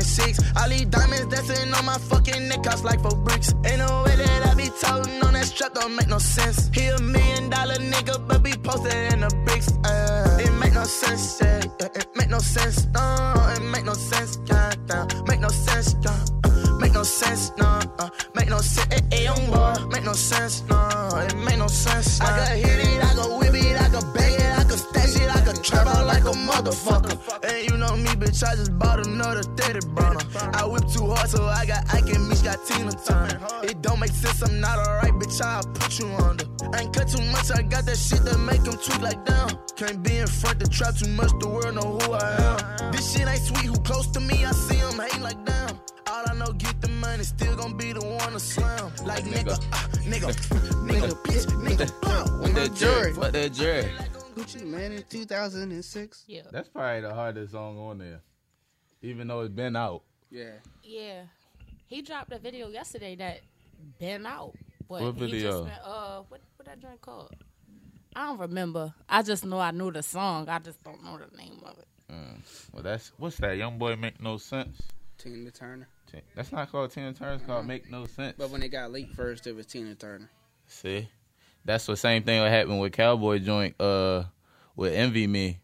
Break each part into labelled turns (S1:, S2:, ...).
S1: six. I leave diamonds dancing on my fucking neck, cost like four bricks. Ain't no way that I be toting on that strap, don't make no sense. He a million dollar nigga, but be posted in the bricks. Uh, it make no sense, yeah, yeah, it make no sense, no, it make no sense, yeah, yeah, make no sense, yeah. uh, Make no sense, no, uh, make no sense, eh, eh, young boy. Make no sense, no, it make no sense. I could hit it, I could whip it, I could bang it, I could stash it, I could trap out like a motherfucker. And you know me, bitch, I just bought another 30 burner. I whip too hard, so I got I can Meech, got Tina time. It don't make sense, I'm not alright, bitch, I'll put you under. I ain't cut too much, I got that shit that make them tweak like down. Can't be in front, the trap too much, the world know who I am. This shit ain't sweet, who close to me, I see him hate like damn. All I know, get the money, still gonna be the one to slam. Like nigga, ah, nigga, nigga, bitch, nigga, uh, bump.
S2: With the jury.
S3: Fuck that jury.
S2: Gucci Man in 2006.
S4: Yeah.
S5: That's probably the hardest song on there, even though it's been out.
S2: Yeah.
S4: Yeah. He dropped a video yesterday that been out. But
S5: What
S4: He just
S5: video?
S4: been, uh, what what that joint called? I don't remember. I just know I knew the song. I just don't know the name of it.
S5: Mm. Well, that's what's that? Young boy make no sense.
S2: Tina Turner. Mm-hmm.
S5: Ten- That's not called Ten Turns. It's called Make No Sense.
S2: But when it got leaked first, it was Tina Turner.
S5: See, that's the same thing that happened with Cowboy Joint. Uh, with Envy Me.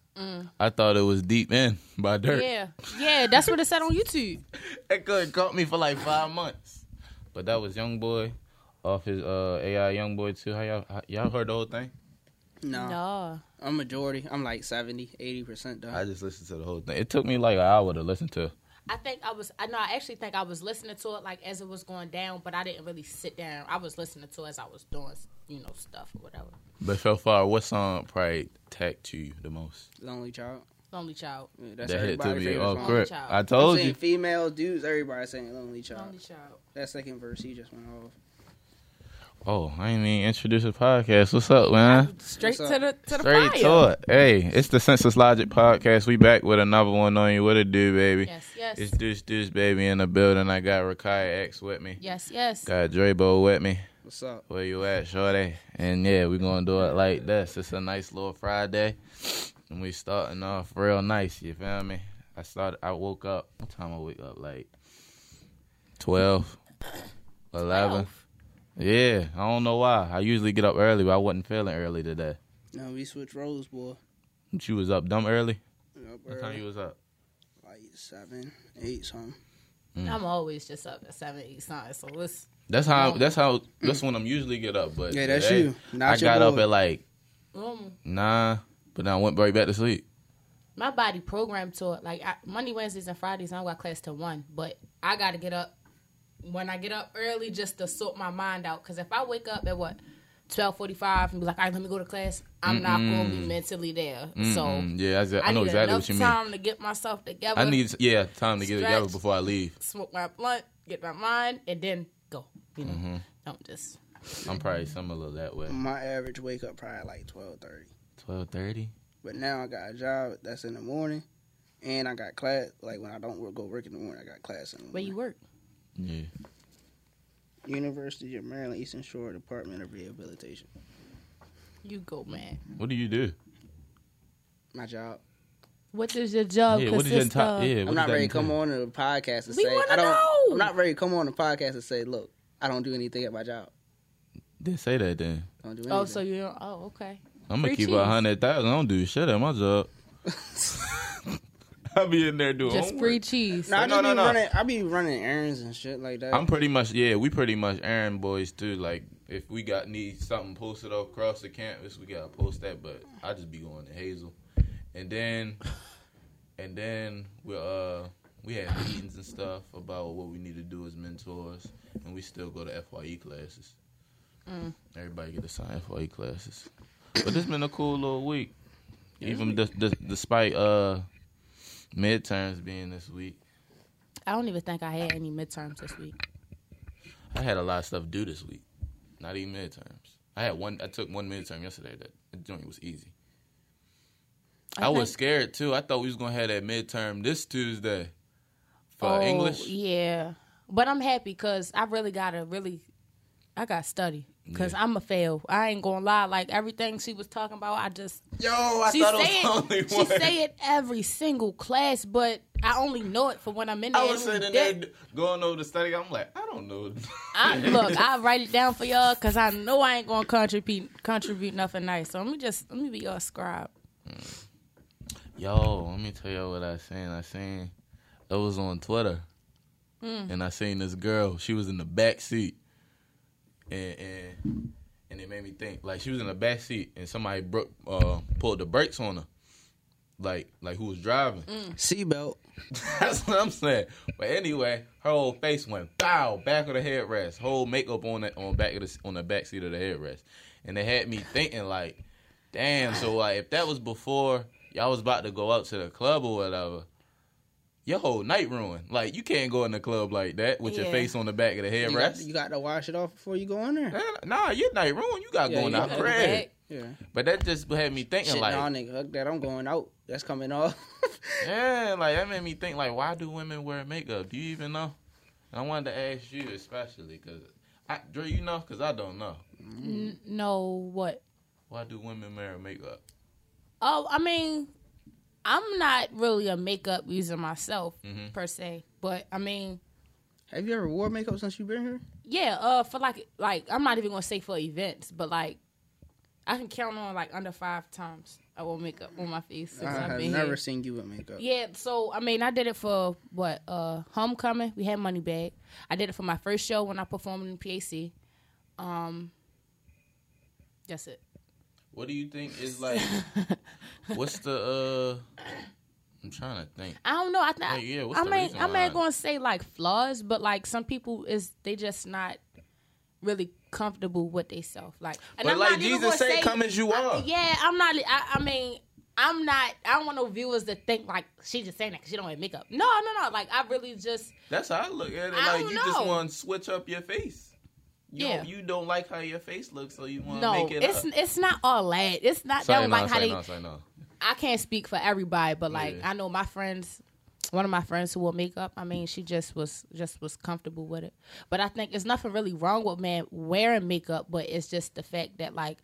S5: I thought it was Deep In by Dirt.
S4: Mm. Yeah. Yeah, that's what it said on YouTube.
S5: That could caught me for like five months. But that was Young Boy off his uh AI Young Boy too. How y'all how- y'all heard the whole thing?
S2: No.
S4: No.
S2: I'm majority. I'm like 70, 80% done.
S5: I just listened to the whole thing. It took me like an hour to listen to.
S4: I think I was I know I actually think I was listening to it like as it was going down, but I didn't really sit down. I was listening to it as I was doing you know, stuff or whatever.
S5: But so far, what song probably tagged to you the most?
S2: Lonely Child.
S4: Lonely Child.
S2: Yeah, That's
S5: that hit to
S2: everybody's
S5: me.
S2: favorite
S5: Oh
S2: song.
S5: crap!
S4: Child.
S5: I
S2: I'm
S5: told
S2: saying
S5: you.
S2: female dudes, everybody saying Lonely Child.
S4: Lonely Child.
S2: That second verse, he just went off.
S5: Oh, I ain't even introduce the podcast. What's up, man?
S4: Straight to
S2: What's
S4: the to the
S5: Straight
S4: fire.
S5: to it. Hey, it's the Senseless Logic podcast. We back with another one on you. What it do, baby?
S4: Yes, yes.
S5: It's Deuce Deuce, baby, in the building. I got Rakai X with me.
S4: Yes, yes.
S5: Got Drabo with me.
S2: What's up?
S5: Where you at, shorty? And yeah, we gonna do it like this. It's a nice little Friday, and we starting off real nice. You feel me? I started. I woke up. What time I wake up? Like 12, 11. Yeah, I don't know why. I usually get up early, but I wasn't feeling early today.
S2: No, we switched roles, boy.
S5: But you was up dumb early.
S2: Up
S5: What time
S2: early,
S5: you was up?
S2: like seven, eight, something.
S5: Mm.
S4: I'm always just up at seven, eight something. So it's
S5: That's how. That's how. That's when I'm usually get up. But
S2: Mm. Yeah, that's
S5: today,
S2: you. Not
S5: I
S2: your
S5: got up
S2: boy.
S5: at like
S4: normal.
S5: nine, but then I went right back to sleep.
S4: My body programmed to it. Like I, Monday, Wednesdays, and Fridays, I don't got class till one, but I got to get up when I get up early just to sort my mind out. Because if I wake up at what twelve forty five and be like, "All right, let me go to class," I'm not going to be mentally there.
S5: Mm,
S4: So
S5: yeah, I, just, I,
S4: I,
S5: know
S4: need
S5: exactly
S4: enough
S5: what you mean.
S4: time to get myself together.
S5: I need yeah time to get
S4: Stretch.
S5: together before I leave.
S4: smoke my blunt, get my mind, and then go. You know,
S5: Mm-hmm.
S4: don't just
S5: I'm probably similar that way.
S2: My average wake up probably like twelve thirty.
S5: Twelve thirty.
S2: But now I got a job that's in the morning, and I got class. Like when I don't work, go work in the morning, I got class in the
S4: where
S2: morning.
S4: you work.
S5: Yeah.
S2: University of Maryland Eastern Shore Department of Rehabilitation.
S4: You go, man.
S5: What do you do?
S2: My job.
S4: What does your
S2: Oh,
S4: job
S5: yeah. What
S4: consist
S5: is your top?
S4: of?
S5: Yeah.
S2: I'm
S5: what
S2: not
S5: does that
S2: ready to come
S5: entail?
S2: on to the podcast and
S4: We
S2: say
S4: wanna
S2: I don't.
S4: know.
S2: I'm not ready to come on the podcast and say, look, I don't do anything at my job.
S5: Then say that then.
S2: I don't do anything.
S4: Oh, so you don't, oh okay.
S5: I'm gonna
S4: Free
S5: keep
S4: cheese.
S5: a hundred thousand. I don't do shit at my job. I'll be in there doing
S4: Just
S5: homework.
S4: free cheese.
S2: no, I
S5: No,
S2: just
S5: no,
S2: be
S5: no.
S2: running. I be running errands and shit like that.
S5: I'm pretty much yeah. We pretty much errand boys too. Like if we got need something posted up across the campus, we gotta post that. But I just be going to Hazel, and then, and then we uh we had meetings and stuff about what we need to do as mentors, and we still go to Fye classes. Everybody get assigned Fye E classes, but this been a cool little week. Even d- despite uh midterms being this week,
S4: I don't even think I had any midterms this week.
S5: I had a lot of stuff due this week. Not even midterms. I had one. I took one midterm yesterday. That that joint was easy. I, was
S4: think-
S5: scared too. I thought we was gonna have that midterm this Tuesday for
S4: Oh,
S5: English.
S4: Yeah, but I'm happy because I really gotta really, I got to study because I'm a fail. I ain't gonna lie. Like everything she was talking about, I just
S5: Yo, I
S4: she
S5: thought
S4: say
S5: it was only
S4: it. She
S5: one.
S4: say it every single class, but I only know it for when I'm in there.
S5: I was
S4: and
S5: sitting
S4: then-
S5: there going over the study. I'm like, I don't know.
S4: I, look, I write it down for y'all because I know I ain't gonna contribute contribute nothing nice. So let me just let me be your scribe.
S5: Yo, let me tell y'all what I seen. I seen it was on Twitter, and I seen this girl. She was in the back seat, and and and it made me think. Like she was in the back seat, and somebody bro- uh, pulled the brakes on her. Like like who was driving?
S2: Seatbelt.
S5: That's what I'm saying. But anyway, her whole face went bow back of the headrest. Whole makeup on the on back of the on the back seat of the headrest, and it had me thinking like, damn. So like, if that was before y'all was about to go out to the club or whatever, your whole night ruined. Like you can't go in the club like that with
S4: Yeah.
S5: your face on the back of the
S2: You got,
S5: headrest.
S2: you got to wash it off before you go in there.
S5: Nah, Nah, your night ruined. You got
S2: Yeah,
S5: going
S2: you
S5: out
S2: gotta
S4: Go
S5: crazy.
S4: back.
S2: Yeah.
S5: But that just had me thinking
S2: Shit,
S5: like,
S2: nah, nigga, fuck that. I'm going out. That's coming off.
S5: Yeah, like that made me think. Like, why do women wear makeup? Do you even know? And I wanted to ask you especially because I, Dre, you know, because I don't know.
S4: N- no, what?
S5: Why do women wear makeup?
S4: Oh, I mean, I'm not really a makeup user myself
S5: Mhm.
S4: per se, but I mean,
S2: Have you ever wore makeup since you been here?
S4: yeah, uh, for like like I'm not even gonna say for events, but like I can count on like under five times I wore makeup on my face since
S2: I
S4: I've
S2: have
S4: been
S2: never
S4: here.
S2: seen you with makeup.
S4: Yeah, so I mean, I did it for what uh homecoming. We had money bag. I did it for my first show when I performed in PAC. Um, that's it.
S5: What do you think is like? what's the? uh I'm trying to think.
S4: I don't know. I think
S5: Like, yeah, what's
S4: I
S5: the
S4: mean,
S5: reason
S4: I'm
S5: why?
S4: not gonna say like flaws, but like some people is they just not really comfortable with themselves. Like, and
S5: But
S4: I'm
S5: like
S4: not even
S5: Jesus
S4: gonna
S5: said, "Come as you are."
S4: Yeah, I'm not. I, I mean, I'm not. I don't want no viewers to think like she just saying that 'cause she don't wear makeup. No, no, no. Like I really just
S5: That's how I look at it.
S4: I
S5: Like
S4: don't
S5: you just
S4: know.
S5: want to switch up your face. You
S4: Yeah.
S5: Don't, you don't like how your face looks, so you want to
S4: no.
S5: make it
S4: It's
S5: up.
S4: it's not all that. It's not that like how they.
S5: say no.
S4: I can't speak for everybody, but like
S5: Yeah.
S4: I know my friends. One of my friends who wore makeup, I mean, she just was just was comfortable with it. But I think there's nothing really wrong with man wearing makeup, but it's just the fact that like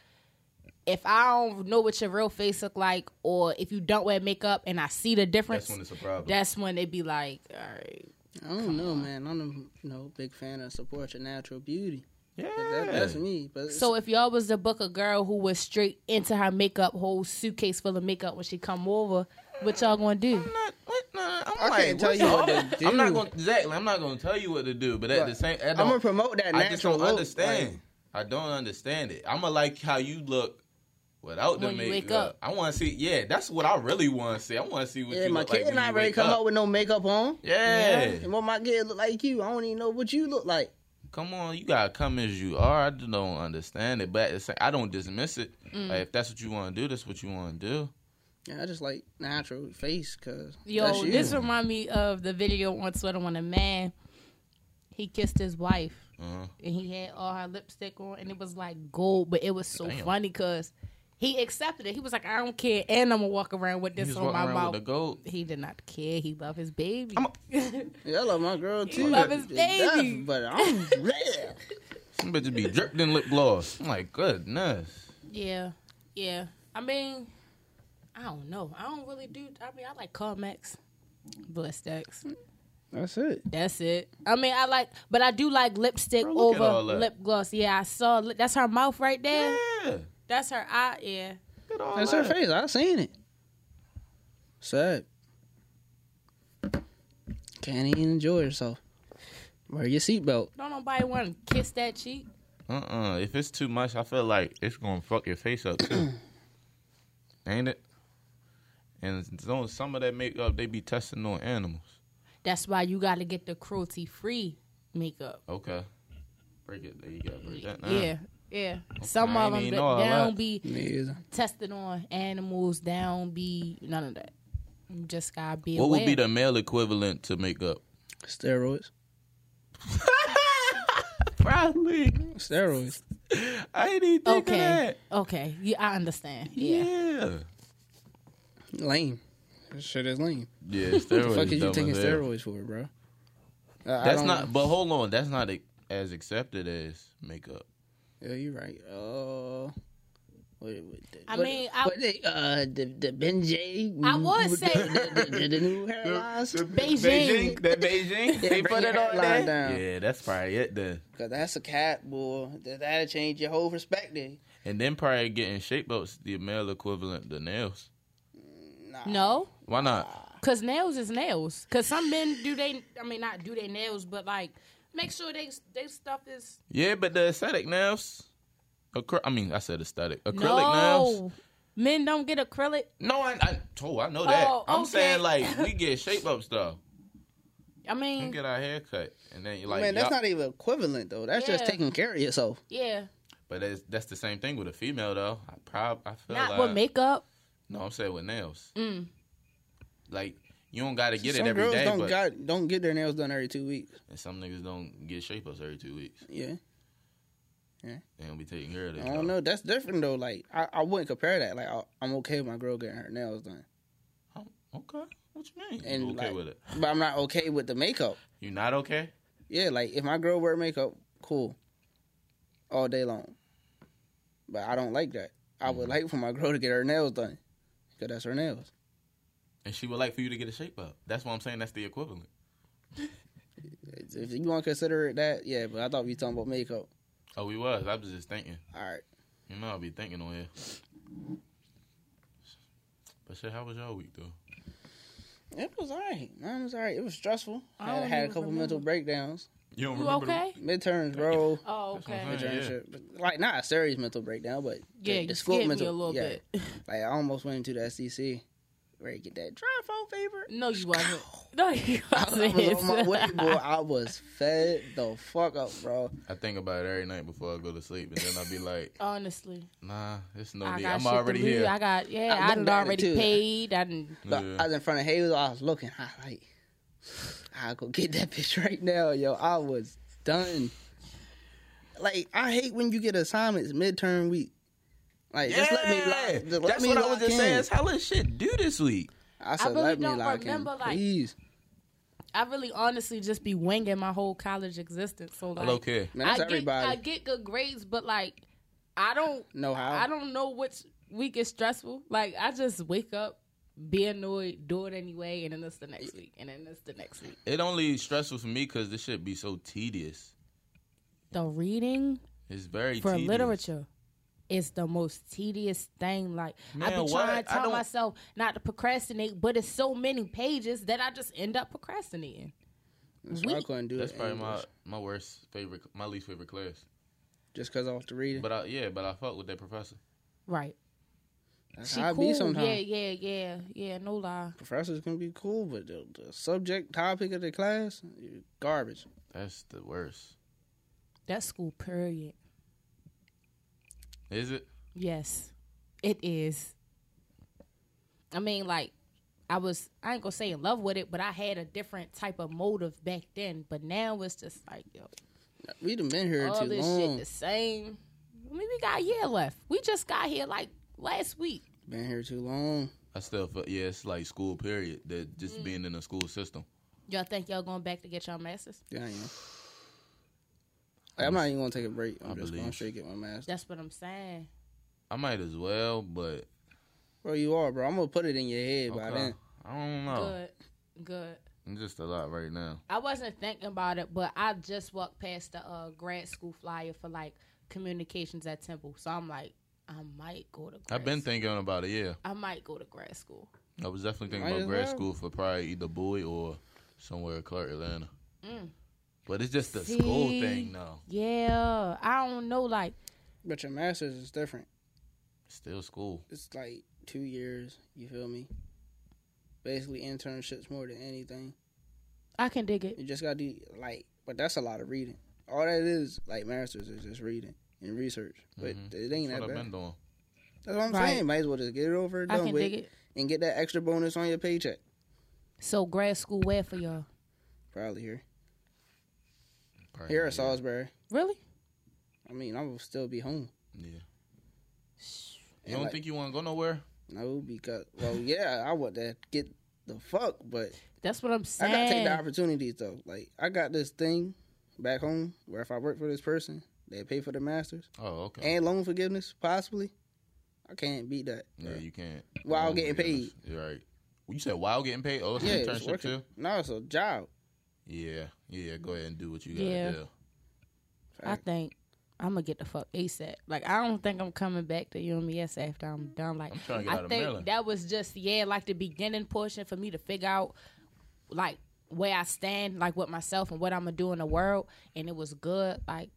S4: if I don't know what your real face look like, or if you don't wear makeup and I see the difference,
S5: That's when it's a problem.
S4: that's when it be like, all right,
S2: I don't know, man. I'm a you know, big fan of support your natural beauty.
S5: yeah.
S2: But that, that's me. But
S4: So if y'all was to book a girl who was straight into her makeup, whole suitcase full of makeup when she come over, what y'all gonna do?
S5: I'm not. What, no,
S2: I
S5: I'm
S2: can't
S5: like,
S2: tell
S5: what's
S2: you what
S5: up?
S2: to
S5: I'm
S2: do.
S5: not going to exactly. I'm not going to tell you what to do, but at
S2: Right.
S5: the same, I
S2: I'm gonna
S5: don't,
S2: promote that natural
S5: I just don't
S2: look,
S5: understand.
S2: like-
S5: I don't understand it. I'm gonna like how you look without the
S4: When you wake
S5: makeup.
S4: up.
S5: I want to see. Yeah, that's what I really want to see. I want to see what
S2: yeah,
S5: you
S2: my
S5: look
S2: kid
S5: like when
S2: not
S5: you
S2: ready
S5: wake
S2: to come
S5: up.
S2: out with no makeup on.
S5: yeah.
S2: And what my kid look like you? I don't even know what you look like.
S5: come on, you gotta come as you are. I just don't understand it, but at the same, I don't dismiss it.
S4: Mm.
S5: Like, if that's what you want to do, that's what you want to do.
S2: Yeah, I just like natural face, cause that's
S4: Yo,
S2: you.
S4: this remind me of the video on Twitter when a man he kissed his wife
S5: Uh-huh.
S4: and he had all her lipstick on and it was like gold, but it was so
S5: Damn.
S4: funny because he accepted it. He was like, I don't care, and I'm gonna walk around with
S5: He
S4: this
S5: was
S4: on
S5: walking
S4: my
S5: around
S4: mouth.
S5: with the gold.
S4: He did not care. He loved his baby.
S5: I'm a-
S2: yeah, I love my girl too.
S4: love his
S2: to death,
S4: baby.
S2: but I'm real.
S5: Some bitches be dripped in lip gloss. I'm like, goodness.
S4: yeah, yeah. I mean, I don't know. I don't really do. I mean, I like Carmex, Blessed X.
S2: That's it.
S4: That's it. I mean, I like, but I do like lipstick
S5: Bro, look at
S4: over
S5: all that.
S4: lip gloss. Yeah, I saw. li- That's her mouth right there.
S5: Yeah.
S4: That's her eye. Yeah.
S5: Look at all
S2: That's her
S5: that.
S2: face. I seen it. Sad. Can't even enjoy yourself. Wear your seatbelt.
S4: Don't nobody want to kiss that cheek.
S5: Uh-uh. If it's too much, I feel like it's gonna fuck your face up too. Ain't it? And so- some of that makeup they be testing on animals.
S4: That's why you got to get the cruelty free makeup.
S5: Okay. Break it. There you go. Break that down.
S4: Yeah. Yeah. Some
S5: I
S4: of
S5: ain't
S4: them
S5: even know all
S4: don't
S5: that.
S4: be
S2: Me either.
S4: tested on animals. They don't be none of that. You just gotta be
S5: What
S4: aware.
S5: would be the male equivalent to makeup?
S2: Steroids.
S5: Probably.
S2: Steroids.
S5: I ain't even think of
S4: okay.
S5: that.
S4: Okay. Yeah, I understand.
S5: Yeah.
S4: Yeah.
S2: Lame. This shit is lame.
S5: Yeah,
S2: What
S5: steroids.
S2: the fuck is you
S5: dumb
S2: taking
S5: as hell.
S2: steroids for, bro? I- I
S5: That's
S2: don't-
S5: not e- but hold on, that's not a, as accepted as makeup.
S2: Yeah, you're right. Uh, What- what the-
S4: I
S2: what-
S4: mean, I-
S2: what they, uh, the the Ben J. mm,
S4: I would
S2: the-
S4: say-
S2: the, the, the, the new hairlines
S4: Beijing.
S5: That Beijing.
S2: Yeah,
S5: they
S2: bring
S5: put
S2: your
S5: it on
S2: headline
S5: there.
S2: down.
S5: Yeah, that's probably it then.
S2: because that's a cat boy. That, that'll change your whole perspective.
S5: And then probably getting shape ups, the male equivalent to nails.
S2: Nah.
S4: No,
S5: Why not?
S4: cause nails is nails. Cause some men do they, I mean not do they nails, but like make sure they they stuff is
S5: Yeah, but the aesthetic nails. Acry- I mean, I said aesthetic. Acrylic
S4: no.
S5: nails.
S4: Men don't get acrylic.
S5: No, I, I oh, I know that.
S4: Oh,
S5: I'm
S4: okay.
S5: saying like we get shape up stuff.
S4: I
S5: We
S4: mean,
S5: get our hair cut, and then you like,
S2: Man, that's
S5: y'all-
S2: not even equivalent though. That's just
S4: Yeah.
S2: taking care of yourself.
S4: yeah,
S5: but that's, that's the same thing with a female though. I prob I feel
S4: not
S5: like
S4: with makeup.
S5: no, I'm saying with nails.
S4: Mm.
S5: Like you don't got to get
S2: Some
S5: it every
S2: girls
S5: day,
S2: don't
S5: but
S2: got don't get their nails done every two weeks.
S5: and some niggas don't get shape ups every two weeks.
S2: Yeah,
S5: They don't be taking care of it.
S2: I don't know. That's different though. Like I, I wouldn't compare that. Like I, I'm okay with my girl getting her nails done,
S5: Oh, Okay, what you mean?
S2: And,
S5: you okay
S2: like-
S5: with it?
S2: but I'm not okay with the makeup.
S5: You not okay?
S2: Yeah, like if my girl wear makeup, cool, all day long. But I don't like that. I would like for my girl to get her nails done because that's her nails.
S5: And she would like for you to get a shape up. That's why I'm saying that's the equivalent.
S2: If you want to consider it that, yeah. But I thought we talking about makeup.
S5: Oh, we was. I was just thinking.
S2: All right.
S5: You know, I'll be thinking on here. But shit, how was y'all week though?
S2: It was all right. Mine was all right. It was stressful.
S4: I
S2: I had,
S4: don't
S2: had a
S4: even
S2: couple
S4: remember.
S2: mental breakdowns.
S5: You don't
S4: You okay?
S2: Midterms, bro.
S4: Oh,
S5: That's what I'm
S4: okay.
S5: saying.
S2: Midterms,
S5: yeah.
S2: shit. Like, not a serious mental breakdown, but the-
S4: Yeah,
S2: the
S4: you
S2: school
S4: scared
S2: mental.
S4: me a little
S2: yeah.
S4: bit.
S2: Like, I almost went into the SDC. Ready to get that dry phone fever.
S4: No, you wasn't. No, you
S2: I was on my way, boy.
S4: wasn't.
S2: I was fed the fuck up, bro.
S5: I think about it every night before I go to sleep, and then I be like,
S4: Honestly,
S5: nah, it's no
S4: I
S5: need.
S4: got
S5: Oh, I'm
S4: shit
S5: already
S4: to do.
S5: here.
S4: I got yeah.
S2: I
S4: I,
S2: looked
S4: done
S2: at it,
S4: already
S2: too.
S4: paid. I didn't.
S2: Look,
S5: Yeah.
S2: I was in front of Hazel. I was looking. I was like, I go get that bitch right now, yo. I was done. Like I hate when you get assignments midterm week. Like just let me. Lock, just let
S5: That's
S2: me
S5: what I
S2: lock
S5: was just
S2: in.
S5: saying. It's hella shit do this week.
S2: I said,
S4: really
S2: let me
S4: don't
S2: lock
S4: remember,
S2: in,
S4: like-
S2: please.
S4: I really, honestly, just be winging my whole college existence. So
S5: I
S4: like,
S5: don't care.
S2: Man, that's
S4: I get
S2: everybody.
S4: I get good grades, but like, I don't
S2: know how.
S4: I don't know which week is stressful. Like, I just wake up, be annoyed, do it anyway, and then it's the next week, and then it's the next week.
S5: It only is stressful for me because this shit be so tedious.
S4: The reading
S5: It's very
S4: for
S5: tedious.
S4: literature is the most tedious thing. Like I
S5: Man,
S4: be
S5: what?
S4: trying to
S5: I
S4: tell
S5: don't-
S4: myself not to procrastinate, but it's so many pages that I just end up procrastinating.
S2: That's why I
S4: we-
S2: couldn't do
S5: That's
S2: it.
S5: probably my
S2: English.
S5: my worst favorite, my least favorite class.
S2: just because I have to read it.
S5: But I, yeah, but I fuck with that professor.
S4: Right.
S2: That's
S4: She
S2: how I
S4: cool.
S2: be sometimes.
S4: Yeah, yeah, yeah, yeah. No lie.
S2: Professors can be cool, but the, the subject topic of the class, you- garbage.
S5: That's the worst.
S4: That school period.
S5: Is it?
S4: Yes, it is. I mean, like, I was, I ain't gonna say in love with it, but I had a different type of motive back then. But now it's just like, yo,
S2: We done been here
S4: all
S2: too
S4: this
S2: long.
S4: shit the same. I mean, we got a year left. We just got here like last week.
S2: Been here too long.
S5: I still feel yeah, it's like school period. That just being in the school system.
S4: Y'all think y'all going back to get y'all masters?
S2: Yeah, I am. Like, I'm not even gonna take a break. I'm
S5: I
S2: just going
S5: believe.
S2: straight get my master.
S4: That's what I'm saying.
S5: I might as well, but
S2: Bro, you are, bro. I'm gonna put it in your head by
S5: okay.
S2: then.
S5: I don't
S2: Oh.
S5: know.
S4: Good, good.
S5: It's just a lot right now.
S4: I wasn't thinking about it, but I just walked past the uh, grad school flyer for like communications at Temple, so I'm like, I might go to. Grad
S5: I've been
S4: school.
S5: thinking about it. Yeah,
S4: I might go to grad school.
S5: I was definitely thinking
S2: Might
S5: about
S2: as
S5: grad
S2: well.
S5: school for probably either Bowie or somewhere in Clark, Atlanta.
S4: Mm.
S5: But it's just the school
S4: See?
S5: thing now.
S4: Yeah, I don't know. Like,
S2: But your master's is different.
S5: Still school.
S2: It's like two years. You feel me? Basically, internships more than anything.
S4: I can dig it.
S2: You just gotta do like, but that's a lot of reading. All that is like masters is just reading and research, but
S5: Mhm.
S2: it ain't that
S5: That's what I've been
S2: bad.
S5: doing.
S2: That's what I'm
S4: Right.
S2: saying. Might as well just get it over and
S4: I
S2: done
S4: can dig
S2: with,
S4: it.
S2: and get that extra bonus on your paycheck.
S4: So, grad school where for y'all?
S2: Probably here,
S5: Probably
S2: here
S5: yeah.
S2: at Salisbury.
S4: Really?
S2: I mean, I will still be home.
S5: Yeah. You
S2: And,
S5: don't
S2: like-
S5: think you want to go nowhere?
S2: No, because well, yeah, I want to get the fuck, but
S4: That's what I'm
S2: I gotta take
S4: saying.
S2: the opportunities though. Like I got this thing back home where if I work for this person, they pay for the masters
S5: Oh, okay.
S2: and loan forgiveness possibly. I can't beat that.
S5: Yeah, you can't.
S2: While
S5: Oh,
S2: getting
S5: yeah,
S2: paid.
S5: that's- You're right. Well, You said while getting paid. Oh, it's
S2: Yeah,
S5: an
S2: it's
S5: internship
S2: working.
S5: too.
S2: No, it's a job.
S5: Yeah, yeah. Go ahead and do what you gotta
S4: Yeah.
S5: do.
S4: I think I'm gonna get the fuck ASAP. Like I don't think I'm coming back to UMS after I'm done. Like
S5: I'm trying to get
S4: I
S5: out of
S4: think
S5: Maryland.
S4: that was just yeah, like the beginning portion for me to figure out like where I stand, like with myself and what I'm gonna do in the world. And it was good. Like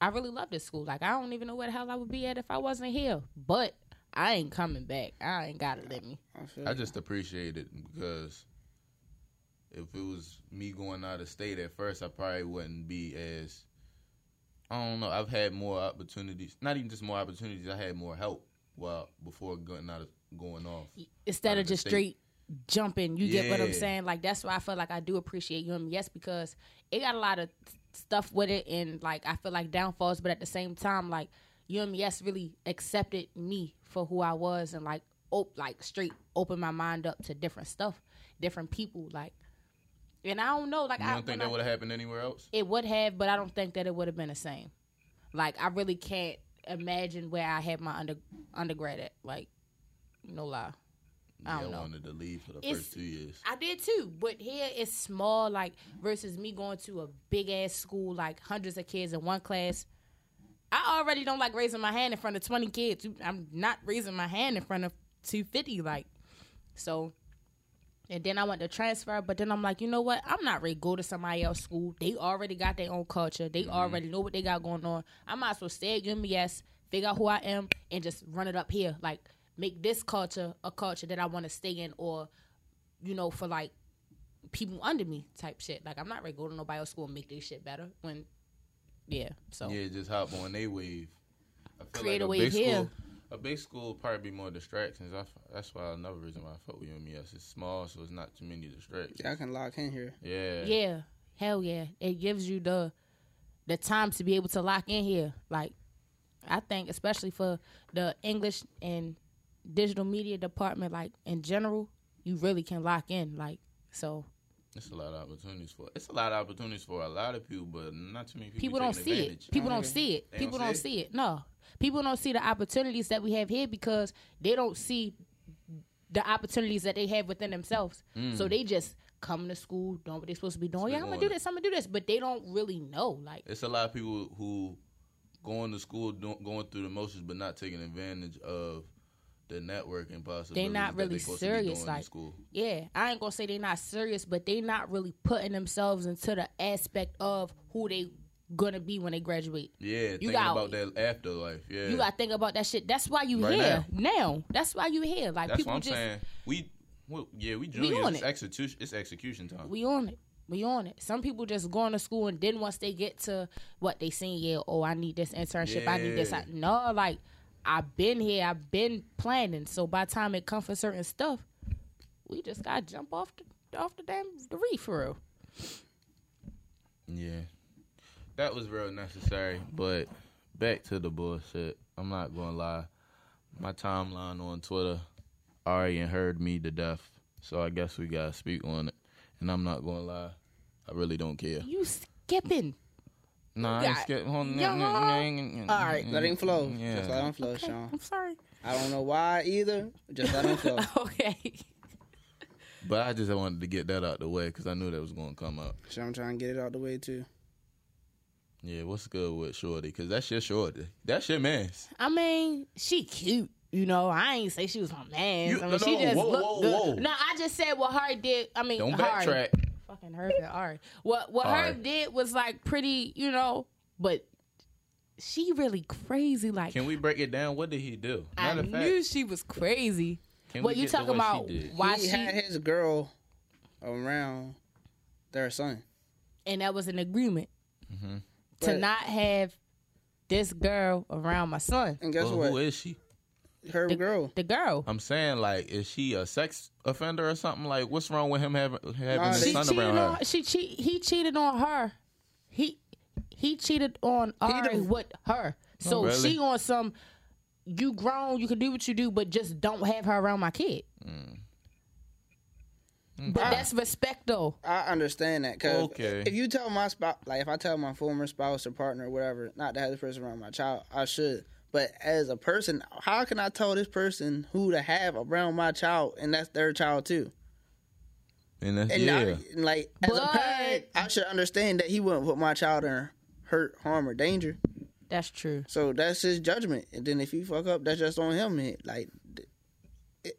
S4: I really love this school. Like I don't even know where the hell I would be at if I wasn't here. But I ain't coming back. I ain't gotta let me.
S2: I feel
S5: I just appreciate it because if it was me going out of state at first, I probably wouldn't be as. I don't know. I've had more opportunities. Not even just more opportunities. I had more help while before going out of, going off.
S4: instead
S5: Out
S4: of
S5: of the
S4: just
S5: state.
S4: straight jumping. You get what I'm
S5: Yeah.
S4: saying? Like that's why I feel like I do appreciate UMES because it got a lot of stuff with it, and like I feel like downfalls, but at the same time, like UMES really accepted me for who I was, and like op- like straight opened my mind up to different stuff, different people, like. And I don't know, like
S5: You
S4: I
S5: don't think
S4: when
S5: that
S4: I-
S5: would have happened anywhere else?
S4: it would have, but I don't think that it would have been the same. Like I really can't imagine where I had my under undergrad at. Like, no lie. I don't
S5: yeah,
S4: know.
S5: I wanted to leave for the
S4: It's-
S5: first two years.
S4: I did too, but here it's small, like versus me going to a big ass school, like hundreds of kids in one class. I already don't like raising my hand in front of twenty kids. I'm not raising my hand in front of two fifty, like so. And then I went to transfer, but then I'm like, you know what? I'm not ready to go to somebody else's school. They already got their own culture. They already know what they got going on. I might as well stay at UMBS, figure out who I am, and just run it up here. Like make this culture a culture that I want to stay in, or you know, for like people under me type shit. Like I'm not ready to go to nobody else's school and make their shit better. When yeah, so
S5: Yeah, just hop on they wave. I feel
S4: Oh. Create a
S5: like
S4: wave
S5: big
S4: here.
S5: School, a big school would probably be more distractions. I f that's why another reason why I fuck with UMES. It's small, so it's not too many distractions.
S2: I can lock in
S5: Mm,
S2: here.
S5: Yeah.
S4: yeah, hell yeah, it gives you the the time to be able to lock in here. Like I think especially for the English and digital media department, like in general, you really can lock in. Like so,
S5: It's a lot of opportunities for. It's a lot of opportunities for a lot of people, but not too many people.
S4: people don't
S5: taking
S4: see
S5: advantage.
S4: it. People don't
S2: Mhm.
S4: see it.
S5: They don't
S4: People don't
S5: see
S4: see it. No, people don't see the opportunities that we have here because they don't see the opportunities that they have within themselves.
S5: Mm.
S4: So they just come to school, doing what they're supposed to be doing.
S5: They
S4: Yeah, I'm gonna
S5: want
S4: do
S5: it.
S4: this. I'm gonna do this, but they don't really know. Like
S5: It's a lot of people who going to school, don't, going through the motions, but not taking advantage of the networking possibilities. that
S4: really
S5: they supposed to be
S4: serious,
S5: doing in
S4: like-
S5: school.
S4: yeah, I ain't gonna say they're not serious, but they not really putting themselves into the aspect of who they gonna be when they graduate.
S5: Yeah, thinking
S4: got-
S5: about that afterlife. Yeah,
S4: You gotta think about that shit. That's why you
S5: Right
S4: here now. That's why you here. Like
S5: that's
S4: people
S5: what I'm
S4: just
S5: saying. We, well, yeah, we juniors.
S4: on
S5: it's
S4: it.
S5: execution. It's execution time.
S4: we on it. We on it. Some people just going to school and then once they get to what they senior year, oh, I need this internship, I need this. I,
S5: Yeah.
S4: no, like I've been here, I've been planning. So by the time it comes for certain stuff, we just gotta jump off the off the damn the reef for real.
S5: Yeah. That was real necessary, but back to the bullshit. I'm not gonna lie. My timeline on Twitter already heard me to death, so I guess we gotta speak on it. And I'm not gonna lie, I really don't care.
S4: You skipping.
S5: Nah, I
S4: got-
S5: just get on.
S4: Yo. Alright.
S2: Let him flow.
S5: mm, Yeah.
S2: Just let him flow, Sean.
S4: I'm sorry.
S2: I don't know why either. Just let him flow.
S4: okay.
S5: But I just wanted to get that out the way because I knew that was gonna come up.
S2: so I'm trying to get it out the way too.
S5: Yeah, what's good with Shorty? Because that's your Shorty. That's your man's.
S4: I mean, she cute. You know, I ain't say she was my man.
S5: You-
S4: I mean,
S5: no,
S4: she
S5: no,
S4: just
S5: whoa,
S4: looked
S5: whoa,
S4: good.
S5: whoa.
S4: No, I just said what her did. I mean,
S5: Don't
S4: her.
S5: backtrack.
S4: fucking Herb and Ari. What what
S5: Ari.
S4: Herb did was like pretty, you know, but she really crazy. Like
S5: Can we break it down? What did he do?
S4: I
S5: Matter of fact,
S4: knew she was crazy.
S5: can
S4: what
S5: we
S4: you
S5: get to
S4: talking
S5: what
S4: about?
S5: she did?
S4: Why
S2: he
S4: she?
S2: had his girl around their son.
S4: and that was an agreement
S5: Mm-hmm.
S4: to
S2: Right.
S4: not have this girl around my son.
S2: And guess
S5: Well,
S2: what?
S5: Who is she?
S2: Her
S4: The
S2: girl.
S4: The girl.
S5: I'm saying like, is she a sex offender or something? Like, what's wrong with him having having
S2: Nah,
S5: his
S2: she
S4: She
S5: son
S4: cheated
S5: around
S4: on.
S5: her?
S4: She cheat. He cheated on her. He he cheated on Ari
S2: the-
S4: with her. So
S5: Oh, really?
S4: she on some. You grown. You can do what you do, but just don't have her around my kid.
S5: Mm.
S4: But that's respect though.
S2: I understand that because
S5: Okay.
S2: if you tell my spouse, like if I tell my former spouse or partner or whatever, not to have this person around my child, I should. But as a person, how can I tell this person who to have around my child and that's their child too?
S5: And that's
S2: And
S5: yeah.
S2: not, and, like as a
S4: But-
S2: parent, I should understand that he wouldn't put my child in hurt, harm, or danger.
S4: That's true.
S2: So that's his judgment. And then if you fuck up, that's just on him. man. Like th-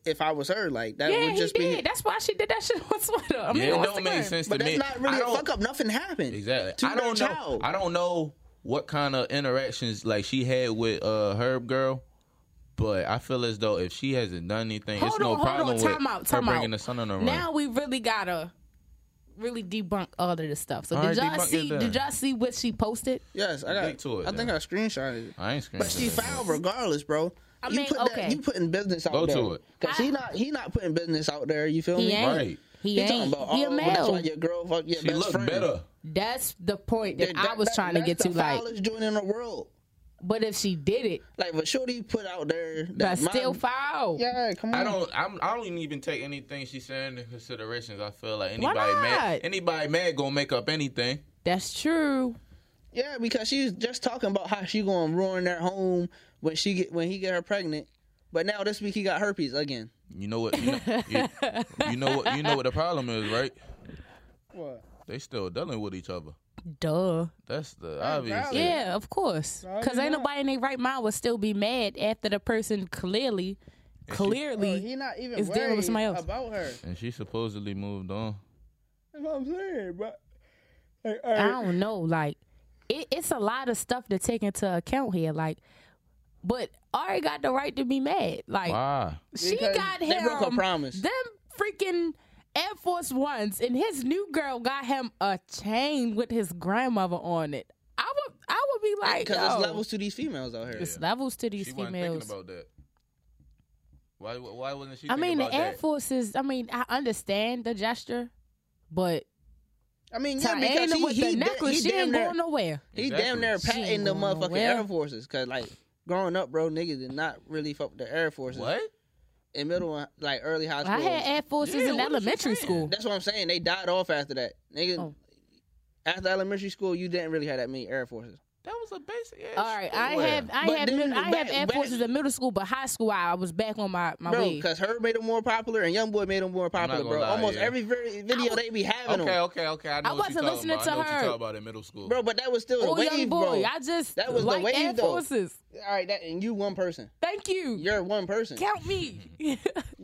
S2: if I was her, like that
S4: Yeah,
S2: would
S4: he
S2: just be.
S4: did. That's why she did that shit on Twitter. I
S5: yeah,
S4: mean,
S5: it
S4: on
S5: don't make
S4: Instagram.
S5: sense
S2: but
S5: to
S2: that's
S5: me.
S2: not really
S5: I
S2: a
S5: don't-
S2: fuck up. Nothing happened.
S5: Exactly.
S2: To
S5: I don't
S2: their
S5: know.
S2: child.
S5: I don't know what kind of interactions like she had with uh Herb Girl, but I feel as though if she hasn't done anything,
S4: Hold
S5: it's
S4: on,
S5: no
S4: hold on.
S5: problem with
S4: Time out,
S5: her
S4: time
S5: bringing
S4: out.
S5: the son on the run.
S4: Now we really gotta really debunk all of this stuff. So
S5: All
S4: did
S5: right,
S4: y'all
S5: debunk
S4: see?
S5: it
S4: Did
S5: then.
S4: y'all see what she posted?
S2: Yes, I got.
S5: Dig to it,
S2: I think
S5: then.
S2: I screenshotted it.
S5: I ain't screaming.
S2: But she fouled regardless, bro.
S4: I
S2: you
S4: mean,
S2: put
S4: okay.
S2: that, you putting business out
S5: Go
S2: there.
S5: to it.
S2: Cause he not he not putting business out there. You feel
S4: He
S2: me?
S4: ain't.
S5: Right.
S4: He
S2: He talking
S4: ain't.
S2: about
S4: He a
S2: oh, well, that's why
S4: male.
S2: your girl fuck your
S5: She
S2: best
S5: looked
S2: friend.
S5: better.
S4: That's the point that,
S2: That-
S4: I was
S2: that-
S4: trying to
S2: that's
S4: get to.
S2: the
S4: Like,
S2: foulest joint in the world.
S4: but if she did it,
S2: Like, but Shorty put out there that
S4: that's
S2: my-
S4: still foul.
S2: Yeah, come on.
S5: I don't. I'm, I don't even take anything she's saying into considerations. I feel like
S4: Why
S5: anybody mad,
S4: not?
S5: anybody mad gonna make up anything.
S4: That's true.
S2: Yeah, because she was just talking about how she gonna ruin their home when she get when he get her pregnant. But now this week he got herpes again.
S5: You know what? You know, you, you know what? You know what the problem is, right?
S2: What?
S5: They still dealing with each other.
S4: Duh.
S2: Oh,
S5: That's the obvious.
S2: probably.
S5: thing.
S4: Yeah, of course. Because ain't nobody in their right mind would still be mad after the person clearly, clearly.
S2: not even
S4: It's dealing with somebody else.
S2: about her.
S5: And she supposedly moved on.
S2: That's what I'm saying, but
S4: I don't know. Like, it, it's a lot of stuff to take into account here. Like, but Ari got the right to be mad. Like,
S5: Why?
S4: she
S2: Because
S4: got
S2: they
S4: him.
S2: broke her promise.
S4: Them freaking Air Force Ones and his new girl got him a chain with his grandmother on it. I would, I would be like,
S2: because
S4: yo,
S2: it's levels to these females out here.
S4: it's levels to these
S5: She wasn't
S4: females.
S5: thinking about that. Why? Why wasn't she?
S4: I mean,
S5: thinking
S4: the
S5: about
S4: Air
S5: that?
S4: Force is. I mean, I understand the gesture, but
S2: I mean, yeah,
S4: Tyana
S2: because he,
S4: with
S2: he,
S4: the
S2: da-
S4: necklace,
S2: he
S4: she
S2: damn
S4: ain't
S2: near,
S4: going nowhere.
S2: he damn
S5: Exactly.
S2: near
S4: She ain't
S2: patting the
S4: going
S2: motherfucking
S4: nowhere.
S2: Air Forces because like growing up, bro, niggas did not really fuck with the Air Forces
S5: What?
S2: in middle and like early high school.
S4: I had Air Forces
S5: Yeah,
S4: in
S5: what is she
S4: elementary
S5: saying?
S4: school.
S2: That's what I'm saying. They died off after that, nigga.
S4: Oh.
S2: After elementary school, you didn't really have that many Air Forces.
S5: That was a basic. ass
S4: All right, I
S5: streetwear.
S4: have, I
S2: But
S4: have,
S2: then
S4: mid- I have
S2: back-
S4: Air
S2: back-
S4: Forces in middle school, but high school I, I was back on my my
S2: Bro,
S4: way.
S2: because her made them more popular and Young Boy made them more
S5: not
S2: popular,
S5: gonna
S2: bro.
S5: lie,
S2: Almost
S5: yeah.
S2: every very video they be having
S5: Okay,
S2: them.
S5: okay, okay. I know
S4: I
S5: what you're
S4: wasn't
S5: talking
S4: listening
S5: about.
S4: to
S5: I know what
S4: her.
S5: you're talking about in middle school.
S2: Bro, but that was still a
S4: Oh,
S2: wave,
S4: young boy,
S2: bro.
S4: I just
S2: That was the
S4: like
S2: wave,
S4: Air
S2: though.
S4: Forces.
S2: All right, that and you one person.
S4: Thank you.
S2: You're one person.
S4: Count me.
S2: You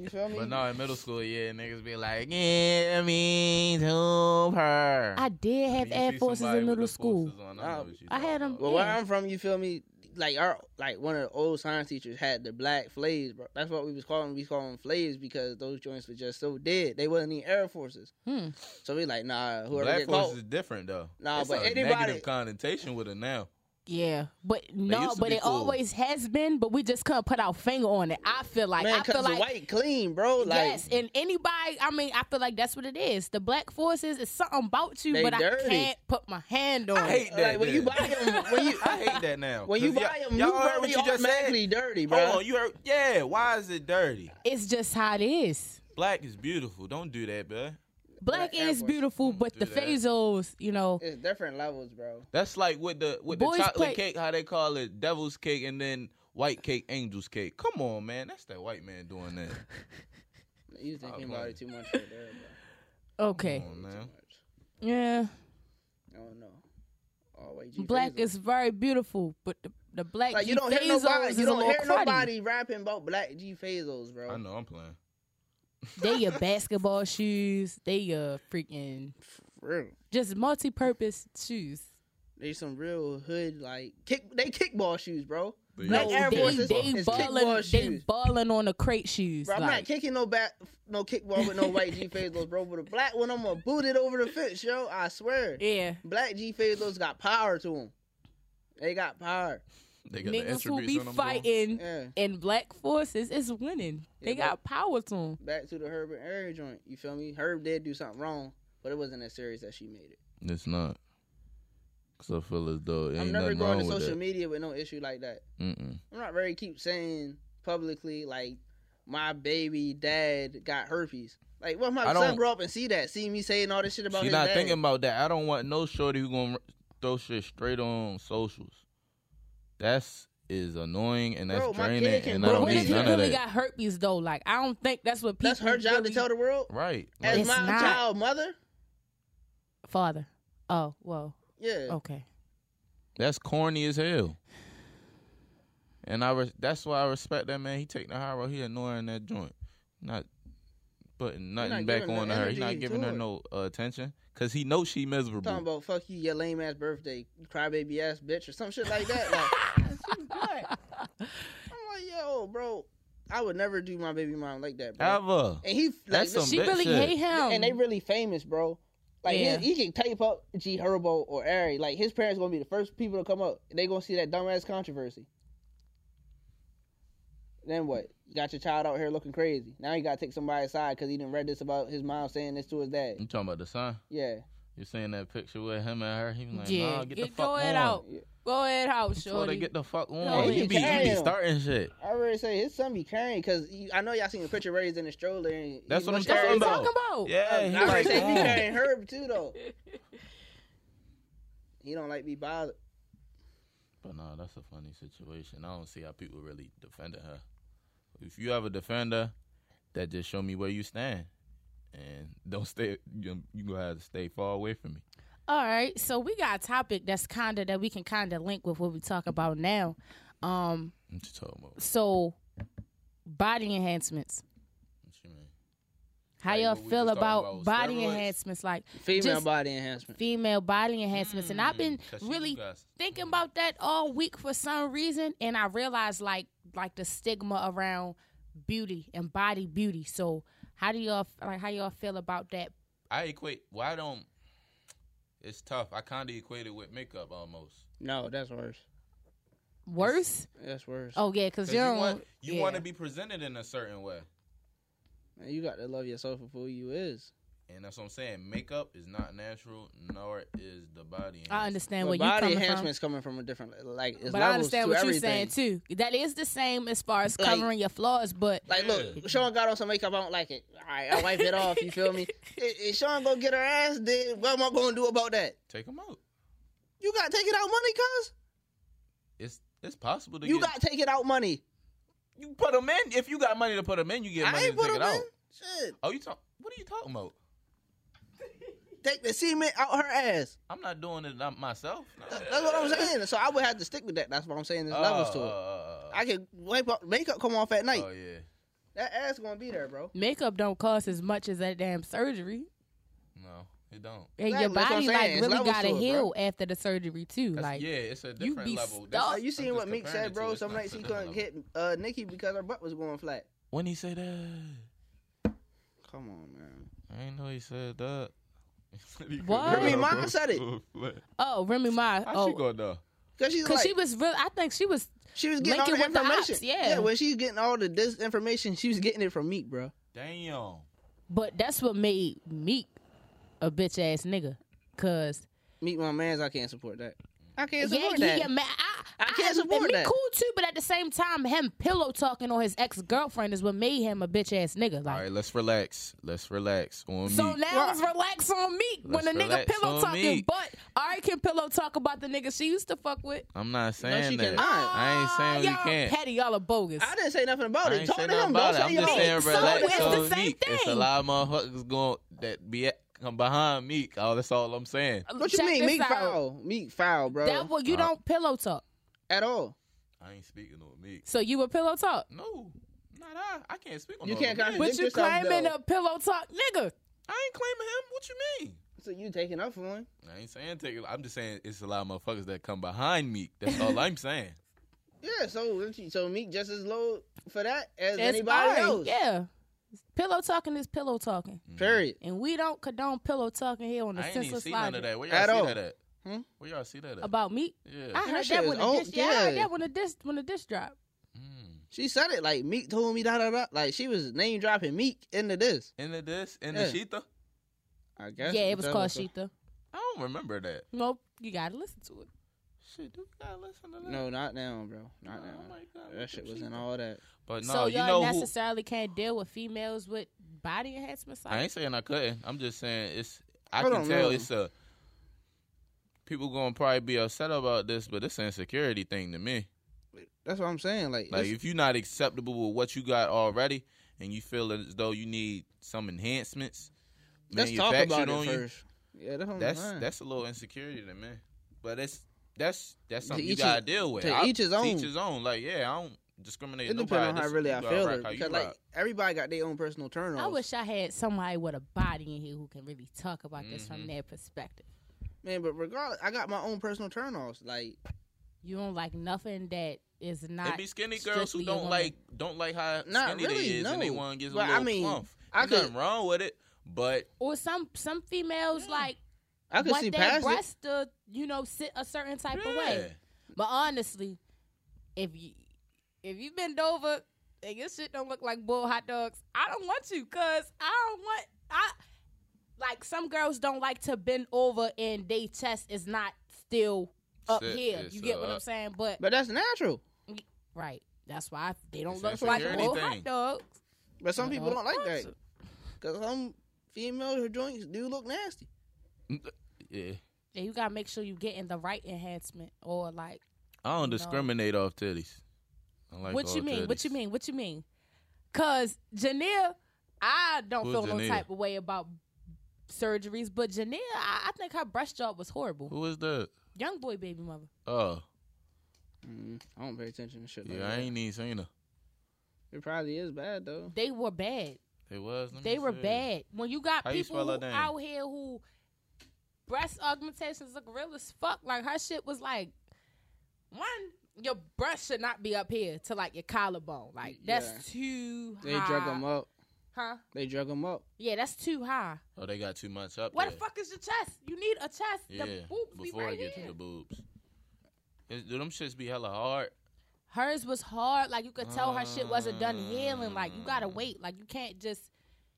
S2: feel me?
S5: But no, in middle school, yeah, niggas be like, give me to her.
S4: I did have
S5: You
S4: Air
S5: see
S4: Forces
S5: somebody
S4: in
S5: with
S4: middle
S5: the
S4: school.
S5: forces on, I, know what you
S4: I had
S5: talking
S4: them.
S5: about.
S2: Well, where
S4: Yeah.
S2: I'm from, you feel me? Like our like one of the old science teachers had the black flays, bro. That's what we was calling. We call them flays because those joints were just so dead. They wasn't even Air Forces.
S4: Hmm.
S2: So we like, nah, whoever
S5: Black
S2: get
S5: Force
S2: caught.
S5: is different though.
S2: Nah,
S5: It's
S2: but
S5: a
S2: anybody-
S5: negative connotation with it now.
S4: Yeah, but no,
S5: used to
S4: but
S5: be
S4: it
S5: cool.
S4: always has been. But we just couldn't put our finger on it. I feel like
S2: Man,
S4: I feel
S2: cause the
S4: like
S2: white clean, bro. Like
S4: yes, and anybody. I mean, I feel like that's what it is. The black forces is something about you,
S2: They
S4: but I
S2: dirty.
S4: can't put my hand on.
S5: I
S4: it.
S5: hate that.
S2: Like, when you
S5: then.
S2: buy 'em- when you-
S5: I hate that now.
S2: when you
S5: 'Cause
S2: buy
S5: y'all-
S2: them, you
S5: y'all heard what
S2: already
S5: you just said?
S2: automatically dirty, bro.
S5: Hold on, you heard? Yeah. Why is it dirty?
S4: It's just how it is.
S5: Black is beautiful. Don't do that, bro.
S4: Black
S2: Black Air
S4: is
S2: Force.
S4: beautiful, but
S5: do
S4: the
S5: that.
S4: phasals, you know,
S2: it's different levels, bro.
S5: That's like with the with
S4: Boys
S5: the chocolate
S4: play-
S5: cake, how they call it devil's cake, and then white cake, angel's cake. Come on, man, that's that white man doing that.
S2: You thinking
S5: Oh,
S2: about it too much right there,
S4: okay,
S5: Come on,
S2: bro. Too
S5: man.
S2: much.
S4: yeah.
S2: I don't know. Oh, wait, G
S4: Black
S2: Faisal.
S4: is very beautiful, but the, the black
S2: like you
S4: G
S2: don't hear
S4: phasals
S2: nobody.
S4: is
S2: You
S4: a
S2: don't
S4: little
S2: hear
S4: cruddy.
S2: nobody rapping about Black G Fazos, bro.
S5: I know I'm playing.
S4: They your basketball shoes. They your freaking
S2: For real.
S4: just multi-purpose shoes.
S2: They some real hood like kick. They kickball shoes, bro.
S5: But
S2: Black
S5: yeah.
S2: Air
S4: they,
S2: Forces
S4: they
S2: is
S4: balling,
S2: kickball
S4: they
S2: shoes.
S4: balling on the crate shoes.
S2: Bro, I'm not
S4: like,
S2: kicking no back, no kickball with no white G Fazos, bro. But a black one, I'm gonna boot it over the fence, yo. I swear.
S4: yeah,
S2: Black G Fazos got power to them. They got power.
S5: They got the
S4: niggas who
S5: attributes
S4: be
S5: on them, bro.
S4: fighting
S2: Yeah.
S4: in black forces is winning. They
S2: Yeah,
S4: got power to them.
S2: Back to the Herb and Harry joint. You feel me? Herb did do something wrong, but it wasn't as serious as she made it.
S5: It's not. Cause I feel as though it ain't
S2: I'm never
S5: nothing
S2: going
S5: wrong
S2: to
S5: with
S2: social
S5: that.
S2: media with no issue like that.
S5: Mm-mm.
S2: I'm not very keep saying publicly like my baby dad got herpes. Like, what if my
S5: I
S2: son
S5: don't-
S2: grow up and see that? See me saying all this shit about
S5: She
S2: his
S5: not
S2: dad.
S5: thinking about that. I don't want no shorty who gonna throw shit straight on socials. That's is annoying and that's
S2: Bro, my
S5: draining,
S2: kid can-
S5: and I
S2: Bro,
S5: don't
S4: What
S2: what
S5: need
S4: if
S2: if
S4: he
S5: none of
S4: really
S5: that.
S4: got herpes though? Like I don't think that's what people.
S2: That's her job
S4: really-
S2: to tell the world.
S5: right?
S2: As
S4: It's
S2: my
S4: not.
S2: child mother,
S4: father. Oh, whoa.
S2: yeah.
S4: Okay.
S5: That's corny as hell. And I res- that's why I respect that man. He take the high road. He annoying that joint, not putting nothing back
S2: giving
S5: on
S2: no
S5: her. He
S2: energy
S5: not giving
S2: to
S5: her
S2: it.
S5: no uh, attention because he knows she miserable.
S2: Talking about fuck you, your lame ass birthday, crybaby ass bitch, or some shit like that. Like, she was good. I'm like, yo, bro, I would never do my baby mom like that, bro.
S5: Ever
S2: and he like,
S5: That's some
S4: She
S5: bitch
S4: really
S5: shit.
S4: hate him.
S2: and they really famous, bro. Like
S4: Um, Yeah.
S2: he, he can type up G Herbo or Ari. Like his parents gonna be the first people to come up. And they gonna see that dumbass controversy. Then what? You got your child out here looking crazy. Now you gotta take somebody's side because he didn't read this about his mom saying this to his dad.
S5: you talking about the son?
S2: Yeah,
S5: You seeing that picture with him and her? He was like,
S4: yeah.
S5: nah, get, the fuck
S4: go
S5: on.
S4: ahead out.
S2: Yeah.
S4: Go ahead out,
S5: Sure,
S4: shorty.
S5: they get the fuck on.
S4: No,
S5: he
S4: he
S5: be, he be
S2: can't.
S5: starting shit.
S2: I already say his son be carrying because I know y'all seen the picture raised in the stroller. And he
S5: That's what I'm
S2: looked
S5: talking
S2: at-
S4: What you
S5: about.
S4: talking about?
S5: Yeah, he
S2: I already
S5: like,
S2: say he be
S5: on.
S2: carrying herb too though. He don't like be bothered.
S5: But no, that's a funny situation. I don't see how people really defending her. If you have a defender, that just show me where you stand, and don't stay. You you gonna have to stay far away from me.
S4: All right, so we got a topic that's kind of that we can kind of link with what we talk about now. Um,
S5: What you talking about?
S4: so body enhancements.
S5: What you mean?
S4: How
S5: Like
S4: y'all
S5: what we
S4: feel
S5: just talking
S4: about,
S5: about,
S4: body
S5: steroids?
S4: enhancements, like
S2: Female
S4: Just-
S2: body enhancement.
S4: female body enhancements? and I've been
S5: Mm, 'Cause she- you
S4: really
S5: guys-
S4: thinking about that all week for some reason, and I realized like like the stigma around beauty and body beauty. So how do y'all like how y'all feel about that?
S5: I equate. Why don't? It's tough. I kind of equate it with makeup almost.
S2: No, that's worse.
S4: Worse?
S2: That's worse.
S4: Oh yeah, because
S5: 'Cause
S4: you
S5: you
S4: don't.
S5: want you
S4: yeah.
S5: want to be presented in a certain way,
S2: Man, you got to love yourself for who you is.
S5: and that's what I'm saying. Makeup is not natural, nor is the body.
S4: I
S5: enhancement.
S4: understand where
S2: but
S4: you coming
S2: body
S4: from.
S2: enhancements coming from a different like. It's
S4: But I
S2: levels
S4: understand
S2: to
S4: what you're
S2: everything.
S4: saying too. That is the same as far as
S2: Like-
S4: covering your flaws, but
S2: Like, look, Sean got on some makeup. I don't like it. All right, I wipe it off. You feel me? I- If Sean go get her ass did, what am I going to do about that?
S5: Take them out.
S2: You got to take it out money, cuz.
S5: It's it's possible to
S2: You
S5: get
S2: got to take it out money.
S5: You put them in. If you got money to put them in, you get
S2: I
S5: money to
S2: ain't put
S5: take it
S2: him
S5: out.
S2: in. Shit,
S5: Oh, you talk? What are you talking about?
S2: take the semen out her ass.
S5: I'm not doing it not myself. No.
S2: That's what I'm saying. So I would have to stick with that. That's what I'm saying. There's
S5: Oh,
S2: levels to
S5: oh,
S2: it.
S5: oh, oh.
S2: I can wipe up makeup come off at night.
S5: Oh, yeah.
S2: That ass gonna be there, bro.
S4: makeup don't cost as much as that damn surgery.
S5: No, it don't.
S4: And your
S2: Exactly, that's what
S4: body
S2: I'm
S4: like
S2: saying. It's
S4: really
S2: levels
S4: gotta
S2: to it,
S4: heal after the surgery too.
S5: That's,
S4: like
S5: yeah, it's a
S4: you
S5: different
S4: be
S5: level.
S4: stuck.
S5: That's-
S2: Are you seeing
S5: I'm
S2: what
S5: just
S2: Meek
S5: comparing
S2: said,
S5: it
S2: bro?
S5: to- it's
S2: Some
S5: not-
S2: nights
S5: it's
S2: he
S5: a
S2: couldn't
S5: different level.
S2: hit uh, Nikki because her butt was going flat.
S5: When he said that,
S2: Come on, man.
S5: I didn't know he said that. He
S4: What?
S5: couldn't
S4: Remy
S5: go
S2: Ma
S5: up
S2: said it.
S5: to a flat.
S4: Oh, Remy Ma.
S5: How she
S4: Oh,
S5: go though?
S2: Cause she's
S4: because
S2: like,
S4: she
S2: she was,
S4: was real. I think she was.
S2: getting all
S4: linking
S2: the
S4: with the
S2: information.
S4: ops, yeah.
S2: when she's getting all the this information, she was getting it from Meek, bro.
S5: Damn.
S4: But that's what made Meek a bitch ass nigga. Cause
S2: Meek, my man's, I can't support that. I can't
S4: yeah,
S2: support
S4: he
S2: that.
S4: get mad. I, I,
S2: can't support
S4: Meek
S2: that.
S4: cool too, but at the same time, him pillow talking on his ex girlfriend is what made him a bitch ass nigga.
S5: All
S4: Like
S5: right, let's relax. Let's relax on
S4: So
S5: Meek.
S4: now let's relax on Meek
S5: Let's
S4: when the nigga
S5: relax
S4: pillow
S5: on
S4: talking.
S5: Meek.
S4: But Ari can pillow talk about the nigga she used to fuck with. Ah,
S5: I'm not saying
S2: she
S5: that.
S2: cannot.
S5: I ain't saying we
S4: y'all
S5: can't.
S4: petty, y'all are bogus.
S2: I didn't say nothing about
S5: I
S2: it.
S5: ain't
S2: Talk
S5: say
S2: to
S5: nothing
S2: them.
S5: about
S2: Don't
S5: it.
S2: say
S5: I'm just
S2: y'all.
S5: saying
S4: So
S5: relax
S4: it's the
S5: on
S4: same
S5: Meek. It's a
S4: thing.
S5: lot of motherfuckers going that be at, come behind Meek. Oh, that's all I'm saying.
S2: What you
S4: Uh, Check
S2: mean,
S4: this
S2: Meek
S4: out.
S2: foul? Meek foul, bro.
S4: That what you don't pillow talk.
S2: At all.
S5: I ain't speaking on Meek.
S4: So you a pillow talk,
S5: No, not I. I can't speak on.
S2: You
S5: no
S2: can't
S5: other
S2: contradict-
S5: man.
S4: but
S2: Think
S4: you
S2: yourself,
S4: claiming
S2: though.
S4: a pillow talk nigga.
S5: I ain't claiming him. What you mean?
S2: So you taking up for him?
S5: I ain't saying take it. I'm just saying it's a lot of motherfuckers that come behind Meek. That's all I'm saying.
S2: Yeah. So so Meek just as low for that as
S4: That's
S2: anybody
S4: Ari.
S2: else.
S4: Yeah, pillow talking is pillow talking,
S2: Period.
S4: and we don't condone pillow talking here on the
S5: Mm. I ain't even
S4: senseless
S5: see none
S4: logic
S5: of that. Where y'all
S2: At
S5: see
S2: all.
S5: that at?
S2: Hmm?
S5: Where y'all see that at?
S4: about Meek.
S5: yeah.
S4: I
S2: That
S4: heard
S2: shit
S4: that
S2: is
S4: when the
S2: old,
S4: dish. Yeah, I heard
S2: yeah.
S4: that when the dish when the dish dropped.
S5: Mm.
S2: She said it like Meek told me da da da. Like she was name dropping Meek into this.
S5: Into this, into
S2: Yeah.
S5: Sheeta.
S2: I guess.
S4: yeah, it was
S2: because
S4: called
S2: of-
S4: Sheeta.
S5: I don't remember that.
S4: Nope, you gotta listen to it.
S5: Shit, dude, gotta listen to that.
S2: No, not now, bro. Not
S5: Oh
S2: now.
S5: my God, look
S2: that shit
S5: at
S2: was
S5: Sheeta.
S2: in all that.
S5: But no,
S4: so
S5: you
S4: y'all
S5: know who?
S4: necessarily can't deal with females with body enhancements.
S5: I ain't
S4: Like,
S5: saying I couldn't. I'm just saying it's. I
S2: I
S5: can
S2: don't
S5: tell
S2: know.
S5: it's a. People gonna probably be upset about this, but it's an insecurity thing to me.
S2: That's what I'm saying. Like,
S5: Like
S2: it's-
S5: if you're not acceptable with what you got already, and you feel as though you need some enhancements,
S2: let's talk about
S5: manufactured
S2: it
S5: on you,
S2: first. Yeah, that's what I'm
S5: That's
S2: saying.
S5: that's a little insecurity, to me. But it's that's that's something you
S2: each
S5: gotta
S2: his-
S5: deal with.
S2: to
S5: I-
S2: each his
S5: to
S2: own.
S5: Each his own. Like yeah, I don't discriminate.
S2: it depends
S5: nobody.
S2: on how
S5: This-
S2: really
S5: you
S2: I
S5: gotta
S2: feel
S5: rock
S2: it
S5: how you
S2: because
S5: rock.
S2: like everybody got their own personal turn
S4: I
S2: offs.
S4: wish I had somebody with a body in here who can really talk about this from their perspective.
S2: Man, but regardless, I got my own personal turn offs. Like,
S4: You don't like nothing that is
S5: It
S4: not.
S5: be skinny girls
S4: strictly
S5: who
S4: a
S5: don't
S4: woman.
S5: like don't like how
S2: Not
S5: skinny
S2: really,
S5: they is, and they
S2: no.
S5: want to get a
S2: But I
S5: little
S2: mean,
S5: plump.
S2: I
S5: There's nothing
S2: could-
S5: wrong with it, but
S4: Or some some females like
S2: I could see
S4: want their
S2: past it.
S4: breasts to you know sit a certain type of
S5: yeah,
S4: way. But honestly, if you if you bend over and your shit don't look like bull hot dogs, I don't want you because I don't want I like some girls don't like to bend over and they chest is not still up
S5: Sit,
S4: here.
S5: it's
S4: You get what
S5: up.
S4: I'm saying? But
S2: But that's natural.
S4: right, that's why I- they don't
S5: It's
S4: look like
S5: insecurity
S4: bull
S5: thing.
S4: hot dogs.
S2: But some people don't like
S4: That's
S2: that because some female her joints do look nasty.
S5: yeah.
S4: Yeah, you gotta make sure you get in the right enhancement or like
S5: I don't
S4: No.
S5: discriminate off titties. I like oh,
S4: what you
S5: all
S4: mean? What you
S5: titties.
S4: mean? What you mean? Cause Janelle, I don't
S5: Who's
S4: feel no
S5: Janelle?
S4: type of way about surgeries, but Janelle, I, I think her breast job was horrible.
S5: Who is that?
S4: Young boy baby mother.
S5: Oh,
S2: Mm, I don't pay attention to shit.
S5: yeah, I ain't even seen her.
S2: It probably is bad though.
S4: They were bad.
S5: They was. let me
S4: They were
S5: see.
S4: bad. When you got
S5: How you
S4: people
S5: spell her
S4: who
S5: name?
S4: out here who breast augmentations look real as fuck. Like her shit was like one, your breast should not be up here to like your collarbone. Like that's
S2: Yeah.
S4: too
S2: They
S4: high.
S2: drug them up.
S4: Huh?
S2: They drug them up.
S4: Yeah, that's too high.
S5: Oh, they got too much up
S4: What
S5: there.
S4: the fuck is your chest? You need a chest.
S5: Yeah,
S4: the boobs
S5: before
S4: be
S5: I
S4: right
S5: get
S4: here.
S5: to the boobs. Is- Do them shits be hella hard?
S4: Hers was hard. Like you could tell her shit wasn't done healing. Like you
S5: Mm.
S4: gotta wait. Like you can't just.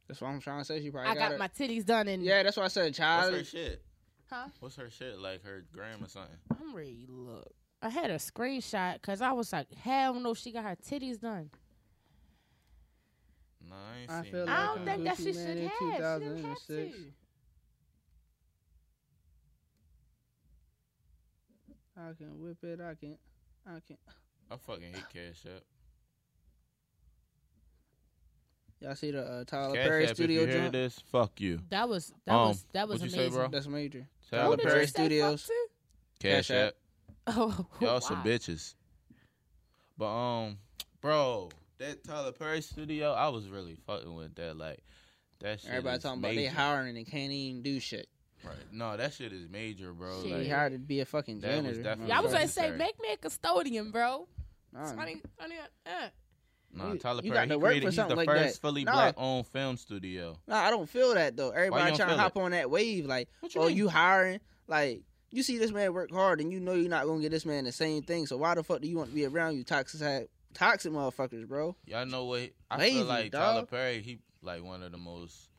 S2: That's what I'm trying to say. She probably
S4: I got
S2: it.
S4: my titties done and
S2: Yeah, that's why I said
S5: What's
S2: child.
S5: her shit?
S4: Huh?
S5: What's her shit? Like her gram or something?
S4: I'm ready. to Look, I had a screenshot because I was like, hell no, she got her titties done.
S5: No, I ain't
S2: I
S5: seen
S2: feel
S5: that.
S2: like
S4: I don't
S2: I'm
S4: think that
S2: Gucci
S4: she
S2: Man
S4: should
S2: in
S4: have. She didn't have
S2: 2006.
S4: to.
S2: I can whip it. I can. I can.
S5: I fucking hate Cash App.
S2: Y'all see the uh, Tyler
S5: Cash
S2: Perry
S5: App,
S2: studio
S5: if you hear
S2: joint?
S5: this, fuck you.
S4: That was that
S5: Um,
S4: was that was
S5: what'd you
S4: amazing.
S5: say, bro?
S2: That's major.
S4: Who
S5: Tyler
S2: Tyler
S4: did
S5: Perry
S4: you
S2: Perry
S4: say fuck
S2: Studios.
S4: to?
S5: Cash
S2: Cash App.
S5: App.
S4: Oh,
S5: Y'all some
S4: wow.
S5: bitches. But um, bro, that Tyler Perry studio, I was really fucking with that. Like that shit.
S2: Everybody
S5: is
S2: talking about they
S5: major.
S2: hiring and can't even do shit.
S5: Right. No, that shit is major, bro.
S4: Shit.
S2: He
S5: Like,
S2: hired to be a fucking
S5: That was
S2: janitor.
S5: definitely-
S4: Yeah, I was gonna say,
S5: Sorry.
S4: make me a custodian, bro.
S2: Nah.
S4: Funny, funny, uh.
S5: nah,
S2: You-
S5: Tyler
S2: you got to
S5: Perry, he
S2: work
S5: created,
S2: for
S5: he's the
S2: something like
S5: first
S2: that.
S5: fully
S2: Nah.
S5: black-owned film studio.
S2: No, I don't feel that though.
S5: you
S2: Everybody
S5: don't
S2: trying to
S5: feel
S2: hop
S5: it?
S2: on that wave, like,
S5: you
S2: oh,
S5: mean?
S2: you hiring? Like, you see this man work hard, and you know you're not gonna get this man the same thing. So why the fuck do you want to be around you toxic, toxic motherfuckers, bro?
S5: Y'all know what? I
S2: Lazy,
S5: feel
S2: dawg.
S5: like Tyler Perry, he like one of the most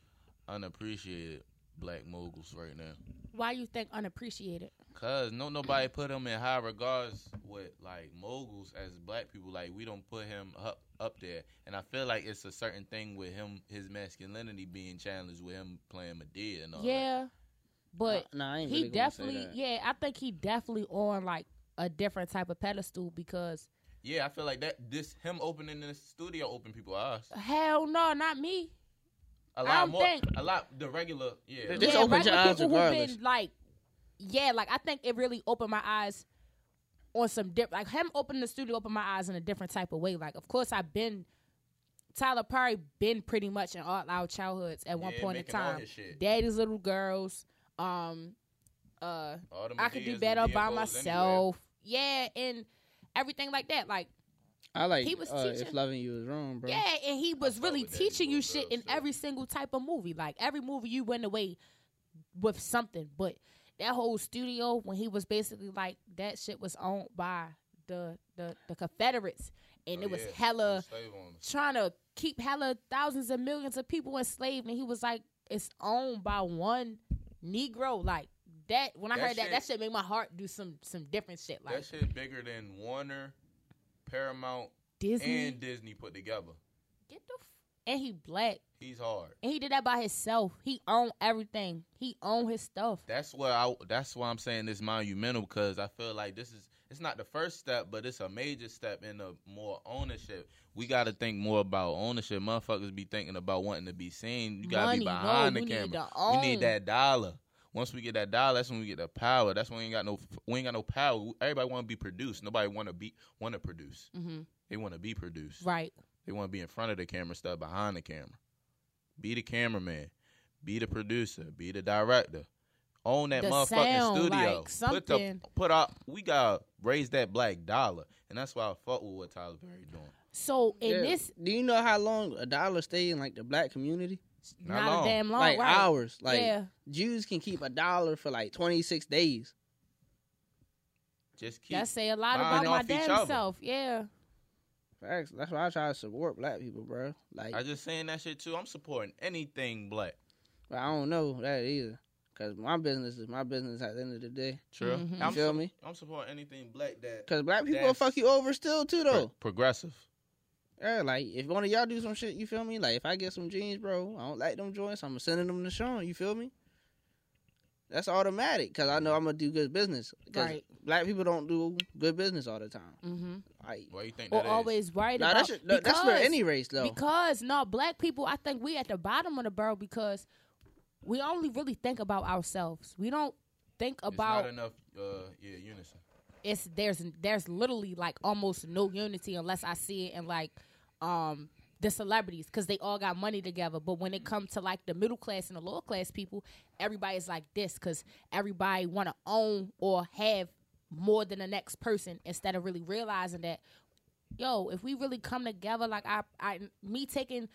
S5: unappreciated black moguls right now.
S4: Why you think unappreciated?
S5: Cause no nobody put him in high regards with like moguls as black people. Like we don't put him up up there, and I feel like it's a certain thing with him, his masculinity being challenged with him playing Medea and all.
S4: yeah, but
S2: Nah, nah, I ain't
S4: he
S2: really gonna say
S4: definitely
S2: that.
S4: yeah i think he definitely on like a different type of pedestal because
S5: that. yeah. I feel like that this him opening this studio opened people eyes
S4: hell no not me
S5: a lot
S4: don't
S5: more.
S4: think-
S5: a lot the regular yeah.
S2: This
S4: yeah,
S2: opened
S4: right
S2: your
S4: with
S2: eyes
S4: people who've
S2: regardless.
S4: been like yeah like i think it really opened my eyes on some different like him opening the studio opened my eyes in a different type of way like of course i've been tyler perry been pretty much in all our childhoods at one
S5: Yeah,
S4: point in
S5: making all
S4: time
S5: his shit.
S4: daddy's little girls um uh
S5: all the
S4: i could do
S5: Medeas,
S4: better
S5: Medea
S4: by
S5: goals anywhere.
S4: myself yeah and everything like that like
S2: I like
S4: He was
S2: uh,
S4: teaching-
S2: if loving you is wrong, bro.
S4: Yeah, and he was
S5: fuck
S4: really
S5: with that
S4: teaching you
S5: Negro
S4: shit
S5: girl
S4: in
S5: shit.
S4: every single type of movie. Like every movie, you went away with something. But that whole studio, when he was basically like that, shit was owned by the the, the Confederates, and
S5: Oh,
S4: it was
S5: yeah.
S4: hella
S5: Slave owners.
S4: trying to keep hella thousands and millions of people enslaved, and he was like, it's owned by one Negro. Like that. When I
S5: That
S4: heard that,
S5: shit-
S4: that shit made my heart do some some different shit. Like
S5: That shit bigger than Warner, Paramount,
S4: Disney,
S5: and Disney put together.
S4: get the. F- and he black.
S5: He's hard.
S4: And he did that by himself. He owned everything. He owned his stuff.
S5: That's why I. That's why I'm saying this monumental because I feel like this is. It's it's not the first step, but it's a major step in the more ownership. We got to think more about ownership. Motherfuckers be thinking about wanting to be seen. You got to
S4: Money,
S5: be
S4: no,
S5: behind
S4: you
S5: the
S4: need
S5: camera.
S4: to
S5: We
S4: own.
S5: need that dollar. Once we get that dollar, that's when we get the power. That's when we ain't got no we ain't got no power. Everybody want to be produced. Nobody want to be want to produce.
S4: Mm-hmm.
S5: They want to be produced.
S4: Right.
S5: They want to be in front of the camera instead of behind the camera. Be the cameraman. Be the producer. Be the director. Own that
S4: The
S5: motherfucking
S4: sound,
S5: studio.
S4: like,
S5: Put the
S4: something.
S5: put up. We gotta raise that black dollar, and that's why I fuck with what Tyler Perry doing.
S4: So in
S2: Yeah.
S4: this,
S2: do you know how long a dollar stay in like the black community?
S5: Not
S4: not,
S5: long.
S4: a damn long,
S2: like
S4: right?
S2: hours. Like
S4: Yeah.
S2: Jews can keep a dollar for like twenty six days.
S5: Just keep.
S4: That say a lot
S5: buying
S4: about my
S5: off each
S4: damn
S5: other.
S4: self. Yeah.
S2: Facts. That's why I try to support black people, bro. Like
S5: I just saying that shit too. I'm supporting anything black.
S2: But I don't know that either. Cause my business is my business at the end of the day.
S5: True.
S4: Mhm.
S5: I'm
S2: You feel
S5: su-
S2: me?
S5: I'm supporting anything black that
S2: Cause black people will
S5: That's-
S2: fuck you over still too though.
S5: pro- progressive.
S2: Yeah, like if one of y'all do some shit, you feel me? Like if I get some jeans, bro, I don't like them joints, I'm sending them to Sean. You feel me? That's automatic because I know I'm gonna do good business. 'Cause
S4: Right.
S2: Black people don't do good business all the time.
S4: Mm-hmm.
S2: Like,
S5: Why you think
S4: Or
S5: that is?
S4: always worried
S2: nah,
S4: about.
S2: that's, no, that's for
S4: because-
S2: any race though.
S4: Because no, black people, I think we at the bottom of the barrel because we only really think about ourselves. We don't think
S5: It's not
S4: about it's,
S5: enough. Uh, yeah, unison.
S4: there's there's literally like almost no unity unless I see it in like um the celebrities because they all got money together. But when it comes to like the middle class and the lower class people, everybody's like this because everybody want to own or have more than the next person instead of really realizing that yo, if we really come together, like I, I, me taking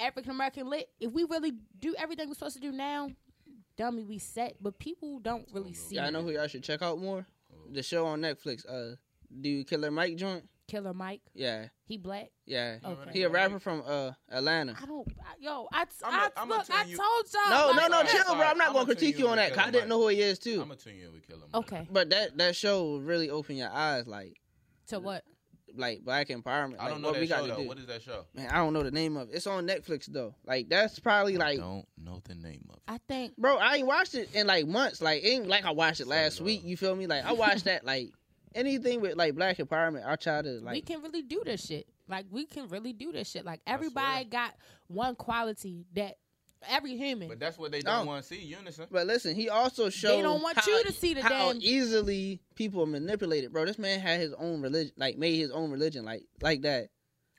S4: African American lit, if we really do everything we're supposed to do now, dummy, we set. But people don't really see
S2: Y'all know
S4: it.
S2: who y'all should check out more? The show on Netflix. Uh, do Killer Mike joint?
S4: Killer Mike,
S2: Yeah,
S4: he black.
S2: yeah.
S4: Okay.
S2: He a rapper from uh Atlanta.
S4: I don't, I, yo, I,
S5: I'ma-
S4: I,
S5: I'ma
S4: look,
S5: tune
S4: I
S5: you-
S4: told y'all.
S2: No, no,
S4: like,
S2: no,
S5: I'm
S2: chill,
S5: sorry.
S2: bro. I'm not
S5: I'm
S2: gonna
S5: gonna
S2: critique
S5: tell you
S2: you on
S5: what
S2: that. 'cause I
S5: Killer
S2: didn't know who he is
S5: I'm
S2: too.
S5: gonna tune in with Killer. Mike.
S4: Okay,
S2: But that that show really opened your eyes, like
S4: to what?
S2: like black empowerment.
S5: I
S2: like,
S5: don't know
S2: what
S5: that
S2: we
S5: show
S2: gotta
S5: though.
S2: do.
S5: What is that show?
S2: Man, I don't know the name of it. It's on Netflix though. Like that's probably like,
S5: don't know the name of it.
S4: I think
S2: bro, I ain't watched it in like months. Like it ain't like I watched it
S5: Sorry,
S2: last
S5: dog.
S2: week. You feel me? Like I watched that like anything with like black empowerment. I try to
S4: we
S2: like
S4: can really do this shit. Like we can really do this shit. Like everybody got one quality that every human.
S5: But that's what they don't
S2: No.
S5: want to see unison.
S2: But listen, he also showed
S4: don't want you to see the
S2: how e-
S4: damn-
S2: easily people manipulate it, bro. This man had his own religion, like made his own religion, like like that,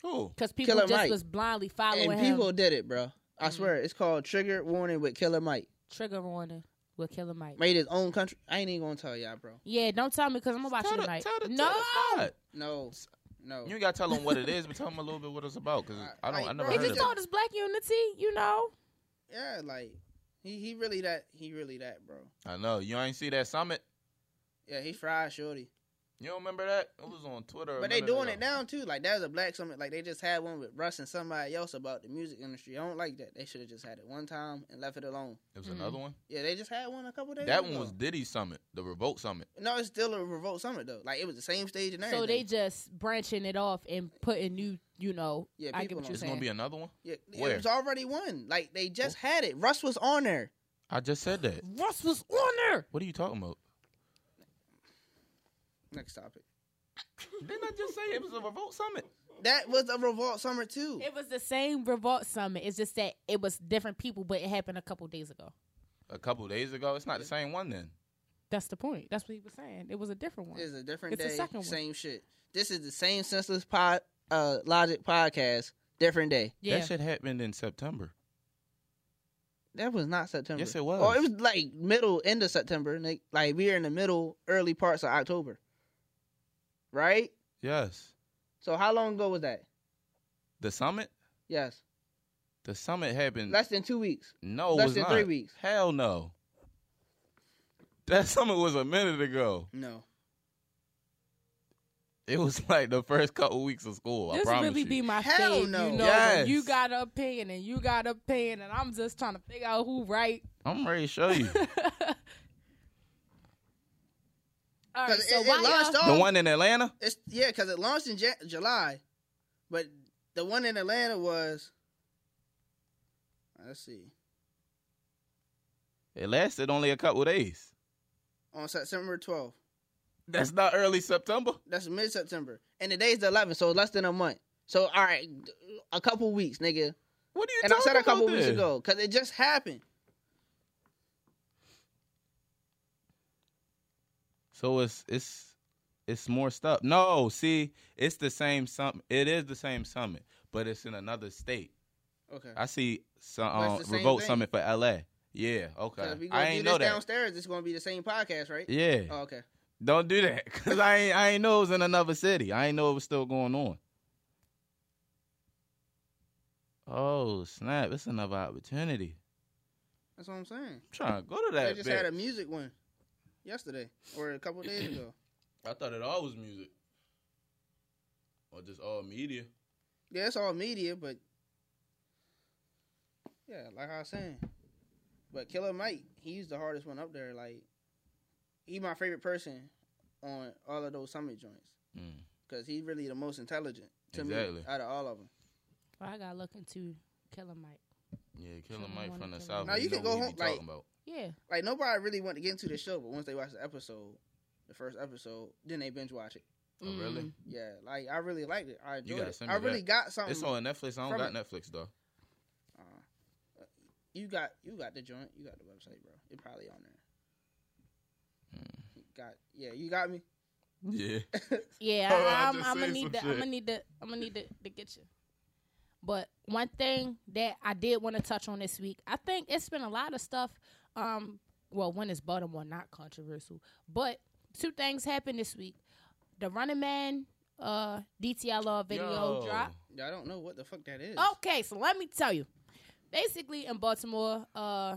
S5: Who?
S4: Because people
S2: Killer
S4: just
S2: Mike.
S4: was blindly following
S2: and
S4: him.
S2: people did it, bro. I
S4: Mm-hmm.
S2: swear, it's called Trigger Warning with Killer Mike.
S4: Trigger warning with Killer Mike.
S2: Made his own country. I ain't even gonna tell y'all, bro.
S4: Yeah, don't tell me because I'm about
S5: Tell
S4: to
S5: the,
S4: tonight.
S5: tell the,
S4: no,
S5: tell the side.
S2: No, no.
S5: You ain't gotta tell them what it is, but tell them a little bit what it's about. Cause I don't, I
S2: Like,
S5: never
S2: bro,
S4: he
S5: heard
S4: just
S5: of it.
S4: told us black unity. You know,
S2: Yeah, like he he really that he really that, bro.
S5: I know you ain't see that summit.
S2: Yeah, he fried shorty.
S5: You don't remember that? It was on Twitter. a
S2: But they
S5: minute
S2: doing
S5: ago.
S2: it now too. Like there's a black summit. Like they just had one with Russ and somebody else about the music industry. I don't like that. They should have just had it one time and left it alone.
S5: It was another one.
S2: Yeah, they just had one a couple days.
S5: That
S2: ago.
S5: one was Diddy summit, the Revolt summit.
S2: No, it's still a revolt summit though. Like it was the same stage and everything.
S4: so they just branching it off and putting new. You know,
S2: Yeah,
S4: I get
S2: people
S4: what
S2: don't-
S4: you're
S5: It's
S4: saying.
S5: gonna be another one.
S2: yeah,
S5: Where?
S2: it was already one. Like they just had it. Russ was on there.
S5: I just said that.
S4: Russ was on there.
S5: What are you talking about?
S2: Next topic.
S5: Didn't I just say it was a Revolt summit?
S2: That was a revolt summer too.
S4: It was the same revolt summit. It's just that it was different people, but it happened a couple days ago.
S5: A couple days ago. It's not the same one then.
S4: That's the point. That's what he was saying. It was a different one.
S2: It's a different
S4: It's the
S2: day.
S4: second one.
S2: Same shit. This is the same senseless pod uh logic podcast. Different day.
S4: yeah,
S5: That shit happened in September.
S2: That was not September.
S5: Yes, it was.
S2: Oh, it was like middle end of September. Like, like we are in the middle, early parts of October. Right.
S5: Yes.
S2: So how long ago was that?
S5: The summit.
S2: Yes,
S5: The summit happened.
S2: less than two weeks.
S5: no, it
S2: less
S5: was
S2: than
S5: not.
S2: three weeks.
S5: Hell no. That summit was a minute ago.
S2: No.
S5: It was like the first couple weeks of school. oh, I
S4: this
S5: promise
S4: really
S5: you.
S4: be my
S2: Hell
S4: fave.
S2: no.
S4: You know,
S5: Yes.
S4: you got a opinion and you got a opinion, and I'm just trying to figure out who right.
S5: I'm ready to show you
S4: All right,
S2: 'Cause
S4: so
S2: it,
S4: why
S2: it launched
S4: y'all-
S2: off.
S5: the one in Atlanta.
S2: It's yeah, because it launched in Ja- July, but the one in Atlanta was. Let's see,
S5: It lasted only a couple days.
S2: on September twelfth.
S5: That's not early September.
S2: That's mid September, and today's the 11th, so less than a month. So all right, a couple weeks, nigga.
S5: What are you
S2: And I
S5: talking
S2: said a couple
S5: about
S2: weeks
S5: then?
S2: ago because it just happened.
S5: So it's it's it's more stuff. No, see, it's the same summit. It is the same summit, but it's in another state.
S2: Okay.
S5: I see some
S2: Well,
S5: uh,
S2: it's the same
S5: revolt
S2: thing.
S5: summit for L.A. Yeah,
S2: Because
S5: okay.
S2: if we gonna
S5: I
S2: do
S5: ain't
S2: this
S5: know that.
S2: downstairs, it's gonna be the same podcast, right?
S5: Yeah,
S2: Oh, okay.
S5: don't do that because I ain't I ain't know it was in another city. I ain't know it was still going on. Oh snap! It's another opportunity.
S2: That's what I'm saying.
S5: I'm trying to go to
S2: They
S5: that.
S2: just
S5: bitch.
S2: had a music one yesterday or a couple days ago.
S5: I thought it all was music, or just all media.
S2: Yeah, it's all media, but yeah, like I was saying. But Killer Mike, he's the hardest one up there. Like, he my favorite person on all of those summit joints
S5: Mm.
S2: because he's really the most intelligent to me
S5: Exactly.
S2: out of all of them.
S4: I got looking to Killer Mike.
S5: Yeah,
S4: Killer
S5: Killer Mike
S4: Mike
S5: from the
S4: Killer
S5: South.
S4: Mike. Now,
S2: you
S5: know
S2: can go
S5: what he be
S2: home, like-
S5: talking about.
S4: Yeah,
S2: Like nobody really wanted to get into the show, but once they watch the episode, the first episode, then they binge watch it.
S5: Oh,
S4: mm,
S5: really?
S2: Yeah, like I really liked it. I
S5: You
S2: enjoyed
S5: gotta
S2: it.
S5: send
S2: I
S5: me
S2: really
S5: that.
S2: got something.
S5: It's on Netflix. I don't
S2: from
S5: got Netflix though.
S2: Uh, You got you got the joint. You got the website, bro. It probably on there.
S5: Hmm.
S2: You Got yeah, you got me.
S5: Yeah.
S4: Yeah,
S5: Hold on, I
S4: I, I'm,
S5: just
S4: I'm gonna
S5: seen
S4: need
S5: some
S4: to. I'm
S5: shit.
S4: gonna need to. I'm gonna need to, to get you. But one thing that I did want to touch on this week, I think it's been a lot of stuff. Um, well, one is Baltimore, not controversial, but two things happened this week: the Running Man uh, DTLR video drop.
S2: Yeah, I don't know what the fuck that is.
S4: Okay, so let me tell you. Basically, in Baltimore, uh,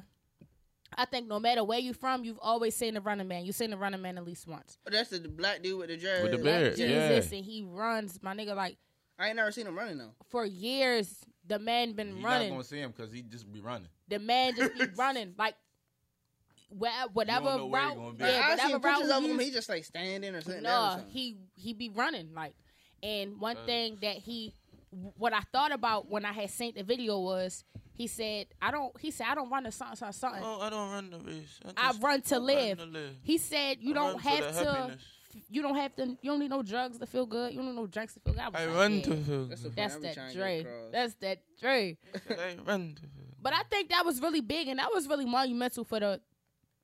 S4: I think no matter where you're from, you've always seen the Running Man. You've seen the Running Man at least once.
S2: that's the black dude with the dread.
S5: With the
S4: Like,
S5: beard,
S4: Jesus,
S5: yeah.
S4: and he runs, my nigga, like.
S2: I ain't never seen him running though.
S4: for years the man been
S5: You're not
S4: running.
S5: gonna see him because he just be running.
S4: The man just be running like where, whatever
S5: know where he
S4: route.
S5: gonna be.
S4: yeah,
S5: Like,
S2: I
S4: whatever
S2: seen
S4: route
S2: pictures of him.
S4: use-
S2: He just like standing or sitting down.
S4: no,
S2: or something.
S4: he he be running like. And one
S5: Uh.
S4: thing that he, what I thought about when I had seen the video was, he said, "I don't." He said, "I don't run to something, something, something.
S5: Oh, I don't run the race.
S4: I run to live." He said, "You
S5: I
S4: don't
S5: run for
S4: have
S5: the
S4: to.
S5: happiness.
S4: You don't have to. You don't need no drugs to feel good. You don't need no drugs to feel good." I, was like, yeah,
S2: that's the point
S4: That's
S2: I be trying
S4: that
S2: to get
S4: Dre.
S2: across.
S4: That's that Dre.
S5: I run to
S4: But I think that was really big and that was really monumental for the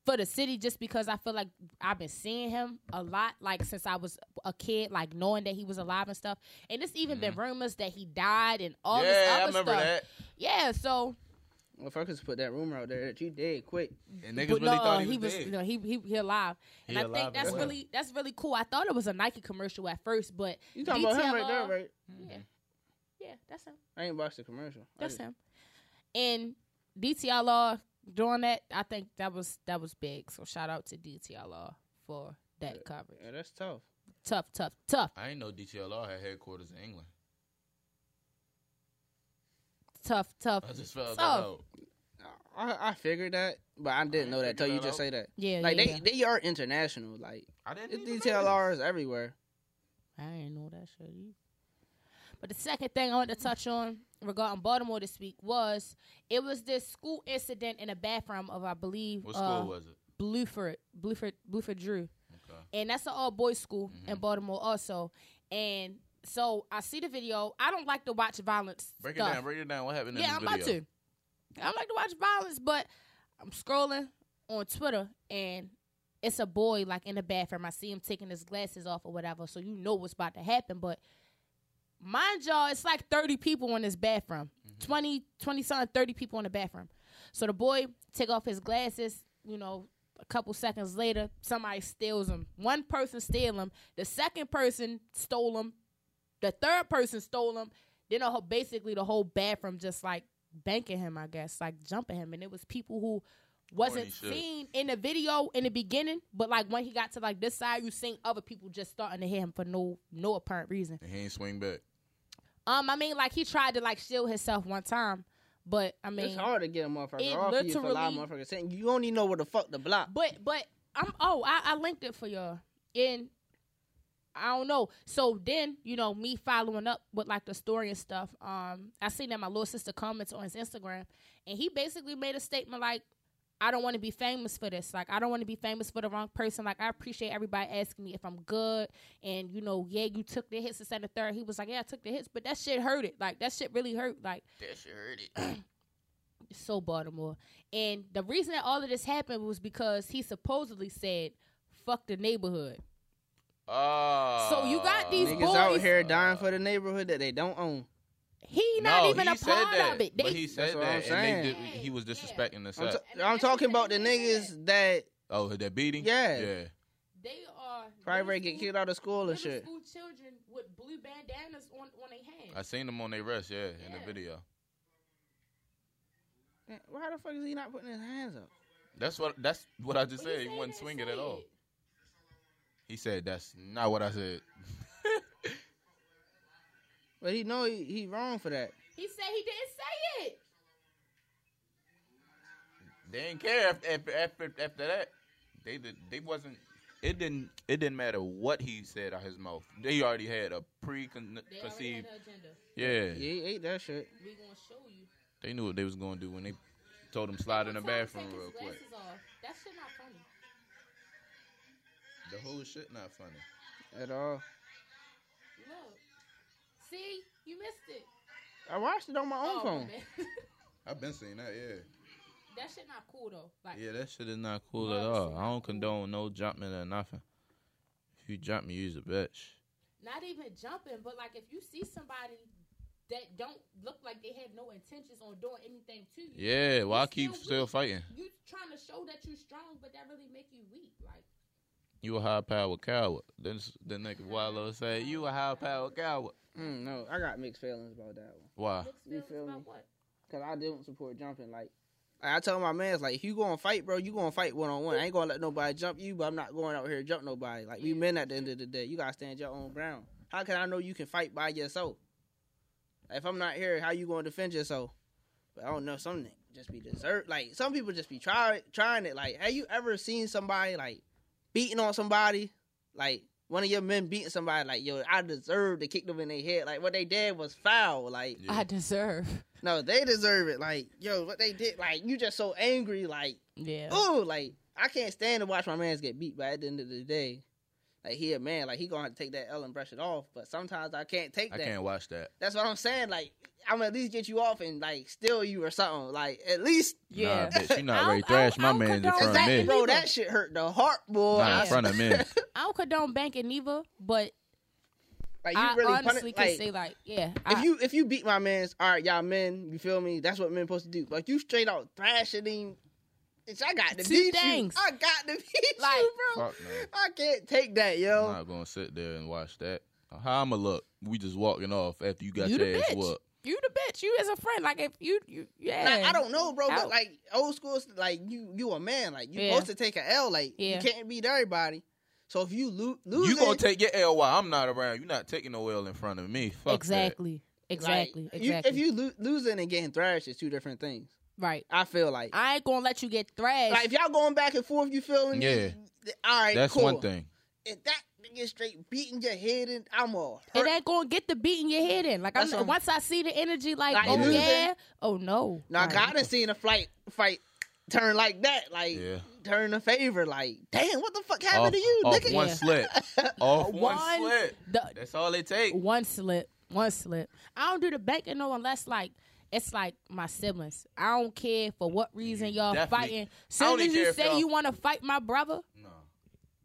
S4: for the city just because I feel like I've been seeing him a lot like since I was a kid, like knowing that he was alive and stuff. And it's even been rumors that he died and all this
S5: Mm-hmm. Yeah,
S4: other
S5: I remember
S4: stuff.
S5: that.
S4: Yeah, so
S2: motherfuckers put that rumor out there that you dead quick.
S5: And niggas
S4: but
S5: really thought he was,
S4: he was,
S5: dead.
S4: no, he he he alive. And
S5: He
S4: I
S5: alive
S4: think
S5: and
S4: that's
S5: well.
S4: really that's really cool. I thought it was a Nike commercial at first, but
S2: You talking about him
S4: detail,
S2: right there,
S4: uh,
S2: right?
S5: Mm-hmm.
S4: Yeah. Yeah, that's him.
S2: I ain't watched the commercial. I
S4: That's
S2: just-
S4: him. And DTLR doing that, I think that was that was big. So shout out to DTLR for that coverage.
S2: Yeah, that's tough.
S4: Tough, tough, tough,
S5: I ain't know DTLR had headquarters in England.
S4: tough, tough.
S5: I just found
S4: So-
S5: that out.
S2: I, I figured that, but I didn't know that
S5: figured
S2: till you
S5: that
S2: just
S5: out.
S2: say that.
S4: Yeah,
S2: like
S4: yeah,
S2: they
S4: yeah.
S2: they are international. Like
S5: I didn't
S2: it's
S5: even know
S2: DTLRs everywhere.
S4: I didn't know that shit. either. But the second thing I want to touch on regarding Baltimore this week was it was this school incident in the bathroom of I believe
S5: this. What
S4: uh,
S5: school was it?
S4: Blueford, Blueford, Blueford Drew.
S5: Okay.
S4: and that's an all boys school
S5: Mm-hmm.
S4: in Baltimore also. And so I see the video. I don't like to watch violence.
S5: Break it
S4: stuff.
S5: down. Break it down. What happened
S4: yeah,
S5: in
S4: I'm
S5: this
S4: about
S5: video?
S4: to. I don't like to watch violence, but I'm scrolling on Twitter and it's a boy like in the bathroom. I see him taking his glasses off or whatever, so you know what's about to happen. But mind y'all, it's like 30 people in this bathroom.
S5: Mm-hmm.
S4: twenty, twenty 20, 20 something, 30 people in the bathroom. So the boy take off his glasses, you know, a couple seconds later, somebody steals them. One person steal him. The second person stole them. The third person stole him. Then the whole, basically the whole bathroom just like banking him, I guess, like jumping him. And it was people who wasn't
S5: shit.
S4: seen in the video in the beginning, but like when he got to like this side, you seen other people just starting to hit him for no no apparent reason.
S5: And he ain't swing back.
S4: Um, I mean, like he tried to like shield himself one time, but I mean,
S2: It's hard to get a motherfucker
S4: it
S2: off you for a lot of
S4: literally-
S2: motherfuckers saying you only know where the fuck to block.
S4: But but I'm oh I, I linked it for y'all and I don't know. So then you know me following up with like the story and stuff. Um, I seen that my little sister comments on his Instagram and he basically made a statement like I don't want to be famous for this. Like, I don't want to be famous for the wrong person. Like, I appreciate everybody asking me if I'm good. And, you know, yeah, you took the hits instead of third. He was like, yeah, I took the hits, but that shit hurt it. Like, that shit really hurt. Like,
S2: That shit hurt it.
S4: so Baltimore. And the reason that all of this happened was because he supposedly said, fuck the neighborhood.
S5: Oh.
S4: So you got these
S2: Niggas
S4: boys-
S2: out here dying for the neighborhood that they don't own.
S4: He not
S5: No,
S4: even
S5: he
S4: a
S5: said
S4: part
S5: that,
S4: of it. They,
S5: but he said
S2: That's what I'm
S5: that, and they
S2: saying.
S5: did, he was disrespecting the
S2: I'm,
S5: set.
S2: t- I'm talking about the niggas that
S5: oh, that beating?
S2: Yeah.
S5: Yeah.
S4: they are
S2: probably get kicked out of school and
S4: middle
S2: shit.
S4: school children with blue bandanas on on their hands.
S5: I seen them on their rest, yeah, in the
S4: Yeah.
S5: video.
S2: Man, Why the fuck is he not putting his hands up?
S5: That's what that's what I just
S4: But
S5: said. He
S4: said
S5: wasn't
S4: that
S5: swinging at
S4: said
S5: all.
S4: it.
S5: He said that's not what I said.
S2: But he know he, he wrong for that.
S4: He said he didn't say it.
S5: They didn't care after after after, after that. They did, they wasn't. It didn't it didn't matter what he said out his mouth. They already had a
S4: They already had
S5: preconceived.
S4: the agenda.
S5: Yeah,
S2: Yeah, he ate that shit.
S4: We gonna show you.
S5: they knew what they was gonna do when they told him slide in the
S4: Tell him to
S5: bathroom
S4: take
S5: real
S4: his
S5: quick.
S4: glasses off. That shit not funny.
S5: The whole shit not funny.
S2: at all.
S4: Look, see, you missed it.
S2: I watched it on my own
S4: Oh,
S2: phone.
S4: man.
S5: I've been seeing that, yeah.
S4: that shit not cool though. Like,
S5: Yeah, that shit is not cool
S4: No,
S5: at
S4: that shit
S5: all.
S4: not
S5: I don't
S4: cool.
S5: condone no jumping or nothing. If you jump me, you's a bitch.
S4: not even jumping, but like if you see somebody that don't look like they have no intentions on doing anything to you,
S5: Yeah, why
S4: You
S5: keep
S4: still
S5: still
S4: weak.
S5: fighting?
S4: you trying to show that you strong, but that really make you weak. Like,
S5: You a high powered coward. Then the nigga Wallow said, "You a high powered coward."
S2: Mm, no, I got mixed feelings about that one.
S5: Why?
S4: mixed
S2: You
S4: feelings
S2: feel me?
S4: about what?
S2: Cause I didn't support jumping. Like I I tell my man's like, if you gonna fight, bro, you gonna fight one on one. I ain't gonna let nobody jump you, but I'm not going out here to jump nobody. Like we men at the end of the day, you gotta stand your own ground. How can I know you can fight by yourself? If I'm not here, how you gonna defend yourself? But I don't know, some niggas just be desert. Like some people just be try trying it. Like, have you ever seen somebody like beating on somebody? Like one of your men beating somebody, like yo, I deserve to kick them in their head. Like what they did was foul. Like
S5: Yeah. I
S4: deserve.
S2: no, they deserve it. Like, yo, what they did, like, you just so angry, like,
S4: Yeah.
S2: ooh, like, I can't stand to watch my mans get beat, but at the end of the day, like, he a man, like, he gonna have to take that L and brush it off, but sometimes I can't take
S5: I
S2: that.
S5: can't watch that.
S2: That's what I'm saying, like, I'm at least get you off and, like, steal you or something, like, at least,
S5: Yeah.
S4: Yeah.
S5: Nah, bitch, you
S4: I
S5: not
S4: don't-
S5: ready
S4: I don't-
S5: to thrash my
S4: I don't
S5: man in
S4: condone
S5: front of
S4: that.
S5: men.
S2: bro,
S4: illegal.
S2: that shit hurt the heart, boy.
S5: Not in front of men.
S4: I don't condone banking either, but
S2: like, you
S4: I
S2: really punish-
S4: honestly can
S2: like,
S4: say like, yeah,
S2: If
S4: I,
S2: you if you beat my man's, all right, y'all men, you feel me? That's what men supposed to do. But you straight out thrashing him. Bitch, I got to
S4: Two
S2: beat
S4: things.
S2: you. I got to beat
S4: Like-
S2: you, bro.
S5: Fuck no.
S2: I can't take that,
S5: I'm
S2: yo.
S5: not gonna sit there and watch that. How I'ma look? We just walking off after you got
S4: you the
S5: your ass
S4: bitch.
S5: whooped.
S4: You the bitch. You as a friend. Like if you, you yeah.
S2: Like, I don't know, bro. But
S4: Out.
S2: like old school, like you you a man, like you
S4: Yeah.
S2: supposed to take an L. Like
S4: Yeah.
S2: you can't beat everybody. So if you lo- lose,
S5: You gonna
S2: it,
S5: take your L while I'm not around. you not taking no L in front of me. Fuck
S4: exactly. Exactly.
S2: like, you-
S4: exactly.
S2: if you lo- losing and getting thrashed is two different things.
S4: right.
S2: I feel like.
S4: I ain't gonna let you get thrashed.
S2: like if y'all going back and forth, you feeling
S5: Yeah.
S2: All right,
S5: That. That's
S2: cool.
S5: one thing.
S2: If that nigga straight beating your head, in, I'm all
S4: it ain't gonna get the beat in your head in. Like I'm,
S2: That's what-
S4: once I see the energy, like,
S2: Like,
S4: oh
S5: losing.
S4: yeah, oh no.
S2: Now,
S4: Like,
S2: God, I done seen a flight fight turn like that, like
S5: Yeah.
S2: turn a favor, like damn, what the fuck happened
S5: Off,
S2: to you,
S5: off
S2: nigga?
S5: one
S4: Yeah.
S5: slip. off one,
S4: One-
S5: slip.
S4: the-
S5: That's all it takes.
S4: one slip, one slip. I don't do the banking no unless like it's like my siblings. I don't care for what reason y'all
S5: Definitely.
S4: fighting.
S5: I
S4: Soon
S5: don't
S4: as
S5: even care
S4: you
S5: if
S4: say
S5: y'all-
S4: you want to fight my brother,
S5: No.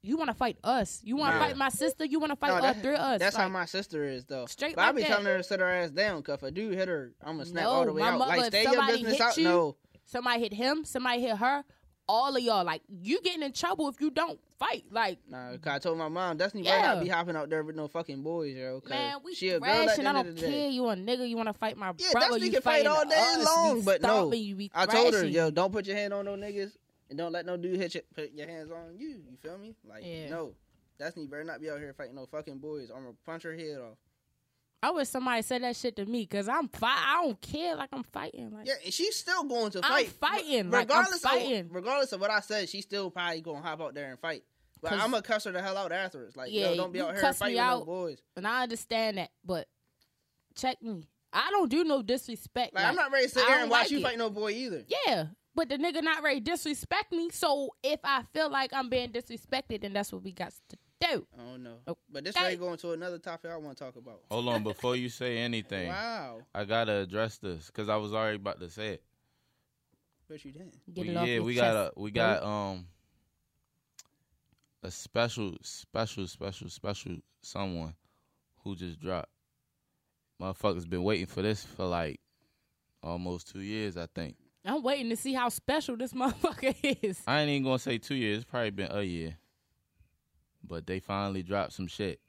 S4: you want to fight us. You want to
S5: Yeah.
S4: fight my sister. You want to fight
S2: No,
S4: all
S2: that-
S4: three of us.
S2: That's
S4: Like,
S2: how my sister is though.
S4: Straight
S2: but I
S4: like
S2: be
S4: that.
S2: telling her to sit her ass down, cause if a dude hit her, I'm gonna snap
S4: No,
S2: all the way
S4: my
S2: out.
S4: mother,
S2: like
S4: if
S2: stay your
S4: somebody
S2: business
S4: hit
S2: out.
S4: you-
S2: no,
S4: somebody hit him. Somebody hit her. All of y'all, like you getting in trouble if you don't fight. Like
S2: nah. Cause I told my mom Destiny why
S4: Yeah.
S2: not be hopping out there with no fucking boys, yo. 'cause
S4: man, we
S2: she a girl
S4: trash
S2: at
S4: and I
S2: the end of
S4: don't
S2: the
S4: care.
S2: day.
S4: You a nigga. You want to fight my
S2: Yeah,
S4: brother?
S2: Destiny
S4: you
S2: can fight
S4: fighting
S2: all day
S4: us,
S2: long,
S4: you
S2: but no.
S4: stomping, You be
S2: I told her,
S4: thrashing.
S2: yo, don't put your hand on no niggas and don't let no dude hit your, put your hands on you. You feel me? Like,
S4: Yeah.
S2: no. Destiny better not be out here fighting no fucking boys. I'm gonna punch her head off.
S4: I wish somebody said that shit to me because I'm fight. I don't care. Like I'm fighting. Like
S2: Yeah, and she's still going to
S4: I'm
S2: fight.
S4: fighting, like, I'm
S2: Regardless
S4: fighting.
S2: of regardless of what I said, she's still probably gonna hop out there and fight. But
S4: 'Cause-
S2: I'm gonna cuss her the hell out afterwards. Like,
S4: Yeah,
S2: yo, don't be
S4: you
S2: out here
S4: cuss me
S2: fighting no
S4: out.
S2: boys.
S4: and I understand that, but check me. I don't do no disrespect.
S2: Like, I'm not ready to sit
S4: I
S2: here
S4: don't
S2: and watch
S4: like
S2: you
S4: it.
S2: fight no boy either.
S4: Yeah, But the nigga not ready to disrespect me. So if I feel like I'm being disrespected, then that's what we got to do.
S2: I don't know.
S4: Oh,
S2: But this
S4: got
S2: way
S4: it.
S2: going to another topic I want to talk about.
S5: Hold on, before you say anything,
S2: Wow.
S5: I gotta address this because I was already about to say it.
S2: But you didn't.
S4: Get
S5: We-
S4: it off
S5: yeah,
S4: your
S5: we
S4: chest.
S5: got a we got um a special, special, special, special someone who just dropped. Motherfuckers been waiting for this for like almost two years, I think.
S4: I'm waiting to see how special this motherfucker is.
S5: I ain't even gonna say two years. It's probably been a year. But they finally dropped some shit.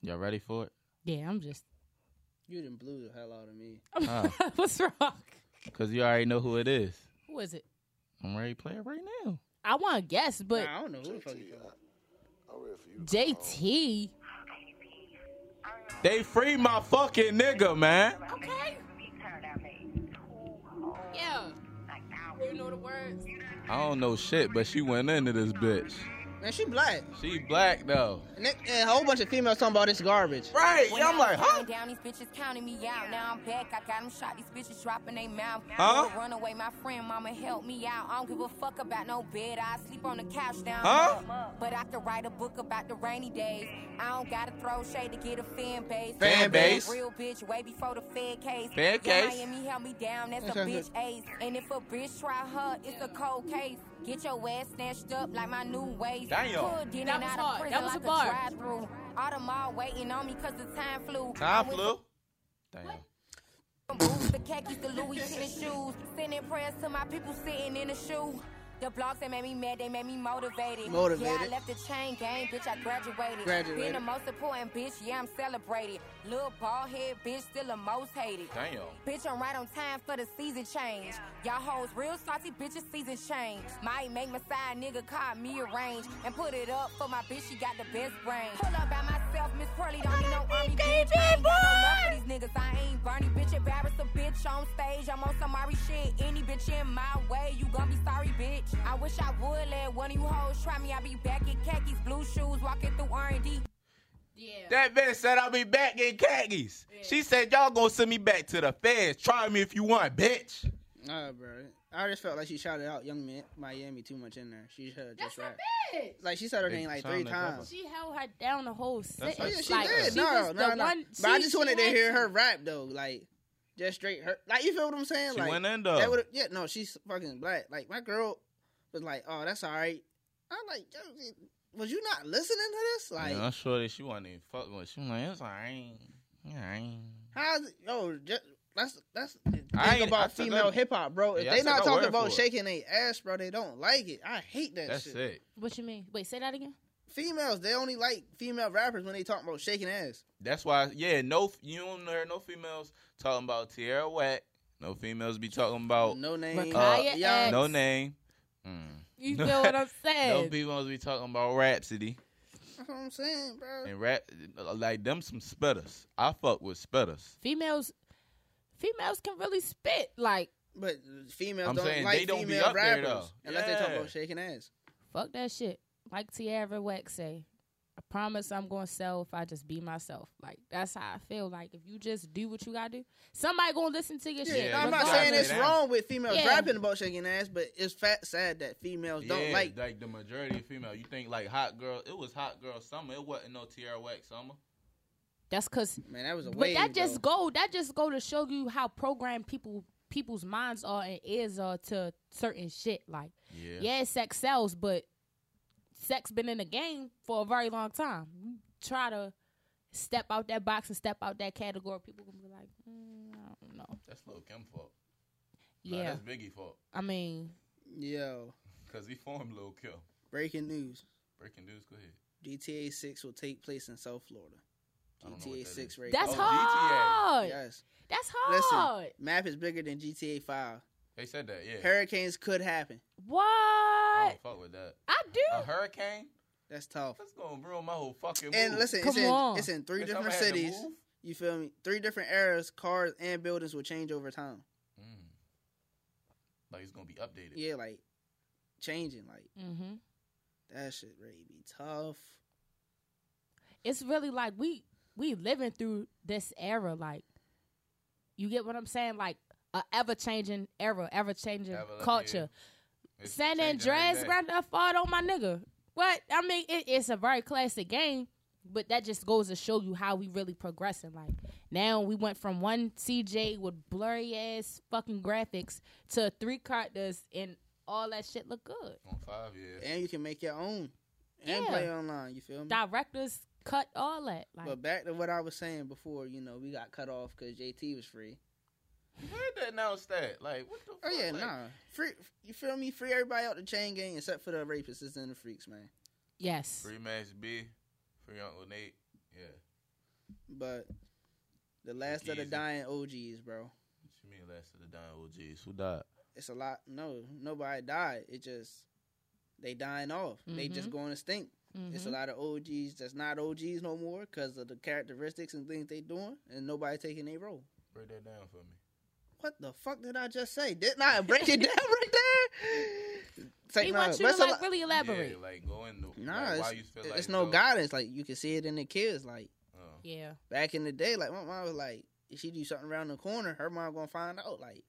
S5: Y'all ready for it?
S4: Yeah, I'm just.
S2: You didn't blew the hell out of me.
S5: Ah.
S4: What's wrong?
S5: Cause you already know who it is.
S4: Who is it?
S5: I'm ready to play it right now.
S4: I want to guess, but
S2: Nah, I don't know who the fuck you talking
S3: I'm ready for you. to
S4: JT.
S5: They free my fucking nigga, man.
S4: Okay. Yeah. You know the words.
S5: I don't know shit, but she went into this
S2: about.
S5: bitch.
S2: Man, she black.
S5: She black though.
S2: And, they- and a whole bunch of females talking about this garbage.
S5: Right. Yeah, I'm like, huh?
S6: Down, these bitches counting me out. Now I'm back. I got them shot. These bitches dropping their mouth.
S5: Huh?
S6: Run away, my friend. Mama, help me out. I don't give a fuck about no bed. I sleep on the couch down.
S5: Huh?
S6: low. But I could write a book about the rainy days. I don't gotta throw shade to get a fan base.
S5: Fan base?
S6: Real bitch, way before the Fed case.
S5: Fed
S6: Yeah,
S5: case?
S6: Miami held me down. That's a
S2: Okay.
S6: bitch ace. And if a bitch try her, it's a cold case. Get your ass snatched up like my new ways.
S5: Damn.
S6: Pulled in
S4: That
S6: and
S4: was
S6: out of
S4: hard.
S6: prison
S4: That was
S6: like
S4: a bar.
S6: drive-thru. All the mall waiting on me 'cause the time flew. I
S5: Time
S6: went
S5: flew. Damn.
S6: from boots to khakis to Louis tennis shoes. Sending prayers to my people sitting in the shoe. The blogs that made me mad, they made me motivated.
S2: Motivated.
S6: Yeah, I left the chain gang, bitch. I graduated.
S2: Graduated.
S6: Being the most important bitch, yeah, I'm celebrated. Little bald head bitch, still the most hated.
S5: Damn.
S6: Bitch, I'm right on time for the season change. Y'all hoes real salty, bitches season change. Might make my side nigga call me a range and put it up for my bitch. She got the best brain. Pull up by myself, Miss Pearly don't need no army bitch. I ain't got no love for these niggas. I ain't Bernie, bitch. Embarrass a bitch on stage. I'm on some Ari shit. Any bitch in my way, you gon' be sorry, bitch. I wish I would let one of you hoes try me. I be back in khakis, blue shoes, walking through R&D.
S4: Yeah.
S5: That bitch said I'll be back in khakis. She said y'all gonna send me back to the feds. Try me if you want, bitch.
S2: Nah, bro. I just felt like she shouted out Young Mi- Miami too much in there. She should have just
S4: That's
S2: rap.
S4: her bitch.
S2: Like she said her
S5: They
S2: name like
S5: sound
S2: three
S5: like that.
S2: times. Oh,
S4: She held her down the whole sentence.
S5: her- Yeah, she
S4: like,
S5: did.
S4: She
S2: No,
S4: was
S2: no,
S4: the
S2: no.
S4: one.
S2: But I
S4: she-
S2: just
S4: she
S2: wanted to
S4: had
S2: hear her rap though, like just straight her. Like you feel what I'm saying?
S5: She
S2: like,
S5: went in, though.
S2: that would've- yeah, no, she's fucking black. Like my girl was like, "Oh, that's all right." I'm like, "Yo, "Was you not listening to this?" Like,
S5: yeah, I'm sure that she wasn't even fucking with. She was like, it's alright. Alright.
S2: how's yo? Just, that's that's the thing
S5: I ain't- I
S2: about
S5: took
S2: female
S5: that-
S2: hip hop, bro. If
S5: Yeah, I
S2: they
S5: took
S2: not
S5: her
S2: talking
S5: word for
S2: about
S5: it.
S2: shaking their ass, bro, they don't like it. I hate that
S5: That's
S2: shit.
S5: it.
S4: What you mean? Wait, say that again.
S2: Females, they only like female rappers when they talk about shaking ass.
S5: That's why, yeah, no, you don't hear no females talking about Tierra Whack. No females be talking about
S2: No name, Uh,
S4: Rakaya
S2: Young-
S4: X.
S5: no name. Mm.
S4: You feel what I'm
S5: No
S4: saying?
S5: females be talking about Rhapsody
S2: That's what I'm saying, bro.
S5: and rap like them some spitters. I fuck with spitters.
S4: females, females can really spit. Like
S2: But females
S5: I'm
S2: don't
S5: saying
S2: like
S5: they don't be
S2: female
S5: up there,
S2: rappers
S5: though.
S2: unless they talk
S5: Yeah.
S2: about shaking ass.
S4: fuck that shit. Like Tierra Wax say, I promise I'm gonna sell if I just be myself. Like that's how I feel. Like if you just do what you gotta do, somebody gonna listen to your
S2: Yeah,
S4: shit.
S5: Yeah,
S2: I'm not
S5: regardless.
S2: saying it's
S5: Yeah.
S2: wrong with females
S4: Yeah.
S2: rapping about shaking ass, but it's fat sad that females don't
S5: yeah,
S2: like.
S5: the majority of female. You think like hot girl? It was hot girl summer. It wasn't no Tierra Whack summer.
S4: That's cause
S2: Man, that was a
S4: But
S2: wave.
S4: that just
S2: though.
S4: go that just go to show you how programmed people people's minds are and ears are to certain shit. Like
S5: Yeah.
S4: yeah, sex sells, but sex been in the game for a very long time. You try to step out that box and step out that category, people gonna be like, mm, I don't know.
S5: That's Lil Kim fault. Nah,
S4: Yeah,
S5: that's Biggie fault
S4: I mean,
S2: Yo,
S5: because he formed Lil Kim.
S2: breaking news:
S5: Breaking news. Go ahead.
S2: GTA 6 will take place in South Florida.
S5: I don't know what
S2: GTA
S5: that
S2: 6
S5: is.
S2: right
S4: that's
S5: Oh,
S2: now.
S4: hard.
S2: Yes.
S4: That's
S2: Listen,
S4: hard.
S2: map is bigger than GTA 5.
S5: They said that. Yeah.
S2: Hurricanes could happen.
S4: What
S5: I
S4: I,
S5: don't fuck with that.
S4: do?
S5: A hurricane?
S2: That's tough.
S5: That's gonna ruin my whole fucking.
S2: And
S5: mood.
S2: listen, it's
S4: Come
S2: in,
S4: on.
S2: it's in three
S5: If
S2: different
S5: somebody had to
S2: cities.
S5: move,
S2: You feel me? Three different eras, cars and buildings will change over time.
S5: mm. Like it's gonna be updated.
S2: Yeah, like changing. Like
S4: mm-hmm.
S2: that shit really be tough.
S4: it's really like we we living through this era like you get what i'm saying like a ever changing era, ever changing
S5: Ever-
S4: culture.
S5: It's
S4: San
S5: changing every
S4: Andreas
S5: day.
S4: Grand Theft Auto, my nigga. What I mean, it, it's a very classic game, but that just goes to show you how we really progressing. Like now, we went from one CJ with blurry ass fucking graphics to three characters, and all that shit look good.
S5: On five years.
S2: and you can make your own and
S4: Yeah.
S2: play online. You feel me?
S4: Directors cut all that. Like
S2: But back to what I was saying before, you know, we got cut off because JT was free.
S5: Where they announced that? Like, what the fuck?
S2: Oh yeah,
S5: like,
S2: nah, free. You feel me? Free everybody out the chain gang except for the rapists and the freaks, man.
S4: yes,
S5: Free Max B, free Uncle Nate. Yeah.
S2: But the last of the
S5: Easy.
S2: dying OGs, bro.
S5: What you mean last of the dying OGs? Who died?
S2: It's a lot. No, nobody died. It just they dying off. They just going extinct. It's
S4: Mm-hmm.
S2: a lot of OGs that's not OGs no more because of the characteristics and things they doing, and nobody taking their role.
S5: Break that down for me.
S2: What the fuck did I just say? Didn't I break it down right there? Take
S4: he
S2: my-
S4: wants you
S2: that's
S4: to
S2: a
S4: like
S2: lot-
S4: really elaborate.
S5: Yeah, like go in the.
S2: Nah,
S5: like, why
S2: it's,
S5: you feel
S2: it's
S5: like
S2: no
S5: though-
S2: guidance. Like you can see it in the kids. Like
S5: Uh,
S4: yeah.
S2: back in the day, like my mom was like, if she do something around the corner, her mom gonna find out. Like,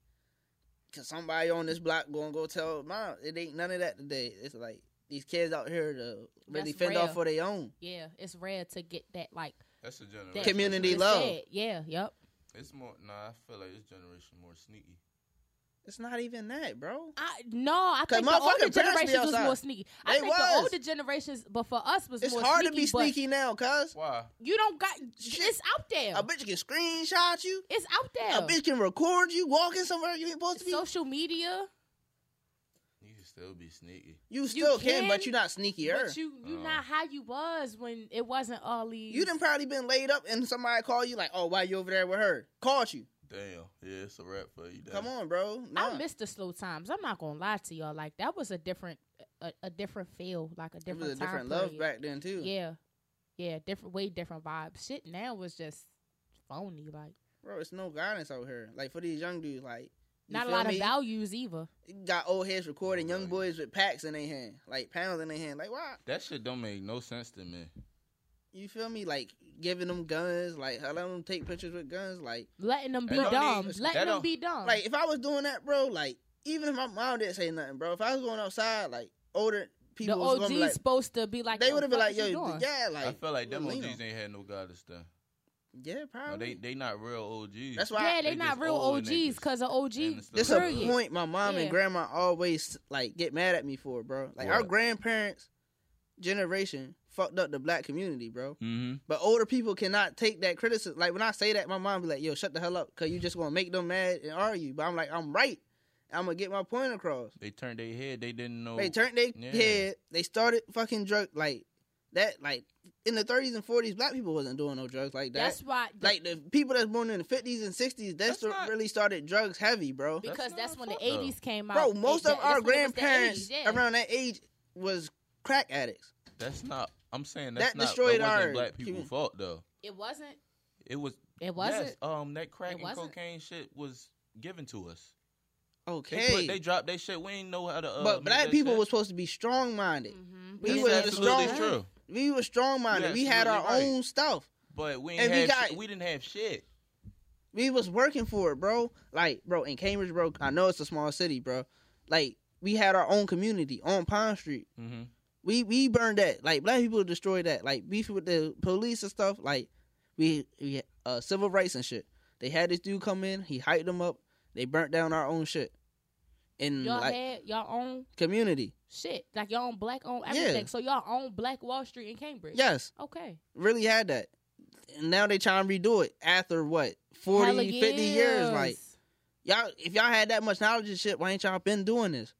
S2: cause somebody on this block gonna go tell mom. It ain't none of that today. It's like these kids out here to really
S4: That's
S2: fend
S4: rare.
S2: off for their own.
S4: Yeah, it's rare to get that like
S5: that's a generation.
S4: that
S2: Community
S4: you
S2: love.
S4: said. Yeah, yep.
S5: It's more. Nah, I feel like this generation more sneaky.
S2: It's not even that, bro.
S4: I no, I think the
S2: motherfucking
S4: older
S2: parents be
S4: generations was
S2: outside.
S4: more sneaky. I
S2: They
S4: think the
S2: was.
S4: older generations, but for us was
S2: It's
S4: more
S2: hard
S4: sneaky,
S2: to be
S4: but
S2: sneaky now, cuz
S5: Why?
S4: You don't got
S2: Shit.
S4: it's out there.
S2: a bitch can screenshot you.
S4: It's out there.
S2: A bitch can record you walking somewhere you ain't supposed to be.
S4: Social media,
S5: You can still be sneaky.
S2: you still can,
S4: can,
S2: but you're not sneakier.
S4: but you you
S5: Oh.
S4: not how you was when it wasn't all these.
S2: You done probably been laid up and somebody call you like, oh, why you over there with her? Called you.
S5: Damn. Yeah, it's a wrap for you.
S2: Come on, bro. Nah.
S4: I miss the slow times. I'm not gonna lie to y'all. Like that was a different, a, a different feel, like a
S2: it
S4: different.
S2: was a
S4: time
S2: different love
S4: period.
S2: back then too.
S4: Yeah, yeah, different, way different vibe. Shit now was just phony. Like
S2: Bro, it's no guidance out here. Like for these young dudes, like you
S4: not a
S2: feel
S4: lot
S2: me?
S4: of values either.
S2: Got old heads recording young
S5: Right.
S2: boys with packs in their hand, like pounds in their hand. Like why?
S5: That shit don't make no sense to me.
S2: You feel me? Like giving them guns, like letting them take pictures with guns. Like
S4: Letting them be
S5: That don't
S4: dumb.
S5: need- that
S4: Letting them
S5: don't-
S4: be dumb.
S2: like if I was doing that, bro, like even if my mom didn't say nothing, bro, if I was going outside, like older
S4: the
S2: people was
S4: OG's
S2: gonna be like,
S4: supposed to be like
S2: they
S4: "Oh,
S2: would have been
S4: fuck
S2: like,
S4: is you
S2: yo,
S4: doing?"
S2: yeah, like
S5: I feel like them
S2: lean
S5: OGs
S2: on.
S5: ain't had no guidance then.
S2: Yeah, probably.
S5: No, they they not real OGs.
S2: That's why
S4: yeah, they,
S5: They
S4: not
S5: just
S4: real
S5: old
S4: OGs
S5: niggas.
S4: because of
S5: And it's
S4: OG.
S5: the-
S2: This a
S4: period.
S2: point my mom
S4: Yeah.
S2: and grandma always like get mad at me for, bro. Like our
S5: What?
S2: grandparents generation fucked up the black community, bro.
S5: Mm-hmm.
S2: But older people cannot take that criticism. Like when I say that, my mom be like, "Yo, shut the hell up, cause you just gonna make them mad and argue." But I'm like, I'm right. I'm gonna get my point across.
S5: They turned their head. They didn't know.
S2: They turned their
S5: Oh, Yeah.
S2: head. They started fucking drug like that. Like in the 30s and 40s, black people wasn't doing no drugs like that.
S4: That's why.
S2: like the people that's born in the 50s and 60s, that's,
S5: That's not-
S2: really started drugs heavy, bro.
S4: because that's,
S5: That's
S4: when
S5: not
S4: the
S5: our fault,
S4: eighties came out.
S2: Bro, most
S4: It-
S2: of our
S4: that's when it was the
S2: grandparents
S4: 80s, yeah.
S2: around that age was crack addicts.
S5: That's not. I'm saying that's
S2: That
S5: not.
S2: destroyed
S5: that wasn't
S2: our
S5: black people'
S2: community.
S5: fault though.
S4: It wasn't.
S5: It was.
S4: It wasn't.
S5: Yes, um, that
S4: It
S5: crack and
S4: wasn't.
S5: cocaine shit was given to us. They,
S2: Okay.
S5: put, they dropped their shit. We ain't know how to. Uh,
S2: but
S5: make
S2: black
S5: that
S2: people
S5: shit.
S2: was supposed to be strong minded.
S4: Mm. But
S2: We
S5: That's
S4: it's
S2: was
S4: not
S2: the
S5: absolutely
S4: Mm,
S2: strong.
S5: true.
S2: We were strong minded.
S5: You're
S2: we had our
S5: absolutely right.
S2: own stuff.
S5: But we ain't
S2: And we
S5: had
S2: got-
S5: shit. we didn't have shit.
S2: We was working for it, bro. Like, bro, in Cambridge, bro. I know it's a small city, bro. Like, we had our own community on Pine Street.
S5: Mm-hmm.
S2: We we burned that. Like, black people destroyed that. Like, beef with the police and stuff. Like, we, we uh civil rights and shit. They had this dude come in. He hyped them up. They burnt down our own shit. And
S4: Y'all
S2: like,
S4: had your own
S2: community.
S4: shit, like your own black owned
S2: Yeah.
S4: everything. So y'all own Black Wall Street in Cambridge.
S2: Yes,
S4: Okay.
S2: really had that. And now they trying to redo it after what 40,
S4: Hella
S2: 50 years. Like y'all, if y'all had that much knowledge and shit, why ain't y'all been doing this?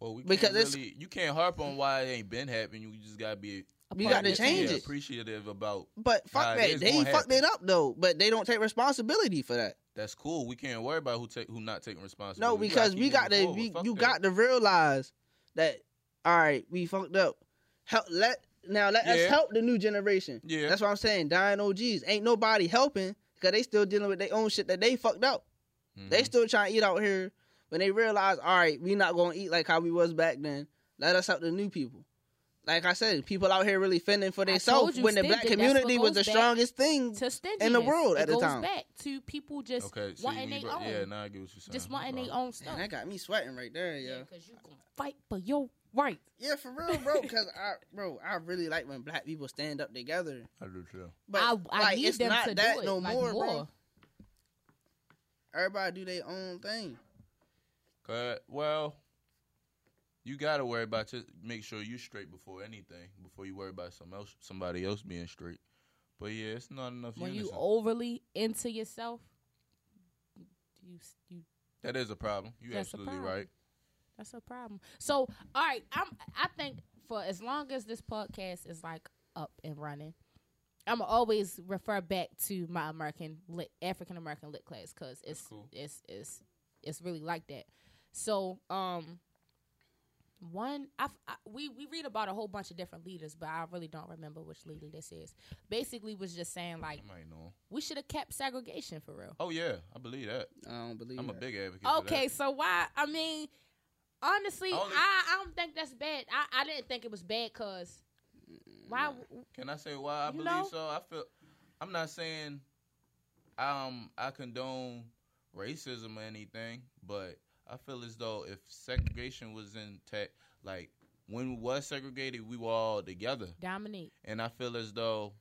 S5: Well, we
S2: Because
S5: can't
S2: it's-
S5: really, you can't harp on why it ain't been happening. You just gotta be.
S2: We got to
S5: yeah,
S2: change it.
S5: Appreciative about
S2: But fuck
S5: Nah, it
S2: that,
S5: is
S2: they
S5: gonna
S2: fucked
S5: happen.
S2: it up though. But they don't take responsibility for that.
S5: that's cool. We can't worry about who take who not taking responsibility.
S2: No, because we got to we, you got to realize that all right, we fucked up. Help let now let us
S5: Yeah.
S2: help the new generation.
S5: Yeah.
S2: that's what I'm saying. Dying OGs ain't nobody helping because they still dealing with their own shit that they fucked up.
S5: Mm-hmm.
S2: They still trying to eat out here when they realize all right, we not gonna eat like how we was back then. Let us help the new people. Like I said, people out here really fending for themselves
S4: you,
S2: when the
S4: stingy.
S2: black
S4: That's what
S2: community was
S4: goes
S2: the
S4: back
S2: strongest thing
S4: to stinginess.
S2: in the world
S4: it
S2: at the
S4: goes
S2: time.
S4: back to people just
S5: Okay, see,
S4: wanting
S5: we
S4: their
S5: brought-
S4: own,
S5: yeah, now I get what you're saying.
S4: just wanting
S5: Okay.
S4: their own
S2: Man,
S4: stuff.
S2: that got me sweating right there,
S4: Yeah,
S2: yo.
S4: because you gonna fight for your right.
S2: Yeah, for real, bro. Because I, bro, I really like when black people stand up together.
S5: I do too.
S2: But
S4: I, I
S2: like,
S4: need
S2: it's
S4: them
S2: not
S4: to
S2: that
S4: do it
S2: no
S4: like
S2: more,
S4: more.
S2: bro. Everybody do their own thing.
S5: Cause, well, you gotta worry about to make sure you straight before anything before you worry about some else somebody else being straight. But yeah, it's not enough.
S4: When you
S5: unison.
S4: overly into yourself, you you
S5: that is a problem. You
S4: That's a
S5: absolutely
S4: problem.
S5: right.
S4: That's a problem. So, all right, I'm. I think for as long as this podcast is like up and running, I'm gonna always refer back to my American lit, African American lit class because it's
S5: cool.
S4: it's it's it's really like that. So, um, one, I've, I we we read about a whole bunch of different leaders, but I really don't remember which leader this is. Basically, was just saying like
S5: I might know.
S4: we should have kept segregation for real.
S5: Oh yeah, I believe that.
S2: I don't believe.
S5: I'm a
S2: that.
S5: big advocate. for
S4: Okay,
S5: that.
S4: so why? I mean, honestly, I,
S5: Only-
S4: I don't think that's bad. I, I didn't think it was bad because why?
S5: Can I say why I
S4: You
S5: believe
S4: know?
S5: so? I feel I'm not saying um I condone racism or anything, but I feel as though if segregation was in tech like when we was segregated, we were all together.
S4: Dominique,
S5: And I feel as though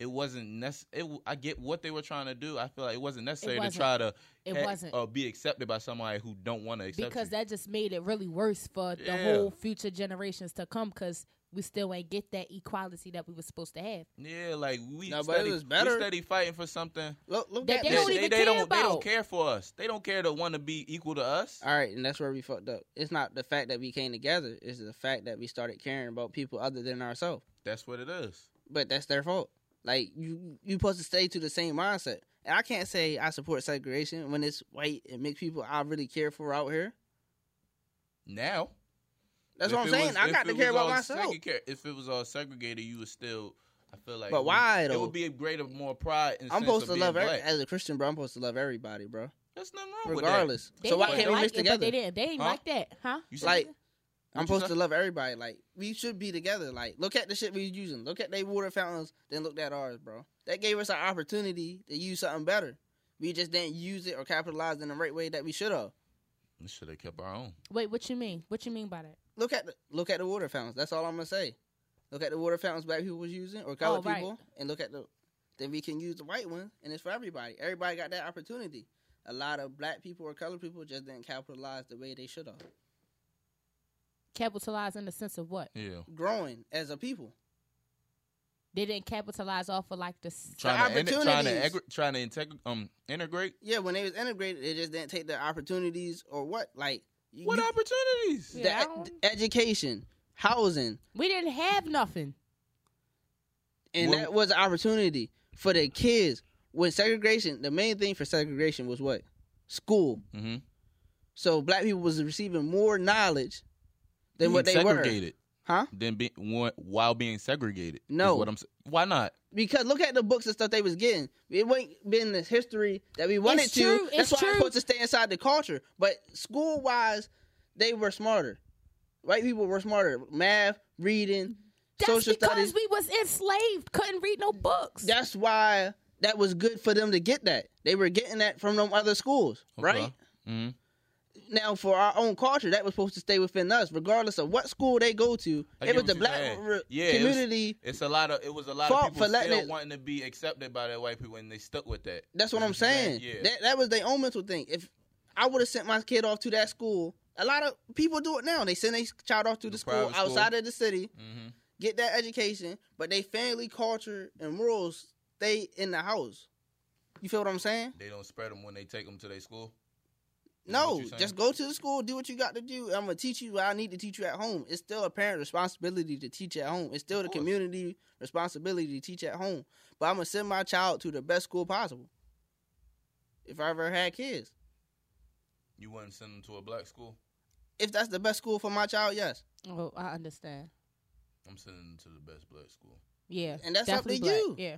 S5: it wasn't necessary. It, w- I get what they were trying to do. I feel like it wasn't necessary
S4: wasn't.
S5: to try to
S4: it
S5: ha-
S4: wasn't
S5: uh, be accepted by somebody who don't want to accept
S4: because
S5: you.
S4: that just made it really worse for the
S5: Yeah.
S4: whole future generations to come because we still ain't get that equality that we were supposed to have.
S5: yeah, like we
S2: No, but it
S5: study,
S2: was better.
S5: we study fighting for something
S2: Look, look
S4: They-
S2: at
S4: they
S2: this.
S4: don't even
S5: they
S4: care
S5: don't they
S4: about.
S5: don't care for us. They don't care to want to be equal to us.
S2: All right, and that's where we fucked up. It's not the fact that we came together; it's the fact that we started caring about people other than ourselves.
S5: That's what it is.
S2: But that's their fault. Like you, you supposed to stay to the same mindset. And I can't say I support segregation when it's white and mixed people I really care for out here.
S5: Now
S2: That's
S5: If
S2: what I'm
S5: it
S2: saying.
S5: was-
S2: I
S5: if
S2: got
S5: it
S2: to
S5: was
S2: care about
S5: all
S2: myself.
S5: segregated- if it was all segregated, you would still. I feel like.
S2: But
S5: it would-
S2: why,
S5: It
S2: though?
S5: would be a greater, more pride. And
S2: I'm
S5: sense
S2: supposed
S5: of
S2: to
S5: being
S2: love every,
S5: black.
S2: as a Christian, bro. I'm supposed to love everybody, bro,
S5: There's nothing wrong with
S2: regardless.
S4: They
S2: So why
S4: didn't
S2: can't we
S4: like
S2: mix
S4: it, but
S2: together?
S4: They didn't. They ain't
S5: Huh?
S4: like that, huh?
S5: that. You see-
S2: Like I'm
S5: What you
S2: supposed
S5: say?
S2: to love everybody. Like we should be together. Like look at the shit we using. Look at they water fountains. Then look at ours, bro. That gave us an opportunity to use something better. We just didn't use it or capitalize in the right way that we should have.
S5: we should have kept our own.
S4: Wait, what you mean? What you mean by that?
S2: Look at the look at the water fountains. That's all I'm gonna say. Look at the water fountains black people was using or colored
S4: Oh, right.
S2: people, and look at the. Then we can use the white one, and it's for everybody. Everybody got that opportunity. A lot of black people or colored people just didn't capitalize the way they should have.
S4: Capitalize in the sense of what?
S5: Yeah.
S2: Growing as a people.
S4: They didn't capitalize off of like the. s-
S5: Trying to, in, trying to,
S2: opportunities.
S5: egre- trying to integ- um, integrate.
S2: Yeah, when they was integrated, they just didn't take the opportunities or what. Like you,
S5: What
S2: you-
S5: opportunities?
S2: the,
S4: Yeah, I
S2: ed-
S4: don't-
S2: education, housing,
S4: We didn't have nothing.
S2: and
S5: Well-
S2: that was an opportunity for the kids. When segregation, the main thing for segregation was what school.
S5: Mm-hmm.
S2: So black people was receiving more knowledge than what they
S5: segregated.
S2: were, huh?
S5: Than be, wa- while being segregated. is
S2: No.
S5: what I'm. s- Why not?
S2: Because look at the books and stuff they was getting. It wasn't been the history that we wanted
S4: It's
S2: to.
S4: true, it's
S2: That's why I'm
S4: true.
S2: supposed to stay inside the culture. But school wise, they were smarter. White people were smarter. Math, reading,
S4: That's
S2: social
S4: because
S2: studies.
S4: we was enslaved, couldn't read no books.
S2: That's why that was good for them to get that. They were getting that from them other schools, right?
S5: hmm
S2: Now, for our own culture, that was supposed to stay within us, regardless of what school they go to.
S5: I
S2: it
S5: get
S2: was
S5: what
S2: the
S5: you're
S2: black
S5: saying.
S2: re-
S5: Yeah, it was-
S2: community.
S5: It's a lot of. It was a lot
S2: Fault
S5: of people
S2: for letting
S5: still
S2: it-
S5: wanting to be accepted by their white people, and they stuck with that.
S2: That's what I'm
S5: you're saying?
S2: saying.
S5: Yeah.
S2: That that was their own mental thing. If I would have sent my kid off to that school, a lot of people do it now. They send their child off to the,
S5: The
S2: school
S5: private school.
S2: outside of the city,
S5: Mm-hmm.
S2: get that education, but they family culture and morals stay in the house. You feel what I'm saying?
S5: They don't spread them when they take them to their school. Is what
S2: No,
S5: you're saying?
S2: just go to the school, do what you got to do. I'm gonna teach you what I need to teach you at home. It's still a parent responsibility to teach at home. It's still
S5: Of
S2: the
S5: course.
S2: community responsibility to teach at home. But I'm gonna send my child to the best school possible. If I ever had kids,
S5: You wouldn't send them to a black school.
S2: if that's the best school for my child, yes.
S4: Oh, I understand.
S5: I'm sending them to the best black school.
S4: Yeah,
S2: And that's up to
S4: definitely black.
S2: you.
S4: Yeah,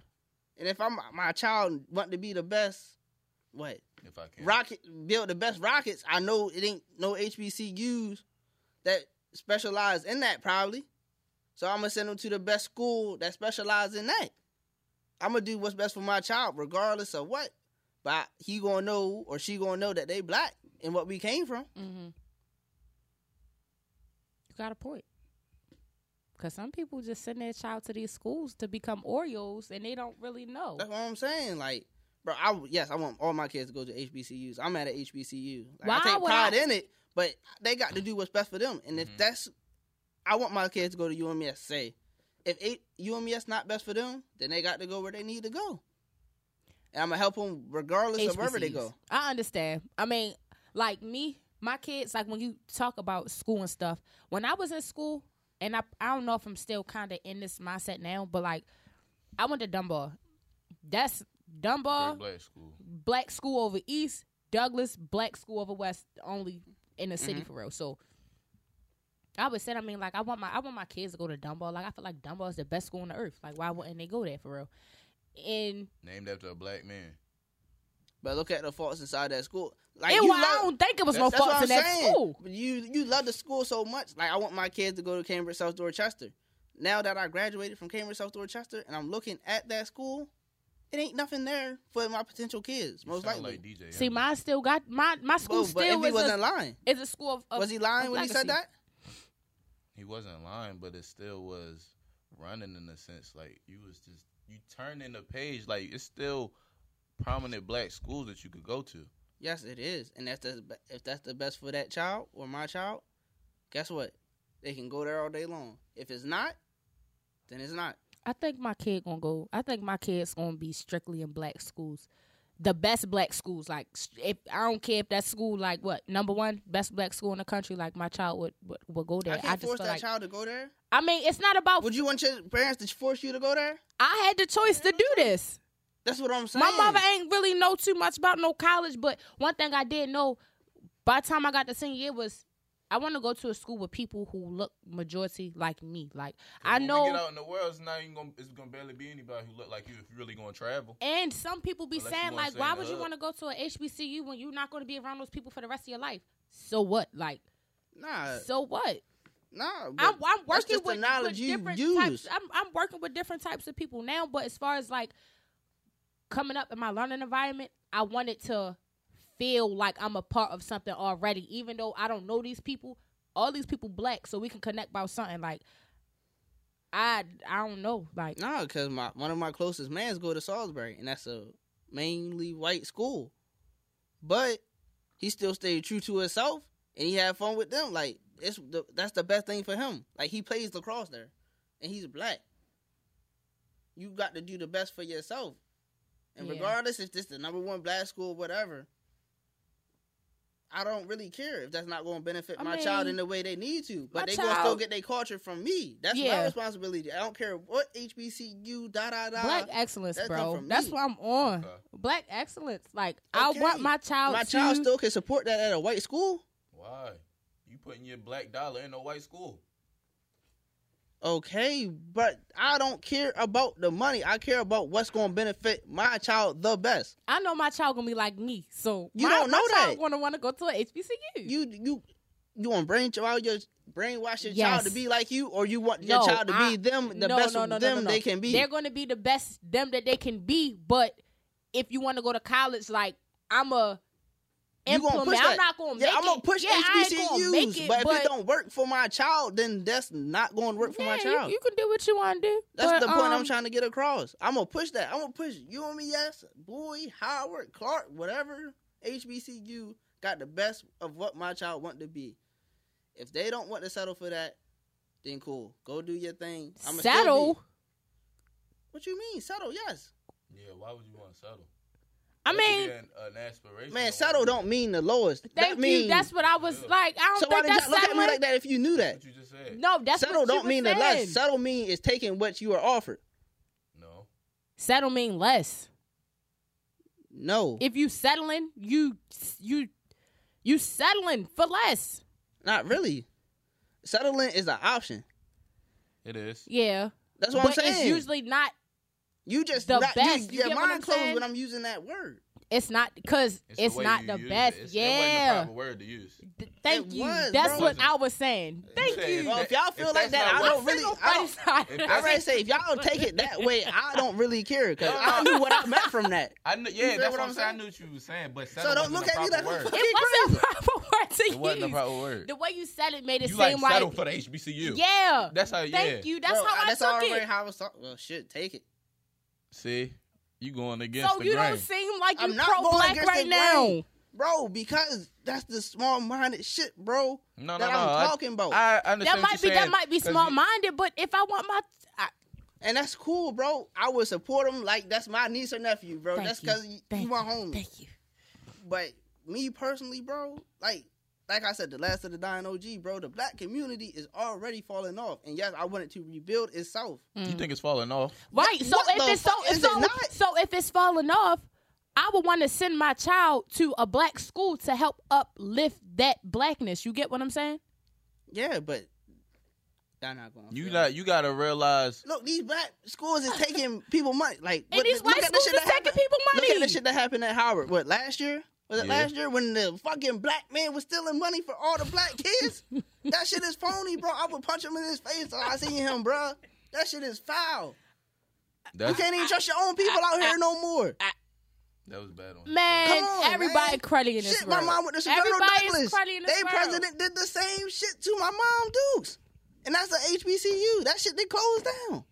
S2: And if I'm my child want to be the best, what
S5: If I can.
S2: rocket build the best rockets? I know it ain't no HBCUs that specialize in that probably. So I'm gonna send them to the best school that specializes in that. I'm gonna do what's best for my child, regardless of what. But he gonna know or she gonna know that they black and what we came from.
S4: Mm-hmm. You got a point. Cause some people just send their child to these schools to become Oreos, and they don't really know.
S2: That's what I'm saying. Like, bro, I yes, I want all my kids to go to HBCUs. I'm at an HBCU. Like,
S4: Why
S2: I take
S4: would
S2: pride
S4: I-
S2: in it, but they got to do what's best for them. And if that's, I want my kids to go to UMS. Say, if it, UMS not best for them, then they got to go where they need to go. And I'm gonna help them regardless of wherever they
S4: HBCUs.
S2: go.
S4: I understand. I mean, like me, my kids, like when you talk about school and stuff, when I was in school, and I, I don't know if I'm still kind of in this mindset now, but like, I went to Dunbar. That's Dunbar,
S5: Great black school.
S4: black school over East, Douglas, black school over West, only in the
S2: Mm-hmm.
S4: city for real. So I would say, I mean, like I want my I want my kids to go to Dunbar. Like I feel like Dunbar is the best school on the earth. Like why wouldn't they go there for real? And
S5: Named after a black man.
S2: But look at the faults inside that school. Like
S4: and
S2: you
S4: why I
S2: love-
S4: don't think it was no
S2: That's-
S4: faults in
S2: that's what
S4: that
S2: I'm saying.
S4: school.
S2: But You you love the school so much. Like I want my kids to go to Cambridge South Dorchester. Now that I graduated from Cambridge South Dorchester and I'm looking at that school, it ain't nothing there for my potential kids.
S5: You
S2: Most
S5: sound
S2: likely.
S5: like DJ.
S4: See,
S5: Envy.
S4: mine still got my my
S2: Well,
S4: school
S2: but
S4: still
S2: if he
S4: is
S2: wasn't
S4: a,
S2: lying,
S4: is a school of, of
S2: was he lying
S4: of
S2: when he said
S4: legacy.
S2: that?
S5: he wasn't lying, but it still was running in a sense. Like you was just you turning the page. Like it's still prominent black schools that you could go to.
S2: Yes, it is, and that's the, be- if that's the best for that child or my child. Guess what? They can go there all day long. If it's not, then it's not.
S4: I think my kid gonna go. I think my kid's gonna be strictly in black schools, the best black schools. Like st- if I don't care if that school like what number one best black school in the country, like my child would would, would go there.
S2: I
S4: I,
S2: can't
S4: just
S2: force
S4: feel
S2: that
S4: like Oh.
S2: child to go there.
S4: I mean it's not about.
S2: Would you want your parents to force you to go there?
S4: I had the choice to do this.
S2: That's what I'm saying.
S4: My mother ain't really know too much about no college, but one thing I did know by the time I got to senior year was I want to go to a school with people who look majority like me. Like I
S5: When we
S4: know,
S5: get out in the world, it's not even gonna, it's gonna barely be anybody who look like you if you really gonna travel.
S4: and some people be
S5: Unless you
S4: saying
S5: wanna
S4: like,
S5: stay
S4: why
S5: in the
S4: would you
S2: uh,
S5: hood.
S4: want to go to a HBCU when you're not going to be around those people for the rest of your life? So what? Like
S2: Nah,
S4: so what?
S2: nah. Uh, but
S4: I'm, I'm working
S2: that's just
S4: with,
S2: the
S4: with
S2: knowledge you
S4: different
S2: use.
S4: types. I'm, I'm working with different types of people now. But as far as like coming up in my learning environment, I wanted to feel like I'm a part of something already, even though I don't know these people. All these people black, so we can connect about something. Like I, I don't know. Like
S2: Nah, because my one of my closest mans go to Salisbury, and that's a mainly white school. But he still stayed true to himself, and he had fun with them. Like it's the, that's the best thing for him. Like he plays lacrosse there, and he's black. You got to do the best for yourself, and
S4: Yeah.
S2: regardless if this the number one black school, whatever. I don't really care if that's not going to benefit
S4: I
S2: my child
S4: mean,
S2: in the way they need to, but
S4: my
S2: they gonna still
S4: child-
S2: get their culture from me. That's my
S4: Yeah.
S2: responsibility. I don't care what HBCU da da da.
S4: black excellence,
S2: that come
S4: bro.
S2: from
S4: That's
S2: me.
S4: what I'm on.
S5: Okay.
S4: Black excellence. Like I
S2: Okay.
S4: want my child.
S2: my
S4: to,
S2: child still can support that at a white school.
S5: Why? You putting your black dollar in a white school?
S2: Okay, but I don't care about the money. I care about what's gonna benefit my child the best.
S4: I know my child gonna be like me. So
S2: You
S4: my,
S2: don't know
S4: my
S2: that.
S4: Child gonna want to go to a HBCU.
S2: You you you want brain child your brainwash your
S4: Yes.
S2: child to be like you, or you want your
S4: No,
S2: child to
S4: I-
S2: be them the
S4: no,
S2: best
S4: no, no, no,
S2: them
S4: no, no.
S2: they can be.
S4: They're going to be the best them that they can be. But if you want to go to college, like I'm a
S2: You gonna
S4: implement.
S2: push
S4: I'm
S2: that.
S4: not going to
S2: yeah,
S4: make
S2: I'm gonna
S4: it.
S2: push
S4: yeah, I ain't gonna make
S2: HBCUs,
S4: it,
S2: but, if it don't work for my child, then that's not going to work for my
S4: yeah,
S2: child.
S4: You, you can do what you want to do.
S2: That's
S4: but,
S2: the point
S4: um,
S2: I'm trying to get across. I'm gonna push that. I'm gonna push UMES, Bowie, Howard, Clark, whatever HBCU got the best of what my child want to be. If they don't want to settle for that, then cool. Go do your thing. I'ma still
S4: Settle.
S2: be- What you mean settle? Yes,
S5: Yeah. Why would you want to settle?
S4: I mean,
S5: an, an aspiration.
S2: man. Settle don't mean the lowest.
S4: thank
S2: that means
S4: you. That's what I was like. I don't
S2: so why
S4: think
S2: did
S4: that's
S2: y'all look at me
S4: settling.
S2: like that if you knew that?
S5: What you just said.
S4: No, that's
S2: settle
S4: what you
S2: don't
S4: were
S2: mean the
S4: saying.
S2: less. Settle mean is taking what you are offered.
S5: No.
S4: Settle mean less.
S2: No,
S4: If you settling, you you you settling for less.
S2: not really. Settling is an option.
S5: It is.
S4: Yeah.
S2: That's what
S4: but
S2: I'm saying.
S4: it's usually not
S2: You just
S4: the
S2: not,
S4: best. You
S2: You, your
S4: get what
S2: mind
S4: I'm
S2: closed
S4: saying?
S2: when I'm using that word.
S4: It's not because it's,
S5: the way
S4: not
S5: you
S4: the
S5: use it.
S4: best.
S5: It's- It wasn't the
S4: yeah.
S5: proper word to use.
S4: Th- Thank
S2: It
S4: you.
S2: was,
S4: That's
S2: bro.
S4: what I was saying. Thank
S5: saying
S4: you.
S5: if
S2: Well,
S5: that-
S2: if y'all feel
S5: if
S2: like
S5: that's
S2: that, I
S5: not
S2: don't
S5: what-
S2: really. I don't,
S5: If
S2: I
S5: that's-
S2: already say if y'all don't take it that way, I don't really care because I knew what I meant from that.
S5: I knew,
S2: You
S5: yeah,
S2: feel
S5: that's
S2: what
S5: what
S2: I'm
S5: I'm saying. I
S2: saying?
S5: knew what you were saying, but
S2: So
S5: settle
S2: don't look
S5: wasn't
S2: at me
S5: the
S2: like
S5: proper
S2: I'm
S5: word.
S4: It wasn't a proper
S2: fucking crazy.
S4: word to
S5: It wasn't the
S4: use.
S5: proper word.
S4: The way you said it made it
S5: You like
S4: seem
S5: settle
S4: like,
S5: for the HBCU.
S4: yeah.
S5: That's how. Yeah.
S4: Thank you. That's
S2: Bro,
S4: how I
S2: that's
S4: took
S2: already
S4: it.
S2: how I was talking. Well, shit, take it.
S5: See, you going against
S4: So
S5: the
S4: you
S5: grain.
S4: don't seem like
S2: I'm
S4: you
S2: not
S4: pro
S2: going
S4: black
S2: against
S4: right
S2: the
S4: now.
S2: grain. bro, because that's the small minded shit, bro.
S5: no, no,
S2: that
S5: no.
S2: I'm
S5: I-
S2: talking about.
S5: I, I
S4: That
S5: understand what
S4: might be
S5: you're
S4: that
S5: saying,
S4: might be
S5: 'cause you-
S4: small minded, but if I want my I,
S2: and that's cool, bro. I would support him like that's my niece or nephew, bro.
S4: Thank
S2: Oh, that's
S4: you.
S2: because you,
S4: thank
S2: you my homie.
S4: Thank you.
S2: But me personally, bro, like like I said, the last of the dying OG, bro. The black community is already falling off, and yes, I wanted to rebuild itself.
S5: You think it's falling off?
S4: Right. So
S2: What
S4: if
S2: the
S4: it's so,
S2: fuck
S4: if
S2: is it
S4: so,
S2: not?
S4: so if it's falling off, I would want to send my child to a black school to help uplift that blackness. You get what I'm saying?
S2: Yeah, but they're not
S4: Mm.
S2: going.
S5: You like you gotta realize
S2: Look, these black schools is taking people money. Like,
S4: And these white
S2: the
S4: schools is taking
S2: happened-
S4: people
S2: Look at
S4: money.
S2: the shit that happened at Howard. What last year? Was it
S5: Yeah.
S2: last year when the fucking black man was stealing money for all the black kids? that shit is phony, bro. I would punch him in his face if I seen him, bro. That shit is foul. You
S5: that's,
S2: can't even trust your own people out here no more.
S5: that was bad on.
S4: Man,
S2: Come on,
S4: everybody
S2: man.
S4: cruddy in this
S2: Shit, my
S4: world.
S2: mom went to Sojourner
S4: everybody
S2: Douglas.
S4: is cruddy in this
S2: They
S4: world.
S2: president did the same shit to my mom, Dukes. And that's the HBCU. That shit they closed down.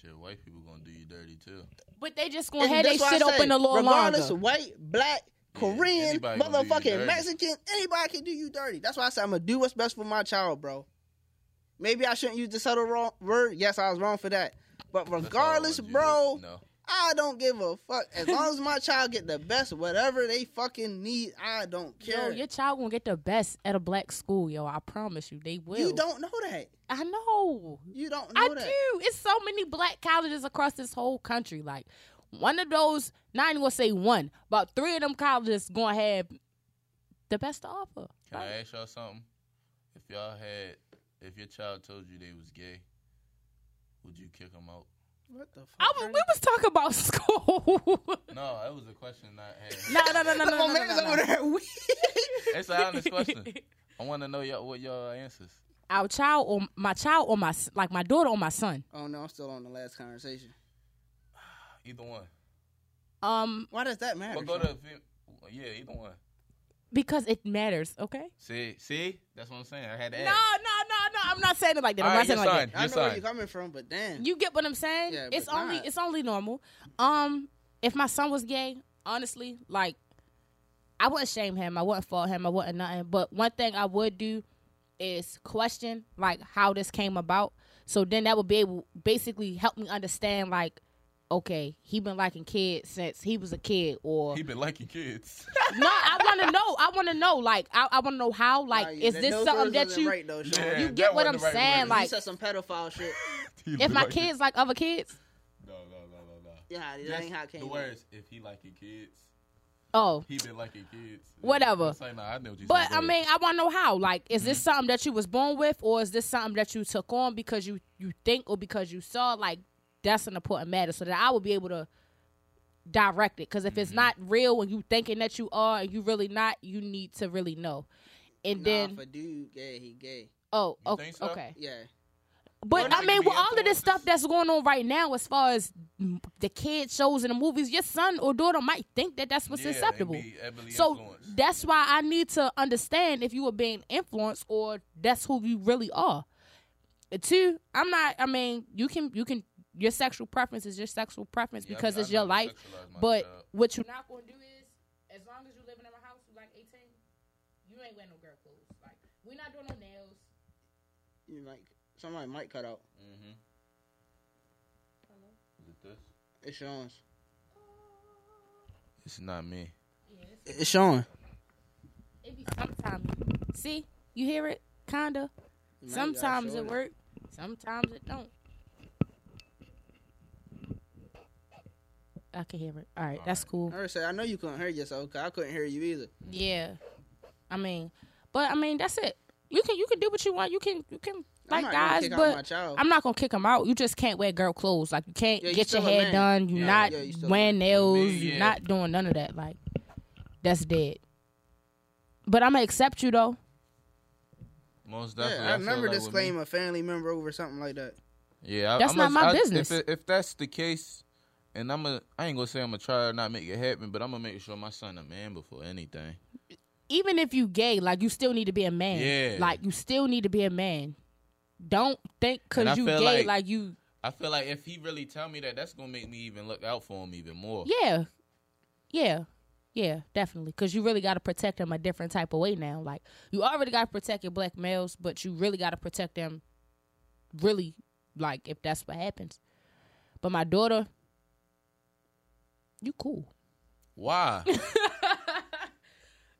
S5: Shit, white people gonna do you dirty too.
S4: But they just gonna
S2: And
S4: have they
S2: that's why I
S4: shit
S2: say,
S4: open a little
S2: Regardless
S4: longer.
S2: of white, black, Korean,
S5: anybody gonna do you dirty.
S2: motherfucking Mexican, anybody can do you dirty. That's why I say I'm gonna do what's best for my child, bro. Maybe I shouldn't use the subtle wrong word. Yes, I was wrong for that. But
S5: That's all I
S2: regardless,
S5: wanted you to-
S2: bro,
S5: No,
S2: I don't give a fuck. As long as my child get the best, whatever they fucking need, I don't
S4: Yo,
S2: care.
S4: your child gonna get the best at a black school, yo. I promise you, they will.
S2: you don't know that.
S4: I know.
S2: You don't know
S4: I
S2: that.
S4: do. It's so many black colleges across this whole country. Like one of those, not even gonna say one, but three of them colleges gonna have the best to offer.
S5: can I ask y'all something? If y'all had, if your child told you they was gay, would you kick them out?
S2: What the fuck?
S4: I was, we was talking about school.
S5: No, that was a question I had.
S4: no, no, no, no, no,
S2: Look,
S4: no,
S2: my
S4: no,
S2: man's
S4: no,
S2: over
S4: no.
S2: there. weak.
S5: It's an honest question. I want to know y'all what y'all answers.
S4: Our child or my child or my s- like my daughter or my son.
S2: oh no, I'm still on the last conversation.
S5: Either one.
S4: Um,
S2: Why does that matter?
S5: But go
S2: Sean?
S5: to fem- yeah, either one.
S4: because it matters. Okay.
S5: See, see, that's what I'm saying. I had to
S4: No,
S5: ask.
S4: no, no, no. I'm not saying it like that. I'm
S5: All
S4: not
S5: right,
S4: saying
S5: your
S4: it like
S5: son,
S4: that.
S2: I
S5: your
S2: know where
S5: son.
S2: you're coming from, but damn.
S4: You get what I'm saying?
S2: Yeah,
S4: it's
S2: but
S4: only
S2: not.
S4: it's only normal. Um, if my son was gay, honestly, like I wouldn't shame him. I wouldn't fault him. I wouldn't nothing. But one thing I would do is question like how this came about. So then that would be able basically help me understand like, okay, he been liking kids since he was a kid, or
S5: He been liking kids.
S4: no, I want to know. I want to know. Like I, I want to know how. Like
S2: Nah,
S4: is
S2: that-
S4: this
S2: those
S4: something
S2: words
S4: that
S2: wasn't
S4: you?
S2: right though, Sean.
S5: Yeah,
S4: you
S5: that
S4: get what
S5: wasn't
S4: I'm
S5: the
S4: saying,
S5: word.
S4: like-
S2: you said some pedophile shit.
S5: He
S4: If
S5: been
S4: my
S5: liking-
S4: kids like other kids,
S5: No, no, no, no, no.
S2: Yeah, that
S5: Just
S2: ain't how it came.
S5: The
S2: out.
S5: words, if he liking kids,
S4: oh,
S5: he been liking kids.
S4: Whatever.
S5: It's Mm-hmm. like, nah, I know what you
S4: But
S5: said,
S4: I mean, I want to know how. Like, is this something that you was born with, or is this something that you took on because you you think or because you saw? Like, that's an important matter, so that I would be able to direct it. Because if
S5: Mm-hmm.
S4: it's not real and you thinking that you are and you really not, you need to really know. And
S2: Nah,
S4: then,
S2: if a dude gay, he gay.
S4: oh,
S5: You
S4: o- okay,
S5: think so?
S2: Yeah.
S5: Or
S4: But I
S5: they
S4: mean,
S5: could be
S4: with all of this
S5: influencers.
S4: stuff that's going on right now, as far as mm, the kid shows and the movies, your son or daughter might think that that's what's
S5: yeah,
S4: acceptable.
S5: They be heavily
S4: So
S5: influenced.
S4: that's why I need to understand if you were being influenced or that's who you really are. Uh, Two, I'm not. I mean, you can you can your sexual preference is your sexual preference
S5: Yeah, I
S4: because
S5: mean,
S4: it's
S5: I
S4: your
S5: never
S4: life.
S5: sexualized my
S4: But
S5: child.
S4: what you're not gonna do is, as long as you living in my house, you like 18, you ain't wearing no girl clothes. Like we're not doing no nails.
S2: You might. Somebody might cut out.
S5: Mhm. Is it this?
S2: It's Sean's.
S5: It's not me.
S2: It's Sean.
S4: It be sometimes. See, you hear it, kinda.
S2: You might gotta
S4: Sometimes
S2: show
S4: it work. Sometimes it don't. I can hear it. All right, that's cool.
S2: I already said I know you couldn't hear yourself. 'cause I couldn't hear you either.
S4: Yeah, I mean, but I mean that's it. You can you can do what you want. You can you can like
S2: I'm not gonna
S4: guys,
S2: kick out my
S4: but
S2: child.
S4: I'm not gonna kick them out. You just can't wear girl clothes. Like you can't
S2: Yeah, you
S4: get your
S2: still a
S4: hair
S2: man.
S4: done. You're
S5: Yeah,
S4: not
S2: yeah, you still a
S4: wearing nails.
S5: Yeah.
S4: You're not doing none of that. Like that's dead. But I'm gonna accept you though.
S5: Most
S2: Yeah,
S5: definitely.
S2: I
S5: feel
S2: remember
S5: like with me-
S2: disclaim a family member over something like that.
S5: Yeah, I-
S4: That's
S5: I'm
S4: not
S5: a-
S4: my
S5: I-
S4: business.
S5: If, it- if that's the case, and I'm a, I ain't gonna say I'm gonna try to not make it happen, but I'm gonna make sure my son a man before anything.
S4: Even if you gay, like you still need to be a man.
S5: Yeah.
S4: Like you still need to be a man. Don't think
S5: And I
S4: cause you
S5: feel
S4: gay
S5: like-
S4: like you
S5: I feel like if he really tell me that, that's gonna make me even look out for him even more.
S4: Yeah, yeah, yeah, definitely. Because you really got to protect them a different type of way now. Like you already got to protect your black males, but you really got to protect them. Really, like if that's what happens. But my daughter, you cool
S5: Why?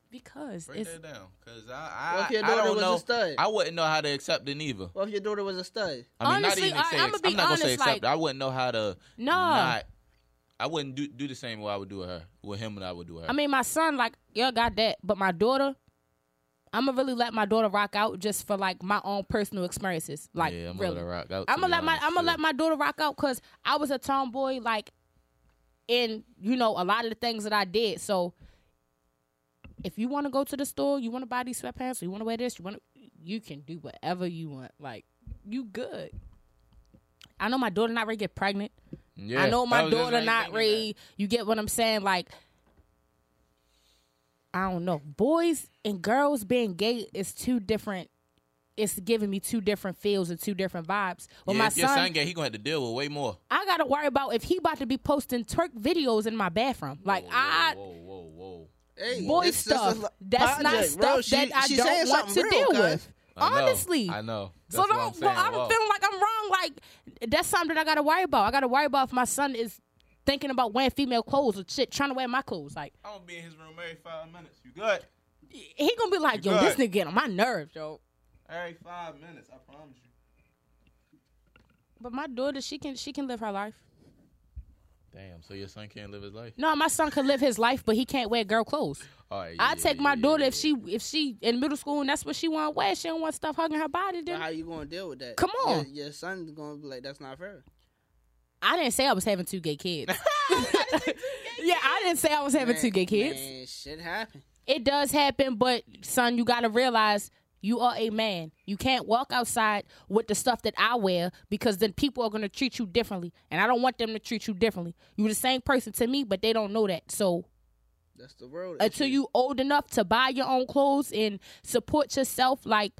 S4: because
S5: Break
S4: it's
S5: that down, cause I, I,
S2: What if your
S5: I
S2: daughter
S5: don't
S2: was a
S5: know.
S2: stud?
S5: I wouldn't know how to accept it either.
S2: Well, if your daughter was a stud?
S5: I mean,
S4: Honestly,
S5: not even
S4: I-
S5: say.
S4: I'ma
S5: ex-
S4: be
S5: I'm not gonna say
S4: honest,
S5: accept.
S4: like-
S5: I wouldn't know how to.
S4: No.
S5: Not, I wouldn't do do the same way I would do with her with him, and I would do with her.
S4: I mean, my son, like, yeah, got that. But my daughter, I'm gonna really let my daughter rock out just for like my own personal experiences. Like,
S5: yeah, I'm
S4: really.
S5: gonna let her rock out.
S4: I'm gonna let my I'm gonna let my
S5: my.
S4: daughter rock out because I was a tomboy, like, in you know a lot of the things that I did. So, if you want to go to the store, you want to buy these sweatpants, or you want to wear this, you want you can do whatever you want. Like, you good. I know my daughter not ready to get pregnant.
S5: Yeah,
S4: I know
S5: that
S4: my
S5: was just
S4: daughter
S5: like
S4: not
S5: thinking that.
S4: ready. You get what I'm saying? Like, I don't know. Boys and girls being gay is two different. It's giving me two different feels and two different vibes. Well,
S5: yeah,
S4: my
S5: if your
S4: son,
S5: son gay, he gonna have to deal with way more.
S4: I gotta worry about if he about to be posting twerk videos in my bathroom. Like
S5: Whoa,
S4: I
S5: Whoa, whoa, whoa.
S2: Hey,
S4: boy
S2: this- this
S4: stuff.
S2: is a
S4: That's not
S2: project,
S4: stuff
S2: bro. She-
S4: that I
S2: she
S4: don't
S2: saying
S4: want to
S2: something real,
S4: deal
S2: cuz.
S4: with.
S5: I know,
S4: Honestly,
S5: I know. That's
S4: So
S5: what
S4: don't.
S5: I'm
S4: I'm,
S5: saying.
S4: I'm
S5: Whoa.
S4: feeling like I'm wrong. Like that's something that I gotta worry about. I gotta worry about if my son is thinking about wearing female clothes or shit, trying to wear my clothes. Like
S5: I'm gonna be in his room every five minutes. You good?
S4: he gonna be like,
S5: You
S4: "Yo, this
S5: good.
S4: nigga get on my nerves, yo."
S5: Every five minutes, I promise you.
S4: But my daughter, she can she can live her life.
S5: Damn. So your son can't live his life.
S4: No, my son can live his life, but he can't wear girl clothes.
S5: All right.
S4: I take my daughter if she if she in middle school and that's what she want to wear. She don't want stuff hugging her body.
S2: But
S4: Then
S2: how you gonna deal with that?
S4: Come on.
S2: your, your son's gonna be like, "That's not fair."
S4: I didn't say I was having two gay kids. yeah, I didn't say I was having
S2: Man,
S4: two gay kids.
S2: man, shit happen.
S4: It does happen, but son, you gotta realize you are a man. You can't walk outside with the stuff that I wear because then people are gonna treat you differently, and I don't want them to treat you differently. You're the same person to me, but they don't know that. So
S2: That's the world. that
S4: until
S2: shit.
S4: you old enough to buy your own clothes and support yourself like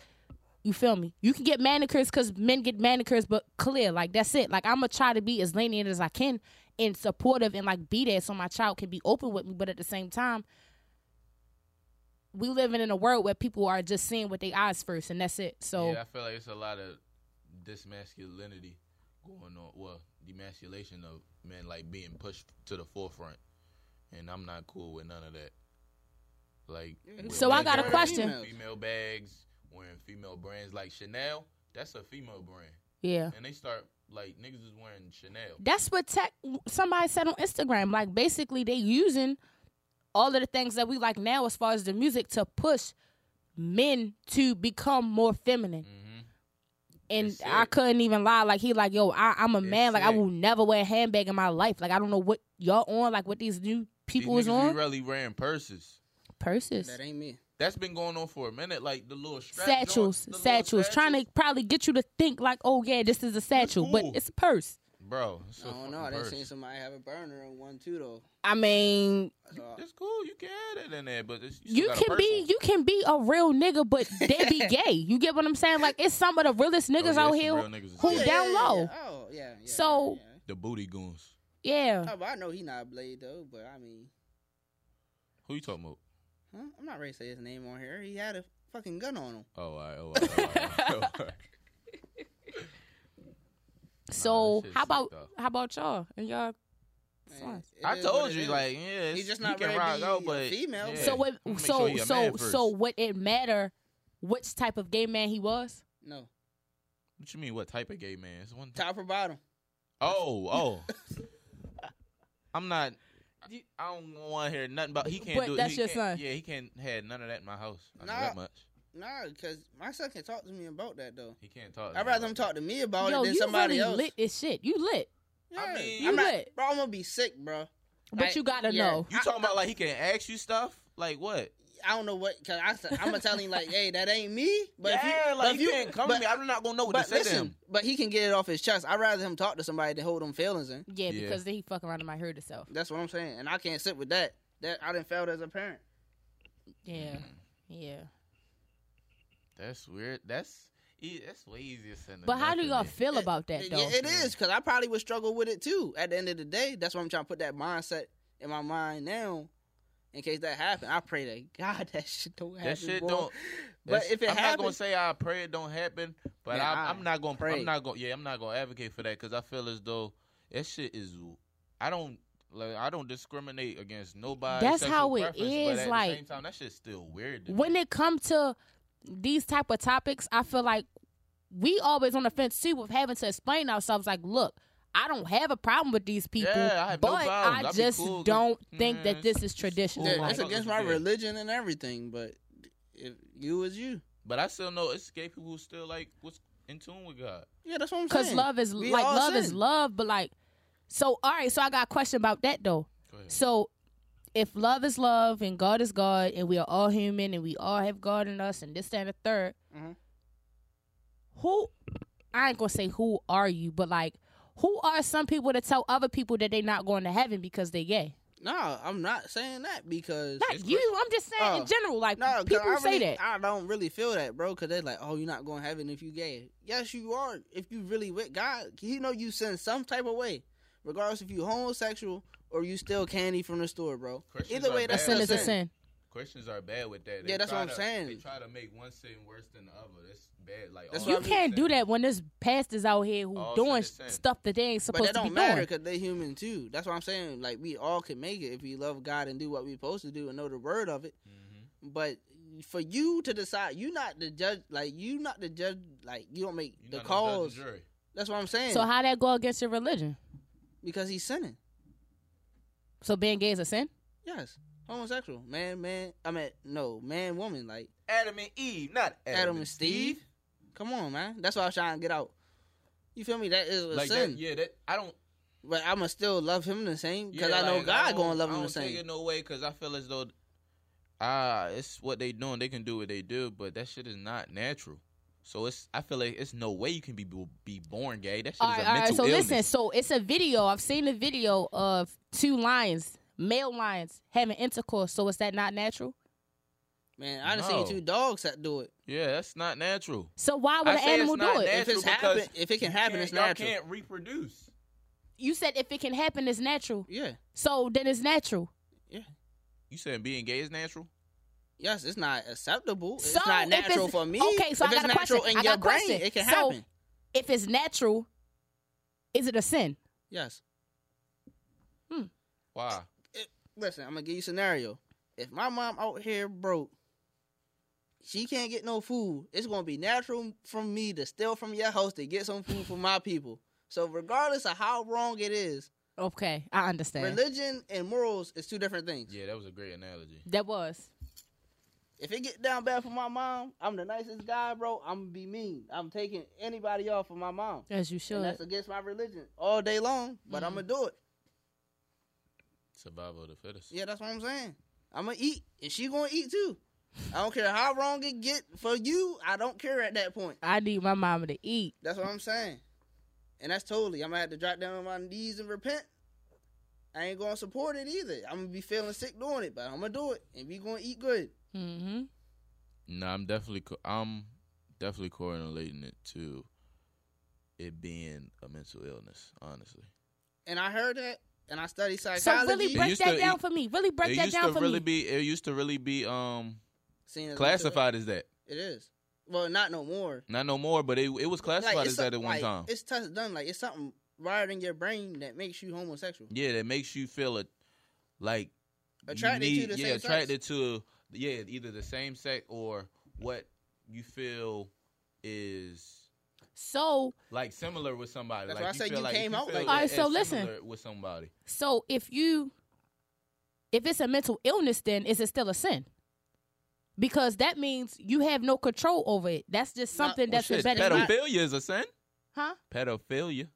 S4: you feel me you can get manicures because men get manicures but clear like that's it like i'm gonna try to be as lenient as i can and supportive and like be there so my child can be open with me but at the same time we living in a world where people are just seeing with their eyes first and that's it so
S5: Yeah, I feel like it's a lot of dismasculinity going on. Well, demasculation of men like being pushed to the forefront, and I'm not cool with none of that. Like,
S2: Mm.
S5: with
S4: So I
S5: men
S4: got a
S5: wearing
S4: question.
S5: Female bags, wearing female brands like Chanel. That's a female brand,
S4: yeah
S5: and they start like niggas is wearing Chanel.
S4: That's what tech. Somebody said on Instagram, like basically they using all of the things that we like now, as far as the music, to push men to become more feminine.
S5: hmm
S4: And
S5: That's
S4: I
S5: it.
S4: couldn't even lie. Like he, like yo, I, I'm a man.
S5: That's
S4: Like I
S5: it.
S4: will never wear a handbag in my life. Like I don't know what y'all on. Like what these new people
S5: These
S4: is
S5: niggas be
S4: on
S5: really wearing purses.
S4: purses,
S2: that ain't me.
S5: That's been going on for a minute. Like the little strap joints,
S4: satchels,
S5: the little
S4: satchels. Trying
S5: satchels.
S4: to probably get you to think like, oh yeah, this is a satchel, but
S5: cool.
S4: it's a purse.
S5: bro. It's a
S2: I don't
S5: fucking
S2: know. I done
S5: purse.
S2: seen somebody have a burner and one too though.
S4: I mean,
S2: So,
S5: That's cool. You can add that in there, but it's,
S4: you can be
S5: Oh,
S4: you can be a real nigga, but they be gay. You get what I'm saying? Like it's some of the
S5: Oh,
S4: realest niggas out here. who
S5: who
S4: Yeah. down low.
S2: Oh yeah. yeah,
S4: So-
S2: yeah, yeah.
S5: the booty goons.
S4: yeah,
S2: Oh, but I know he not Blade though. But I mean,
S5: Who you talking about?
S2: huh? I'm not ready to say his name on here. He had a fucking gun on him.
S5: Oh, all right, all right, all right, all right.
S4: so
S5: shit's
S4: how about
S5: sick, though.
S4: how about y'all and y'all?
S2: Man, it
S5: I
S2: is what
S5: told
S2: it
S5: you,
S2: is.
S5: like, yeah, it's,
S2: just
S5: he
S2: not
S5: can
S2: ready to
S5: rock
S2: be
S5: out,
S2: a
S5: but
S2: female.
S5: yeah.
S4: So what?
S5: Make
S4: so
S5: sure he a
S4: so
S5: man first.
S4: so would it matter which type of gay man he was?
S2: no
S5: What you mean? What type of gay man? It's one.
S2: top or bottom.
S5: Oh, oh. I'm not. I- I don't want to hear nothing about. He can't
S4: But
S5: do. it.
S4: that's
S5: he
S4: your
S5: can't-
S4: son.
S5: Yeah, he can't had none of that in my house. I know
S2: Nah.
S5: that much.
S2: Nah, because my son can talk to me about that though.
S5: He can't talk. to
S2: I'd
S5: me.
S2: rather him talk to me
S5: Oh,
S2: about
S4: Yo,
S2: it than
S4: you
S2: somebody
S4: really
S2: else.
S4: lit this shit. You lit,
S2: Yeah.
S5: I mean-
S4: You
S2: I'm not-
S4: lit.
S2: bro. I'm gonna be sick, bro.
S4: but
S2: Like,
S4: you gotta
S2: yeah.
S4: know.
S5: You talking about like he can ask you stuff? Like what?
S2: I don't know what because I said I'm gonna tell him like, hey, that ain't me. But if
S5: yeah,
S2: you,
S5: like
S2: but if
S5: you can't come
S2: but,
S5: to me. I'm not gonna know what
S2: But
S5: to say to
S2: listen,
S5: him.
S2: but he can get it off his chest. I'd rather him talk to somebody than hold them feelings in.
S4: Yeah,
S5: Yeah.
S4: because then he fuck around and might hurt himself.
S2: That's what I'm saying, and I can't sit with that. That I didn't fail as a parent.
S4: Yeah,
S5: Mm-hmm.
S4: yeah.
S5: That's weird. That's e- that's way easier than.
S4: But how do y'all feel
S2: It-
S4: about that
S2: it-
S4: though?
S2: it is because I probably would struggle with it too. At the end of the day, that's why I'm trying to put that mindset in my mind now, in case that happen. I pray to God that shit don't happen.
S5: That shit
S2: boy.
S5: don't.
S2: But
S5: that's-
S2: if it
S5: I'm not gonna
S2: happens,
S5: say I pray it don't happen, but
S2: Man,
S5: I,
S2: I
S5: I'm not gonna.
S2: pray.
S5: I'm not gonna. Yeah, I'm not gonna advocate for that because I feel as though that shit is. I don't. Like I don't discriminate against nobody.
S4: That's
S5: sexual
S4: how it
S5: preference, but
S4: is,
S5: at the
S4: like-
S5: same time, that shit's still weird. To me.
S4: when it come to these type of topics, I feel like we always on the fence too with having to explain ourselves. Like, look, I don't have a problem with these people,
S5: Yeah, I have no
S4: but
S5: problems.
S4: I
S5: I be
S4: just
S5: cool.
S4: don't think
S5: Mm,
S4: that this is
S5: cool.
S4: traditional.
S2: Yeah,
S5: Like-
S2: that's
S5: a-
S4: Like,
S2: against my
S5: Yeah.
S2: religion and everything. But if you is you,
S5: But I still know it's gay people who still like what's in tune with God.
S2: yeah, that's what I'm saying.
S4: Cause love is
S2: We
S4: like
S2: all
S4: love is
S2: sin.
S4: love, but like, so all right. So I got a question about that though.
S5: Go ahead.
S4: So if love is love and God is God and we are all human and we all have God in us and this that, and the 3rd
S2: Mhm.
S4: who I ain't gonna say who are you, but like who are some people to tell other people that they not going to heaven because they gay?
S2: No, I'm not saying that because
S4: Not
S5: It's
S4: you. I'm just saying
S2: Oh.
S4: in general. Like
S2: no, 'cause
S4: people
S2: I
S4: say
S2: really-
S4: that.
S2: I don't really feel that, bro. Because they're like, oh, you're not going to heaven if you gay. Yes, you are. If you really with God, He know you sin some type of way, regardless if you homosexual or you steal candy from the store, bro.
S5: Christians
S2: Either
S5: are
S2: way,
S5: bad.
S2: that's
S4: sin
S5: I
S4: is a
S5: said-
S4: sin.
S5: Christians are bad with that.
S2: Yeah, that's
S5: try
S2: what I'm
S5: to-
S2: saying.
S5: They try to make one sin worse than the other. That's bad. Like
S2: That's
S5: all
S2: what
S4: You
S2: I
S5: sin
S2: mean.
S4: can't
S5: is
S4: do
S5: sin.
S4: that when there's pastors out here who
S5: All sin
S4: doing
S5: is sin.
S4: stuff that they ain't
S2: But
S4: supposed
S2: that
S4: to be
S2: don't matter
S4: doing.
S2: because they human too. That's what I'm saying. Like we all can make it if we love God and do what we supposed to do and know the word of it.
S5: Mm-hmm.
S2: But for you to decide, you not the judge. Like you not the judge. Like you don't make
S5: You're
S2: the
S5: not no judge and
S2: calls.
S5: jury.
S2: That's what I'm saying.
S4: So how that go against your religion?
S2: because he's sinning.
S4: So being gay is a sin.
S2: Yes, homosexual man, man. I mean, no man, woman. Like
S5: Adam and Eve, not Adam,
S2: Adam, and Steve. Come on, man. That's what I was trying to get out. You feel me? That is a
S5: Like that,
S2: sin.
S5: yeah, that I don't.
S2: But I'ma still love him the same because
S5: yeah,
S2: I know
S5: like,
S2: God
S5: don't-
S2: gonna love
S5: I
S2: him the
S5: don't take it
S2: same.
S5: no way because I feel as though ah, it's what they doing. They can do what they do, but that shit is not natural. So it's I feel like it's no way you can be be born gay. That shit
S4: All
S5: is
S4: right,
S5: a
S4: all right.
S5: mental
S4: So
S5: illness.
S4: listen. So it's a video. I've seen the video of two lions, male lions, having intercourse. So is that not natural?
S2: Man, I done
S5: No.
S2: seen two dogs that do it.
S5: Yeah, that's not natural.
S4: So why would
S5: I
S4: an
S5: say it's
S4: animal
S5: not
S4: do it?
S5: natural.
S2: If it's
S5: because
S2: happen, if it can
S5: you
S2: happen,
S5: can't-
S2: it's
S5: y'all
S2: natural.
S5: can't reproduce.
S4: You said if it can happen, it's natural.
S2: Yeah,
S4: So then it's natural.
S2: yeah.
S5: You saying being gay is natural?
S2: Yes, it's not acceptable. It's
S4: So,
S2: not
S4: if
S2: natural
S4: it's-
S2: for me.
S4: okay, so
S2: if
S4: I got
S2: it's
S4: a
S2: natural
S4: question.
S2: in
S4: I got
S2: your
S4: a
S2: brain,
S4: question.
S2: it can
S4: So-
S2: happen.
S4: If it's natural, is it a sin?
S2: Yes.
S5: Why?
S2: it- listen, I'm gonna give you a scenario. If my mom out here broke, she can't get no food. It's gonna be natural from me to steal from your house to get some food for my people. So regardless of how wrong it is,
S4: Okay, I understand.
S2: religion and morals is two different things.
S5: Yeah, that was a great analogy.
S4: that was.
S2: If it get down bad for my mom, I'm the nicest guy, bro. I'm gonna be mean. I'm taking anybody off of my mom.
S4: As you should.
S2: And that's against my religion all day long, but I'm gonna do it.
S5: Survival of the fittest.
S2: Yeah, that's what I'm saying. I'm gonna eat, and she gonna eat too. I don't care how wrong it get for you. I don't care at that point.
S4: I need my mama to eat.
S2: That's what I'm saying, and that's totally. I'm gonna have to drop down on my knees and repent. I ain't gonna support it either. I'm gonna be feeling sick doing it, but I'm gonna do it, and we gonna eat good.
S4: Mm-hmm.
S5: No, I'm definitely co- I'm definitely correlating it to it being a mental illness. Honestly,
S2: And I heard that, and I studied
S4: So
S2: psychology.
S4: really
S5: It
S4: break
S5: used
S4: that
S5: to-
S4: down
S5: it-
S4: for me. Really break
S5: it
S4: that
S5: used
S4: down
S5: to
S4: for
S5: really
S4: me.
S5: be it used to really be um
S2: Seeing as-
S5: classified as that.
S2: It is. Well, not no more.
S5: Not no more, but it it was classified
S2: Like,
S5: as
S2: it's
S5: that at
S2: some-
S5: one
S2: like,
S5: time.
S2: It's touch done. Like it's something wired in your brain that makes you homosexual.
S5: Yeah, that makes you feel a, like you
S2: Attracted to
S5: need-
S2: the
S5: yeah
S2: same sex.
S5: attracted to yeah either the same sex or what you feel is
S4: So
S5: like similar with somebody.
S2: That's
S5: like
S2: why I said
S5: feel
S2: you
S5: like,
S2: came out
S5: feel
S2: like
S5: it
S2: that.
S4: Alright,
S5: as
S4: so listen.
S5: similar with somebody.
S4: so if you if it's a mental illness, then is it still a sin? because that means you have no control over it. That's just something that's
S5: oh, Shit,
S4: embedded. in-
S5: pedophilia is a sin.
S4: Huh?
S5: Pedophilia,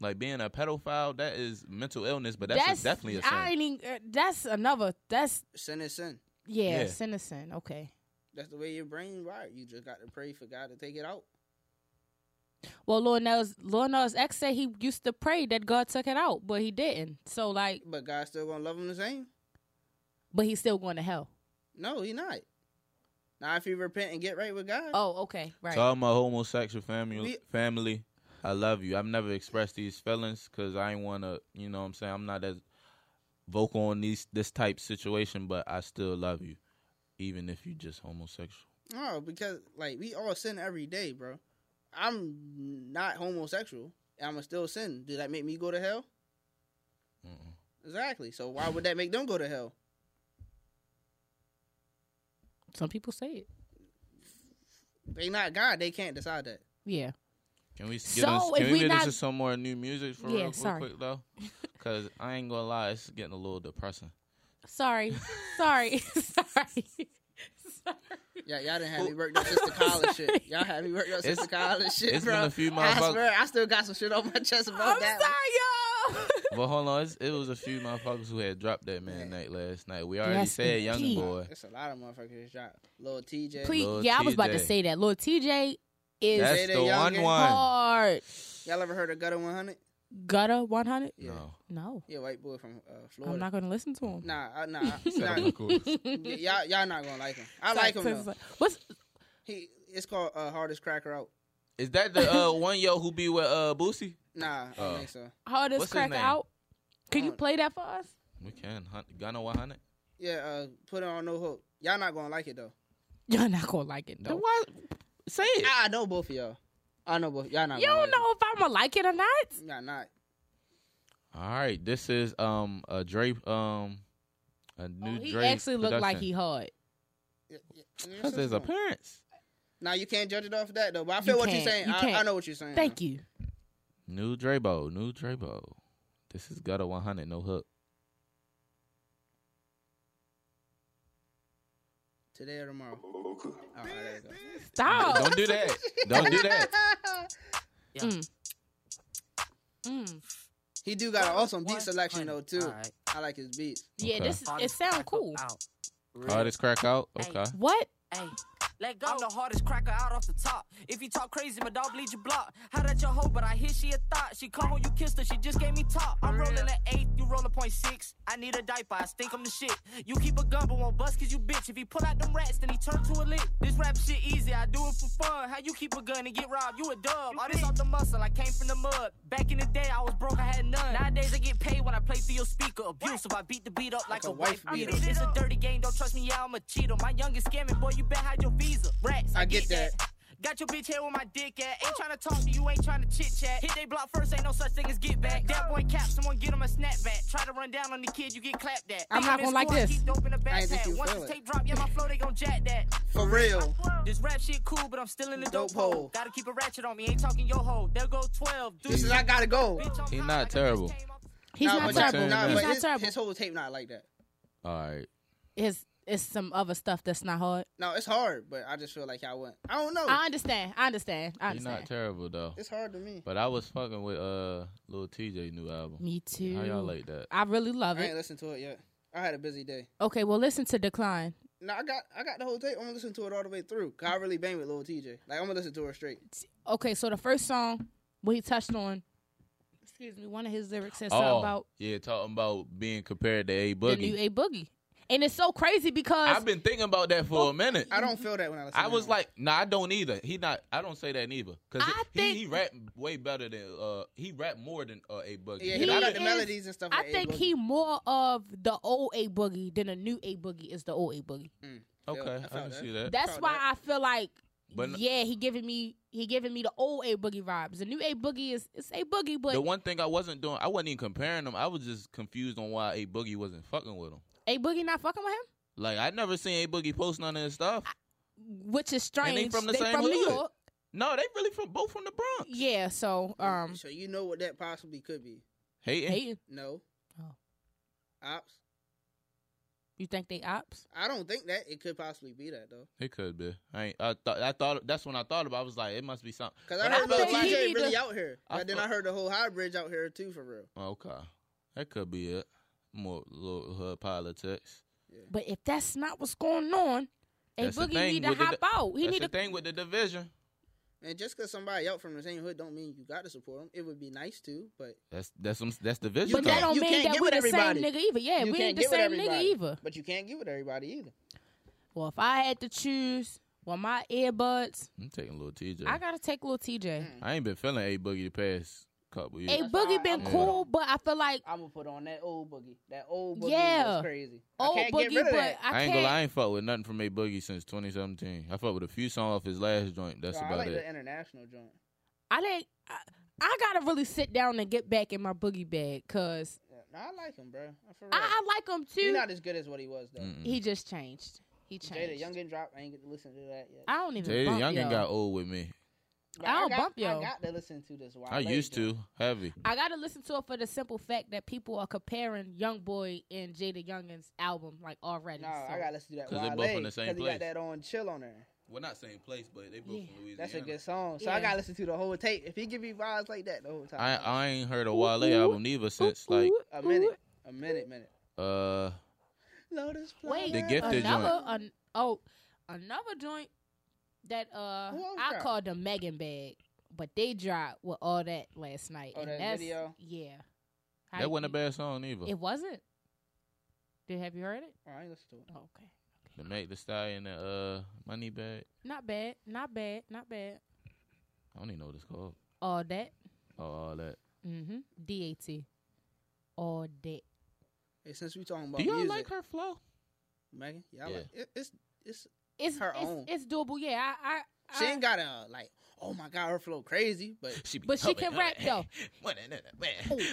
S5: like being a pedophile, that is mental illness, but that's, a- definitely a sin.
S4: I ain't even, uh, that's another. That's
S2: Sin is sin.
S4: yeah,
S5: Yeah.
S4: it's innocent. Okay.
S2: That's the way your brain wired. You just got to pray for God to take it out.
S4: Well, Lord knows. Lord knows. X said he used to pray that God took it out, but he didn't. So like,
S2: But God still gonna love him the same.
S4: but he's still going to hell.
S2: No, he not. Now, if you repent and get right with God,
S4: Oh, okay, right.
S5: To all my homosexual family,
S2: We-
S5: family, I love you. I've never expressed these feelings because I ain't want to. You know, what I'm saying I'm not as vocal on these this type situation, but I still love you, even if you just homosexual.
S2: no, because like we all sin every day, bro. I'm not homosexual. and I'ma still sin. Did that make me go to hell?
S5: Mm-mm.
S2: Exactly. So why would that make them go to hell?
S4: Some people say it.
S2: They not God. They can't decide that.
S4: Yeah.
S5: Can we s-
S4: So,
S5: get, us,
S4: if
S5: can
S4: we
S5: we get
S4: not-
S5: into some more new music for
S4: Yeah,
S5: real, real
S4: sorry.
S5: quick though? Because I ain't gonna lie, it's getting a little depressing.
S4: Sorry. Sorry. Sorry.
S2: Yeah, y'all didn't have me worked up since the college shit. Y'all had me worked up since
S5: It's-
S2: the college shit,
S5: it's
S2: bro.
S5: been a few
S2: I
S5: motherfuck-
S2: swear, I still got some shit on my chest about
S4: I'm
S2: that.
S4: sorry, y'all.
S5: But hold on, it's, it was a few motherfuckers who had dropped that man night last night. We already
S4: Yes,
S5: said young
S4: indeed.
S5: boy.
S2: It's a lot of motherfuckers shot. Little TJ,
S4: Please.
S5: Lil
S4: yeah, I was about to
S5: TJ.
S4: say that. Lord TJ is
S5: That's
S2: Jada
S5: the one
S2: Youngin.
S5: one.
S4: hard.
S2: y'all ever heard of Gutter One Hundred?
S4: Gutter 100?
S2: Yeah.
S5: No.
S4: No.
S2: Yeah, white boy from uh, Florida.
S4: I'm not going to listen to him.
S2: Nah, I, nah, I-
S5: Seven
S2: nah.
S5: cool.
S2: Y- y'all, y'all not gonna like him. I like him though.
S4: What's
S2: He, it's called uh, hardest cracker out.
S5: Is that the uh, one yo who be with uh, Boosie?
S2: Nah, I
S5: Oh.
S2: don't think so.
S4: hardest
S5: What's his
S4: crack
S5: name?
S4: out? Can you
S2: Uh,
S4: play that for us?
S5: We can. Hun- Gunna 100?
S2: Yeah, uh, put it on no hook. Y'all not gonna like it though.
S4: You're not going to like it, though.
S5: Then why? Say it.
S2: I I know both of y'all. I know both. Y'all not.
S4: You
S2: gonna
S4: don't
S2: like
S4: know if I'm going to like it or not?
S2: It. Y'all not.
S5: All right. This is um a Drake um a
S4: Oh,
S5: new
S4: he
S5: Drake.
S4: actually looked like
S5: production.
S4: he hard.
S2: Yeah, yeah.
S5: That's his appearance.
S2: Now you can't judge it off of that though. But I feel what you're
S4: can't.
S2: saying.
S4: You
S2: I, I
S4: can't.
S2: know what you're saying.
S4: Thank you.
S5: New Drabo. New Drabo. This is Gutter 100. No hook.
S2: Today or tomorrow. Oh, there you go.
S4: Stop.
S5: Don't do that. Don't do that.
S4: Mm. Mm.
S2: He do got an awesome beat selection though
S7: 100.
S2: too.
S7: Alright.
S2: I like his beats.
S4: Yeah,
S5: Okay.
S4: this is, it sounds cool.
S7: Out.
S5: Hardest crack out. Okay.
S4: What?
S7: Hey, let go. I'm the hardest cracker out off the top. If you talk crazy, my dog bleed your block. How that your hoe, but I hear she a thought. She come home, you kissed her, she just gave me top. I'm rolling an eight, you roll a point six. I need a diaper, I stink I'm the shit. You keep a gun, but won't bust cause you bitch. If he pull out them rats, then he turn to a lick. This rap shit easy, I do it for fun. How you keep a gun and get robbed? You a dub. All this off the muscle, I came from the mud. Back in the day, I was broke, I had none. Nowadays, I get paid when I play through your speaker. Abusive, I beat the beat up like, a, wife beater. It's a dirty game, don't trust me, yeah, I'm a cheater. My youngest scamming, boy, you better hide your visa. Rats, I,
S2: I get
S7: Got your bitch here with my dick at. Ain't tryna talk to you, ain't tryna chit chat. Hit they block first, ain't no such thing as get back. That boy cap, someone get him a snapback. Try to run down on the kid, you get clapped at.
S4: I'm not
S7: Think
S4: gonna
S7: in
S4: like
S7: school, I
S4: this.
S7: keep dope in the
S2: I ain't think
S7: backpack.
S2: you
S7: Once
S2: feel
S7: this
S2: it.
S7: tape drop, yeah, my flow, they gon' jack that.
S2: For real.
S7: This rap shit cool, but I'm still in the
S2: Dope
S7: dope
S2: hole.
S7: hole. Gotta keep a ratchet on me, ain't talking yo ho. There go 12. Dude,
S2: This is I gotta go.
S7: bitch, I'm
S5: He
S7: high,
S5: not
S7: like I just
S5: terrible.
S7: came off-
S4: He's
S2: Nah,
S4: not
S2: but-
S4: terrible.
S5: nah,
S4: He's
S2: but
S4: not
S2: his,
S4: terrible.
S2: his whole tape not like that.
S5: All right.
S4: It's it's some other stuff that's not hard.
S2: No, it's hard, but I just feel like y'all wouldn't. I don't know.
S4: I understand. I understand. I
S5: He not
S4: understand.
S5: terrible though.
S2: it's hard to me.
S5: But I was fucking with uh little TJ new album.
S4: Me too.
S5: How y'all like that?
S4: I really love
S2: I ain't
S4: it.
S2: listened to it yet. I had a busy day.
S4: Okay, well listen to Decline.
S2: No, I got I got the whole tape. I'm gonna listen to it all the way through. 'Cause I really bang with Lil TJ. Like I'm gonna listen to her straight.
S4: Okay, so the first song what he touched on excuse me, one of his lyrics says
S5: oh,
S4: something about
S5: yeah, talking about being compared to A
S4: the new
S5: Boogie.
S4: A Boogie. And it's so crazy because
S5: I've been thinking about that for a minute.
S2: I don't feel that when I listen.
S5: I
S2: to
S5: was
S2: him.
S5: like, nah, I don't either. He not. I don't say that neither. Cause
S4: I
S5: he,
S4: think-
S5: he rap way better than uh he rap more than uh, a buggy.
S2: yeah,
S4: he
S2: he, I like
S4: is-
S2: the melodies and stuff.
S4: I
S2: like A
S4: think
S2: Boogie.
S4: he more of the old A Boogie than the new A Boogie is the old A Boogie.
S5: okay,
S2: I
S5: I,
S2: felt
S5: can
S2: that.
S5: see that.
S4: That's
S2: Felt
S4: why
S2: that.
S4: I feel like
S5: But n-
S4: yeah, he giving me he giving me the old A Boogie vibes. The new A Boogie is it's A Boogie, but
S5: the one thing I wasn't doing, I wasn't even comparing them. I was just confused on why a boogie wasn't fucking with him.
S4: A Boogie not fucking with him.
S5: Like I never seen a boogie post none of his stuff.
S4: which is strange.
S5: they from the same
S4: New
S5: hood.
S4: York.
S5: no, they really from both from the Bronx.
S4: Yeah, so um,
S2: so you know what that possibly could be?
S4: Oh.
S5: Hating.
S4: hating.
S2: No.
S4: Oh.
S2: Ops.
S4: You think they ops?
S2: I don't think that it could possibly be that though.
S5: It could be. I ain't, I thought. I thought. That's when I thought about. it. I was like, it must be something.
S2: Cause
S5: But
S2: I heard
S5: felt
S2: Lil
S4: think he
S5: like-
S2: TJ
S4: need
S2: really
S4: to-
S2: out here,
S5: I
S2: but then
S5: felt-
S2: I heard the whole high bridge out here too for real.
S5: Okay, that could be it. More little hood politics.
S4: But if that's not what's going on, a
S5: That's the
S4: boogie
S5: thing
S4: need to
S5: with the
S4: hop
S5: di-
S4: out. He
S5: That's
S4: need
S5: the
S4: to.
S5: thing with the division.
S2: And just cause somebody out from the same hood don't mean you got to support them. It would be nice to, but
S5: That's that's some, that's division.
S4: But
S2: You
S4: that
S2: can't-
S5: talk.
S4: don't
S2: you
S4: mean
S2: can't
S4: that
S2: get
S4: we
S2: with
S4: the same
S2: everybody.
S4: nigga either. Yeah,
S2: you
S4: we
S2: can't
S4: ain't the
S2: get with
S4: same nigga
S2: everybody.
S4: either.
S2: But you can't get with everybody either.
S4: Well, if I had to choose, well, my earbuds,
S5: I'm taking little TJ.
S4: I
S5: I,
S4: gotta take little TJ.
S2: Mm.
S5: ain't been feeling a boogie the past couple years.
S4: A boogie been
S5: Yeah.
S4: cool, but I feel like
S2: I'm gonna put on that old boogie. That old boogie
S4: Yeah.
S2: was crazy.
S4: old
S2: I can't
S4: oh, boogie,
S2: get rid of
S4: but
S2: that.
S4: I
S5: I, ain't
S4: can't.
S5: gonna lie, I ain't fucked with nothing from A Boogie since 2017. I fucked with a few songs off his last joint. That's
S2: Bro, I
S5: about
S2: like
S5: it.
S2: the international joint.
S4: I didn't. I, I gotta really sit down and get back in my boogie bag, cause
S2: Yeah. No, I like him, bro. For real.
S4: I, I like him
S2: He's
S4: too.
S2: not as good as what he was though.
S5: Mm-mm.
S4: he just changed. He
S2: Jada
S4: changed.
S2: Youngin dropped. I ain't get to listen to that yet.
S4: I don't even.
S5: Jada
S4: bump,
S5: Youngin
S4: yo.
S5: got old with me.
S2: But
S4: I don't
S2: got,
S4: bump yo.
S2: I got to listen to this. Wale
S5: I used
S2: joint.
S5: to heavy.
S4: I gotta listen to it for the simple fact that people are comparing Young Boy and Jada Youngin's album like already.
S2: No,
S4: so.
S2: I gotta listen to that.
S5: 'Cause they
S2: Wale,
S5: both from the same
S2: 'cause He
S5: place.
S2: got that on chill on there.
S5: Well, not same place, but they
S4: both Yeah. from
S5: Louisiana.
S2: That's a good song. So I
S4: Yeah.
S2: gotta listen to the whole tape. If he give me vibes like that the whole
S5: I
S2: time,
S5: I ain't heard a Wale album either since like
S4: Ooh,
S2: a
S4: ooh.
S2: minute, a minute, minute.
S5: uh
S2: Lotus flower.
S4: Wait,
S5: The Gifted
S4: another an, oh another joint that uh
S2: Who else
S4: I
S2: dropped?
S4: called the Megan bag, but they dropped with all that last night.
S2: Oh,
S4: and
S2: that
S4: that's,
S2: video?
S4: Yeah, How
S5: that wasn't a
S4: you-
S5: bad song either.
S4: It wasn't. Did have you heard it?
S2: Oh, I ain't listen to it.
S4: Oh, okay.
S5: the Make the Stallion and uh Money Bag.
S4: Not bad. Not bad. Not bad.
S5: I don't even know what it's called.
S4: All that.
S5: Oh, all that.
S4: Mm-hmm. D A T. All that.
S2: Hey, since we talking about
S5: Do y'all
S2: music,
S5: like her flow?
S2: Megan, y'all
S5: Yeah.
S2: like it, it's it's
S4: It's
S2: Her
S4: it's,
S2: own.
S4: it's doable. Yeah. I. I,
S2: she
S4: I
S2: ain't got a like. Oh my god, her flow crazy, but
S5: She be
S4: But she can rap, though.
S5: Oh,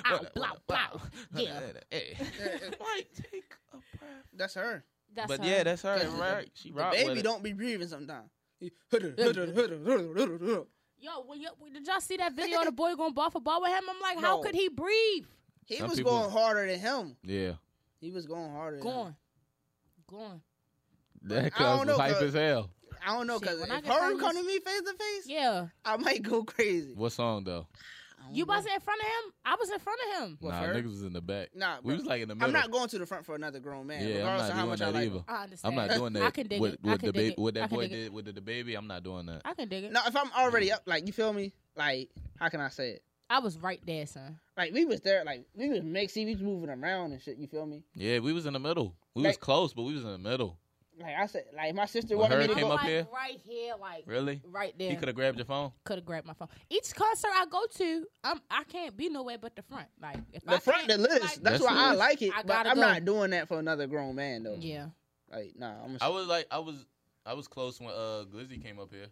S4: ow, blah, blah. Yeah.
S5: take a breath.
S2: that's her.
S4: that's
S5: but
S4: her.
S5: yeah, that's her,
S2: That's her.
S5: right? She
S2: The
S5: rock with
S2: baby
S5: it.
S2: don't be breathing sometimes. He
S4: Yo, when you, when- did y'all see that video of the boy going ball for ball with him? I'm like, how
S2: No.
S4: could he breathe?
S5: Some
S2: was
S5: people-
S2: going harder than him.
S5: Yeah,
S2: He was going harder. Than him.
S4: Gone. Gone.
S5: that
S2: I don't
S5: cuz
S2: know,
S5: was hype
S2: cuz-
S5: as hell.
S2: I don't know
S4: See,
S2: because
S4: when
S2: if
S4: I
S2: her
S4: get famous-
S2: come to me face to face,
S4: Yeah.
S2: I might go crazy.
S5: What song though?
S2: I don't
S4: You
S2: know.
S4: wasn't in front of him. I was in front of him.
S2: What,
S5: nah,
S2: for her?
S5: niggas was in the back.
S2: Nah,
S5: we
S2: bro.
S5: was like in the middle.
S2: I'm not going to the front for another grown man,
S5: yeah,
S2: regardless
S5: I'm
S2: of
S5: not
S2: how
S5: doing
S2: much I
S5: that
S2: like.
S5: either.
S2: him.
S4: I understand.
S5: I'm not doing that.
S4: I can dig
S5: with,
S4: it.
S5: With
S4: I can
S5: the
S4: dig
S5: baby,
S4: it.
S5: With
S4: I
S5: that
S4: can
S5: boy
S4: dig it.
S5: did with the, the baby, I'm not doing that.
S4: I can dig it.
S2: No, if I'm already up, like you feel me, like how can I say it?
S4: I was right there, son.
S2: Like we was there, like we was mixing, we was moving around and shit. You feel me?
S5: Yeah, we was in the middle. We was
S2: Like-
S5: close, but we was in the middle.
S2: Like I said, like my sister
S5: When
S2: wanted me
S5: her
S2: to
S5: came
S2: go.
S5: up here?
S4: right here, like
S5: Really?
S4: right
S5: He
S4: there.
S5: could have grabbed your phone.
S4: Could have grabbed my phone. Each concert I go to, I'm I can't be nowhere but the front. Like if I
S2: the front of
S4: can't-
S2: the
S4: like-
S2: list. that's
S5: That's
S2: why
S5: the
S2: I
S5: list.
S2: like it.
S4: I
S2: but
S4: gotta
S2: I'm
S4: go.
S2: not doing that for another grown man though.
S4: yeah,
S2: Like nah, I'm.
S5: I
S2: A,
S5: was like, I was, I was close when uh Glizzy came up here.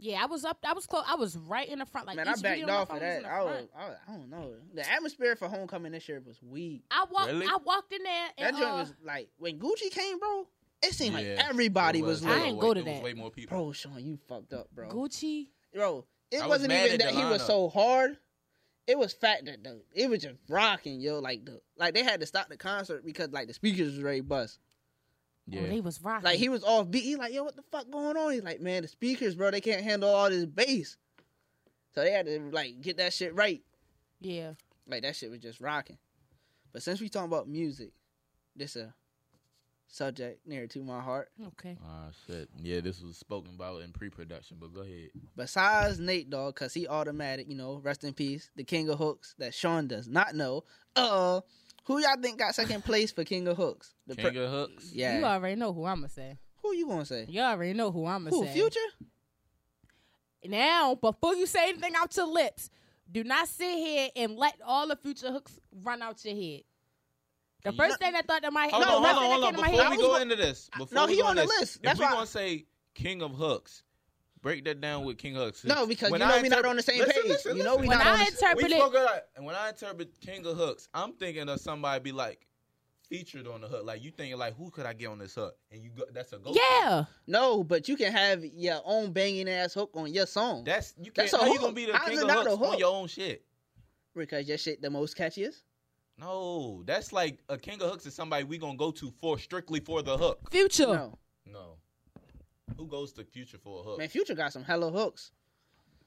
S4: yeah. I was up. I was close. I was right in the front. Like
S2: man, I
S4: each
S2: backed
S4: video on
S2: off
S4: my
S2: of
S4: phone was in
S2: that.
S4: the
S2: I, was,
S4: front.
S2: I, was, I don't know. The atmosphere for homecoming this year was weak.
S4: I walked.
S5: Really?
S4: I walked in there.
S2: That
S4: And,
S2: joint
S4: uh,
S2: was like when Gucci came, bro. It seemed
S5: Yeah,
S2: like everybody
S5: It
S2: was,
S4: I
S2: lit.
S5: way-
S4: ain't go to
S5: it was
S4: that.
S5: way more people.
S2: Bro, Sean, you fucked up, bro.
S4: Gucci. Oh,
S2: Bro, it
S5: I was
S2: wasn't
S5: mad
S2: even
S5: at
S2: that he
S5: Delano.
S2: was so hard. It was fact that the it was just rocking, yo. Like the like they had to stop the concert because like the speakers was ready to bust.
S4: Yeah. they was rocking.
S2: Like he was off beat. He like, yo, what the fuck going on? He's like, man, the speakers, bro, they can't handle all this bass. So they had to like get that shit right.
S4: yeah.
S2: Like that shit was just rocking. But since we talking about music, this a subject near to my heart.
S4: Okay.
S5: Ah shit. Yeah, this was spoken about in pre-production, but go ahead.
S2: Besides Nate Dogg, cause he automatic, you know, rest in peace, the King of Hooks that Sean does not know. Uh who y'all think got second place for King of Hooks? The
S5: King
S2: per-
S5: of Hooks.
S2: yeah.
S4: You already know who I'ma say.
S2: who you gonna say?
S4: You already know who I'ma
S2: Who,
S4: say.
S2: Future?
S4: Now, before you say anything out your lips, do not sit here and let all the future hooks run out your head. The first thing that thought in my head,
S5: Hold
S4: no,
S5: on,
S4: first
S5: hold on,
S4: thing
S5: hold
S4: that came
S5: on.
S4: to my
S5: Before
S4: head,
S5: we
S2: I
S5: go
S2: was-
S5: into this, before
S2: No,
S5: we
S2: he
S5: go
S2: on the
S5: into this,
S2: list.
S5: if
S2: That's
S5: we
S2: why-
S5: gonna say King of Hooks, break that down with King of Hooks.
S2: No, because
S5: When
S2: you
S5: I
S2: know we not
S5: interpret-
S2: on the same
S5: Listen,
S2: page.
S5: listen,
S2: you know we
S5: listen.
S4: when
S2: not on
S4: I
S2: the
S4: interpret
S5: we
S4: it,
S5: spoke about, and when I interpret King of Hooks, I'm thinking of somebody be like featured on the hook. Like you thinking like who could I get on this hook? And you go, that's a go.
S4: yeah,
S2: No, but you can have your own banging ass hook on your song.
S5: That's you can't
S2: That's
S5: how
S2: a
S5: you
S2: hook.
S5: gonna be the
S2: How's
S5: King
S2: it
S5: of
S2: not
S5: Hooks
S2: a
S5: on
S2: hook?
S5: your own shit.
S2: because your shit the most catchiest.
S5: No, that's like a king of hooks is somebody we gonna go to for strictly for the hook.
S4: Future.
S2: No.
S5: No, who goes to Future for a hook?
S2: Man, Future got some hella hooks.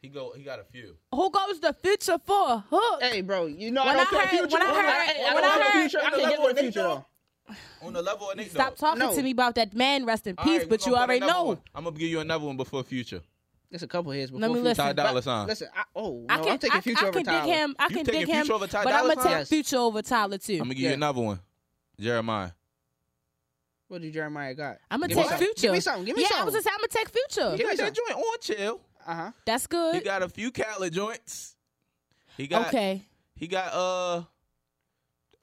S5: He go, he got a few.
S4: Who goes to Future for a hook?
S2: Hey, bro, you know
S4: When
S2: I
S4: I
S2: don't feel
S4: heard-
S2: Future.
S4: when I heard-
S2: hey, I
S4: when
S2: don't
S4: I
S2: feel
S4: heard-
S2: Future. I
S5: Another
S2: can't get
S5: one,
S2: with
S5: they
S2: Future
S5: don't.
S2: though.
S5: On the level of Nick,
S4: Stop
S5: though.
S4: talking
S2: No.
S4: to me about that man. Rest in peace, but you already know.
S5: I'm gonna give you another one before Future.
S2: It's a couple hits before
S4: Let me
S2: Future.
S4: listen.
S5: Ty
S4: But
S5: Dolla Sign.
S2: Listen, I, oh, no,
S4: I can,
S2: am taking
S4: I,
S2: Future
S4: I
S2: over
S4: can
S2: Tyler.
S4: dig him. I
S5: You
S4: can
S5: taking
S4: dig him.
S5: Future over Ty
S4: but I'm
S5: Dolla
S4: gonna
S5: Sign?
S4: take
S2: Yes.
S4: Future over Tyler too.
S5: I'm gonna give
S2: Yeah.
S5: you another one. Jeremiah.
S2: What did Jeremiah got?
S4: I'm gonna
S2: Give me
S4: take
S2: something.
S4: Future.
S2: Give me something. Give me
S4: yeah, I was
S2: something.
S4: gonna say I'm gonna take Future.
S2: Give me
S5: Got
S2: some.
S5: that joint on chill.
S2: Uh huh.
S4: That's
S5: He
S4: good.
S5: got a few Catlett joints. He got
S4: Okay,
S5: He got uh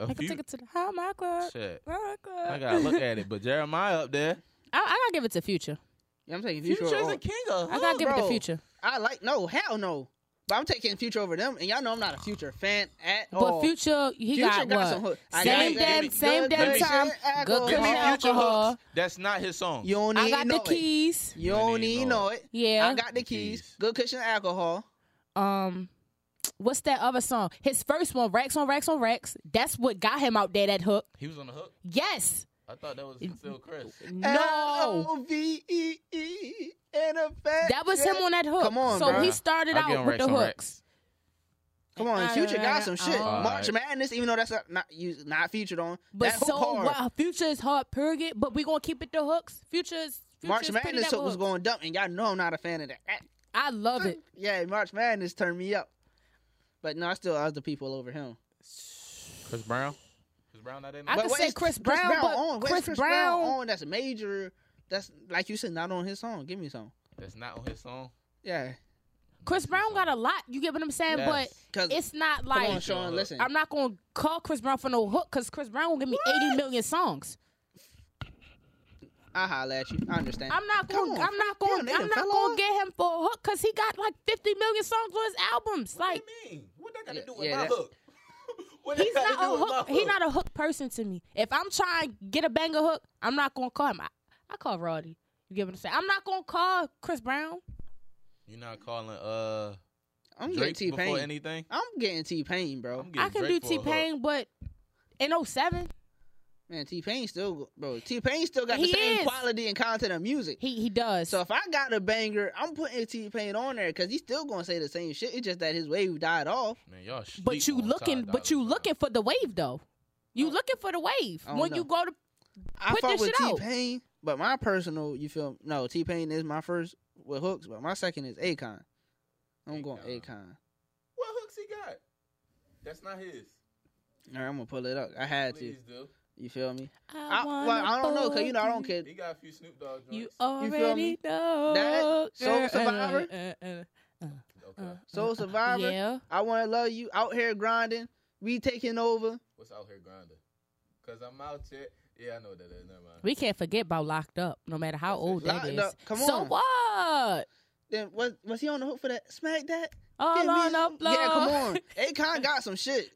S5: a
S4: I can
S5: few.
S4: take it to the high my club.
S5: Shit,
S4: My club.
S5: I gotta look at it. But Jeremiah up there.
S4: I, I gotta give it to Future.
S2: Yeah, I'm taking Future.
S5: Future's
S2: over.
S5: a king of.
S4: I gotta give it
S2: bro.
S4: to Future.
S2: I like no, hell no. But I'm taking Future over them, and y'all know I'm not a Future fan at all.
S4: But Future, he
S2: Oh. Future
S4: got,
S2: got
S4: what?
S2: some hook. I
S4: Same
S5: got-
S4: damn,
S5: give me-
S4: same
S2: good
S4: damn
S5: commission,
S4: time.
S2: alcohol.
S4: Good
S5: Give me
S4: commission,
S5: Future
S4: alcohol.
S5: hooks. That's not his song.
S2: You don't
S4: I
S2: even
S4: got the
S2: know it.
S4: keys.
S2: You don't even know it.
S4: Yeah.
S2: I got the keys.
S5: Keys.
S2: Good cushion alcohol.
S4: um what's that other song? His first one, Rex on Rex on Rex. That's what got him out there that hook.
S5: he was on the hook.
S4: Yes.
S5: I thought that was still Chris.
S4: No.
S2: L-O-V-E-E and a fat.
S4: That was
S2: jet.
S4: him on that hook.
S2: Come on,
S4: So
S2: bruh.
S4: he started
S5: I'll get
S4: out
S5: on
S4: with
S5: Rex
S4: the
S5: on
S4: hooks.
S5: Rex.
S2: Come on,
S4: Alright,
S2: Future got
S4: alright,
S2: some shit.
S4: alright.
S2: March Madness, even though that's not, not you not featured on.
S4: But
S2: that hook
S4: so
S2: hard.
S4: what? Future is hard, period. But we gonna keep it the hooks. Future's
S2: March
S4: Future's pretty
S2: Madness
S4: damn
S2: hook was
S4: hooks.
S2: going dumb, and y'all know I'm not a fan of that.
S4: I love it.
S2: Yeah, March Madness turned me up. But no, I still I was the people over him.
S5: Chris Brown. Chris Brown. I didn't.
S4: I
S2: But
S5: know.
S4: could
S2: what
S4: say
S2: is
S4: Chris Brown, but
S2: on? What is
S4: Chris,
S2: Chris
S4: Brown,
S2: Brown, on? That's major. That's like you said, not on his song. Give me some.
S5: That's not on his song.
S2: Yeah,
S4: Chris Brown got a lot. You get what I'm saying?
S5: Yes.
S2: because
S4: But it's not
S2: come
S4: like
S2: on, Sean, listen.
S4: I'm not gonna call Chris Brown for no hook because Chris Brown gonna give me 80 million songs.
S2: I holla at you. I understand.
S4: I'm not
S2: Come
S4: going.
S2: on,
S4: I'm not
S2: damn,
S4: going.
S2: they
S4: I'm
S2: done
S4: not
S2: fell
S4: going
S2: off.
S4: to get him for a hook because he got like 50 million songs on his albums. Like
S5: mean? What that got
S2: Yeah, yeah, that-
S5: hook? What that
S4: he's
S5: gotta
S4: not a
S5: do with my
S4: hook. He's not a hook person to me. If I'm trying to get a banger hook, I'm not going to call him. I, I call Roddy. You get what I'm saying? I'm not going to call Chris Brown.
S5: You're not calling uh
S2: I'm
S5: Drake
S2: getting T
S5: before
S2: Pain.
S5: anything.
S2: I'm getting T Pain, bro.
S5: I'm getting
S4: I can do
S5: Drake for a
S4: T
S5: hook.
S4: Pain, but in 07,
S2: Man, T Pain still, bro. T Pain still got
S4: He
S2: the same
S4: is.
S2: quality and content of music.
S4: he he does.
S2: So if I got a banger, I'm putting T Pain on there because he's still gonna say the same shit. It's just that his wave died off.
S5: Man, y'all.
S4: but
S5: sleep
S4: you
S5: on
S4: looking,
S5: Ty
S4: but
S5: Dolla
S4: you
S5: Sign.
S4: looking for the wave though. You looking for the wave
S2: I don't
S4: when
S2: know.
S4: you go to
S2: I
S4: Put
S2: fuck
S4: this
S2: with
S4: shit
S2: T
S4: out.
S2: Pain, but my personal, you feel no T Pain is my first with hooks, but my second is Akon. I'm going
S5: Akon.
S2: Akon.
S5: What hooks he got? That's not his.
S2: All right, I'm gonna pull it up. I had to.
S5: do.
S2: You feel me?
S4: I,
S2: I, well, I don't know because you know I don't care.
S5: He got a few Snoop Dogg joints.
S4: You
S2: You feel
S4: already
S2: me?
S4: know.
S2: That, Soul
S4: Uh, uh,
S2: Survivor?
S4: uh, uh,
S5: okay.
S2: Soul Survivor.
S4: Yeah.
S2: I want to love you. Out here grinding. We taking over.
S5: What's out here grinding? Cause I'm out here. Yeah, I know what that is. Never mind.
S4: We can't forget about Locked Up, no matter how old that
S2: Locked
S4: is.
S2: Up, come
S4: So
S2: on.
S4: what?
S2: Then was was he on the hook for that? Smack that.
S4: All
S2: Give me
S4: on
S2: some-
S4: up,
S2: yeah, come on. Akon got some shit.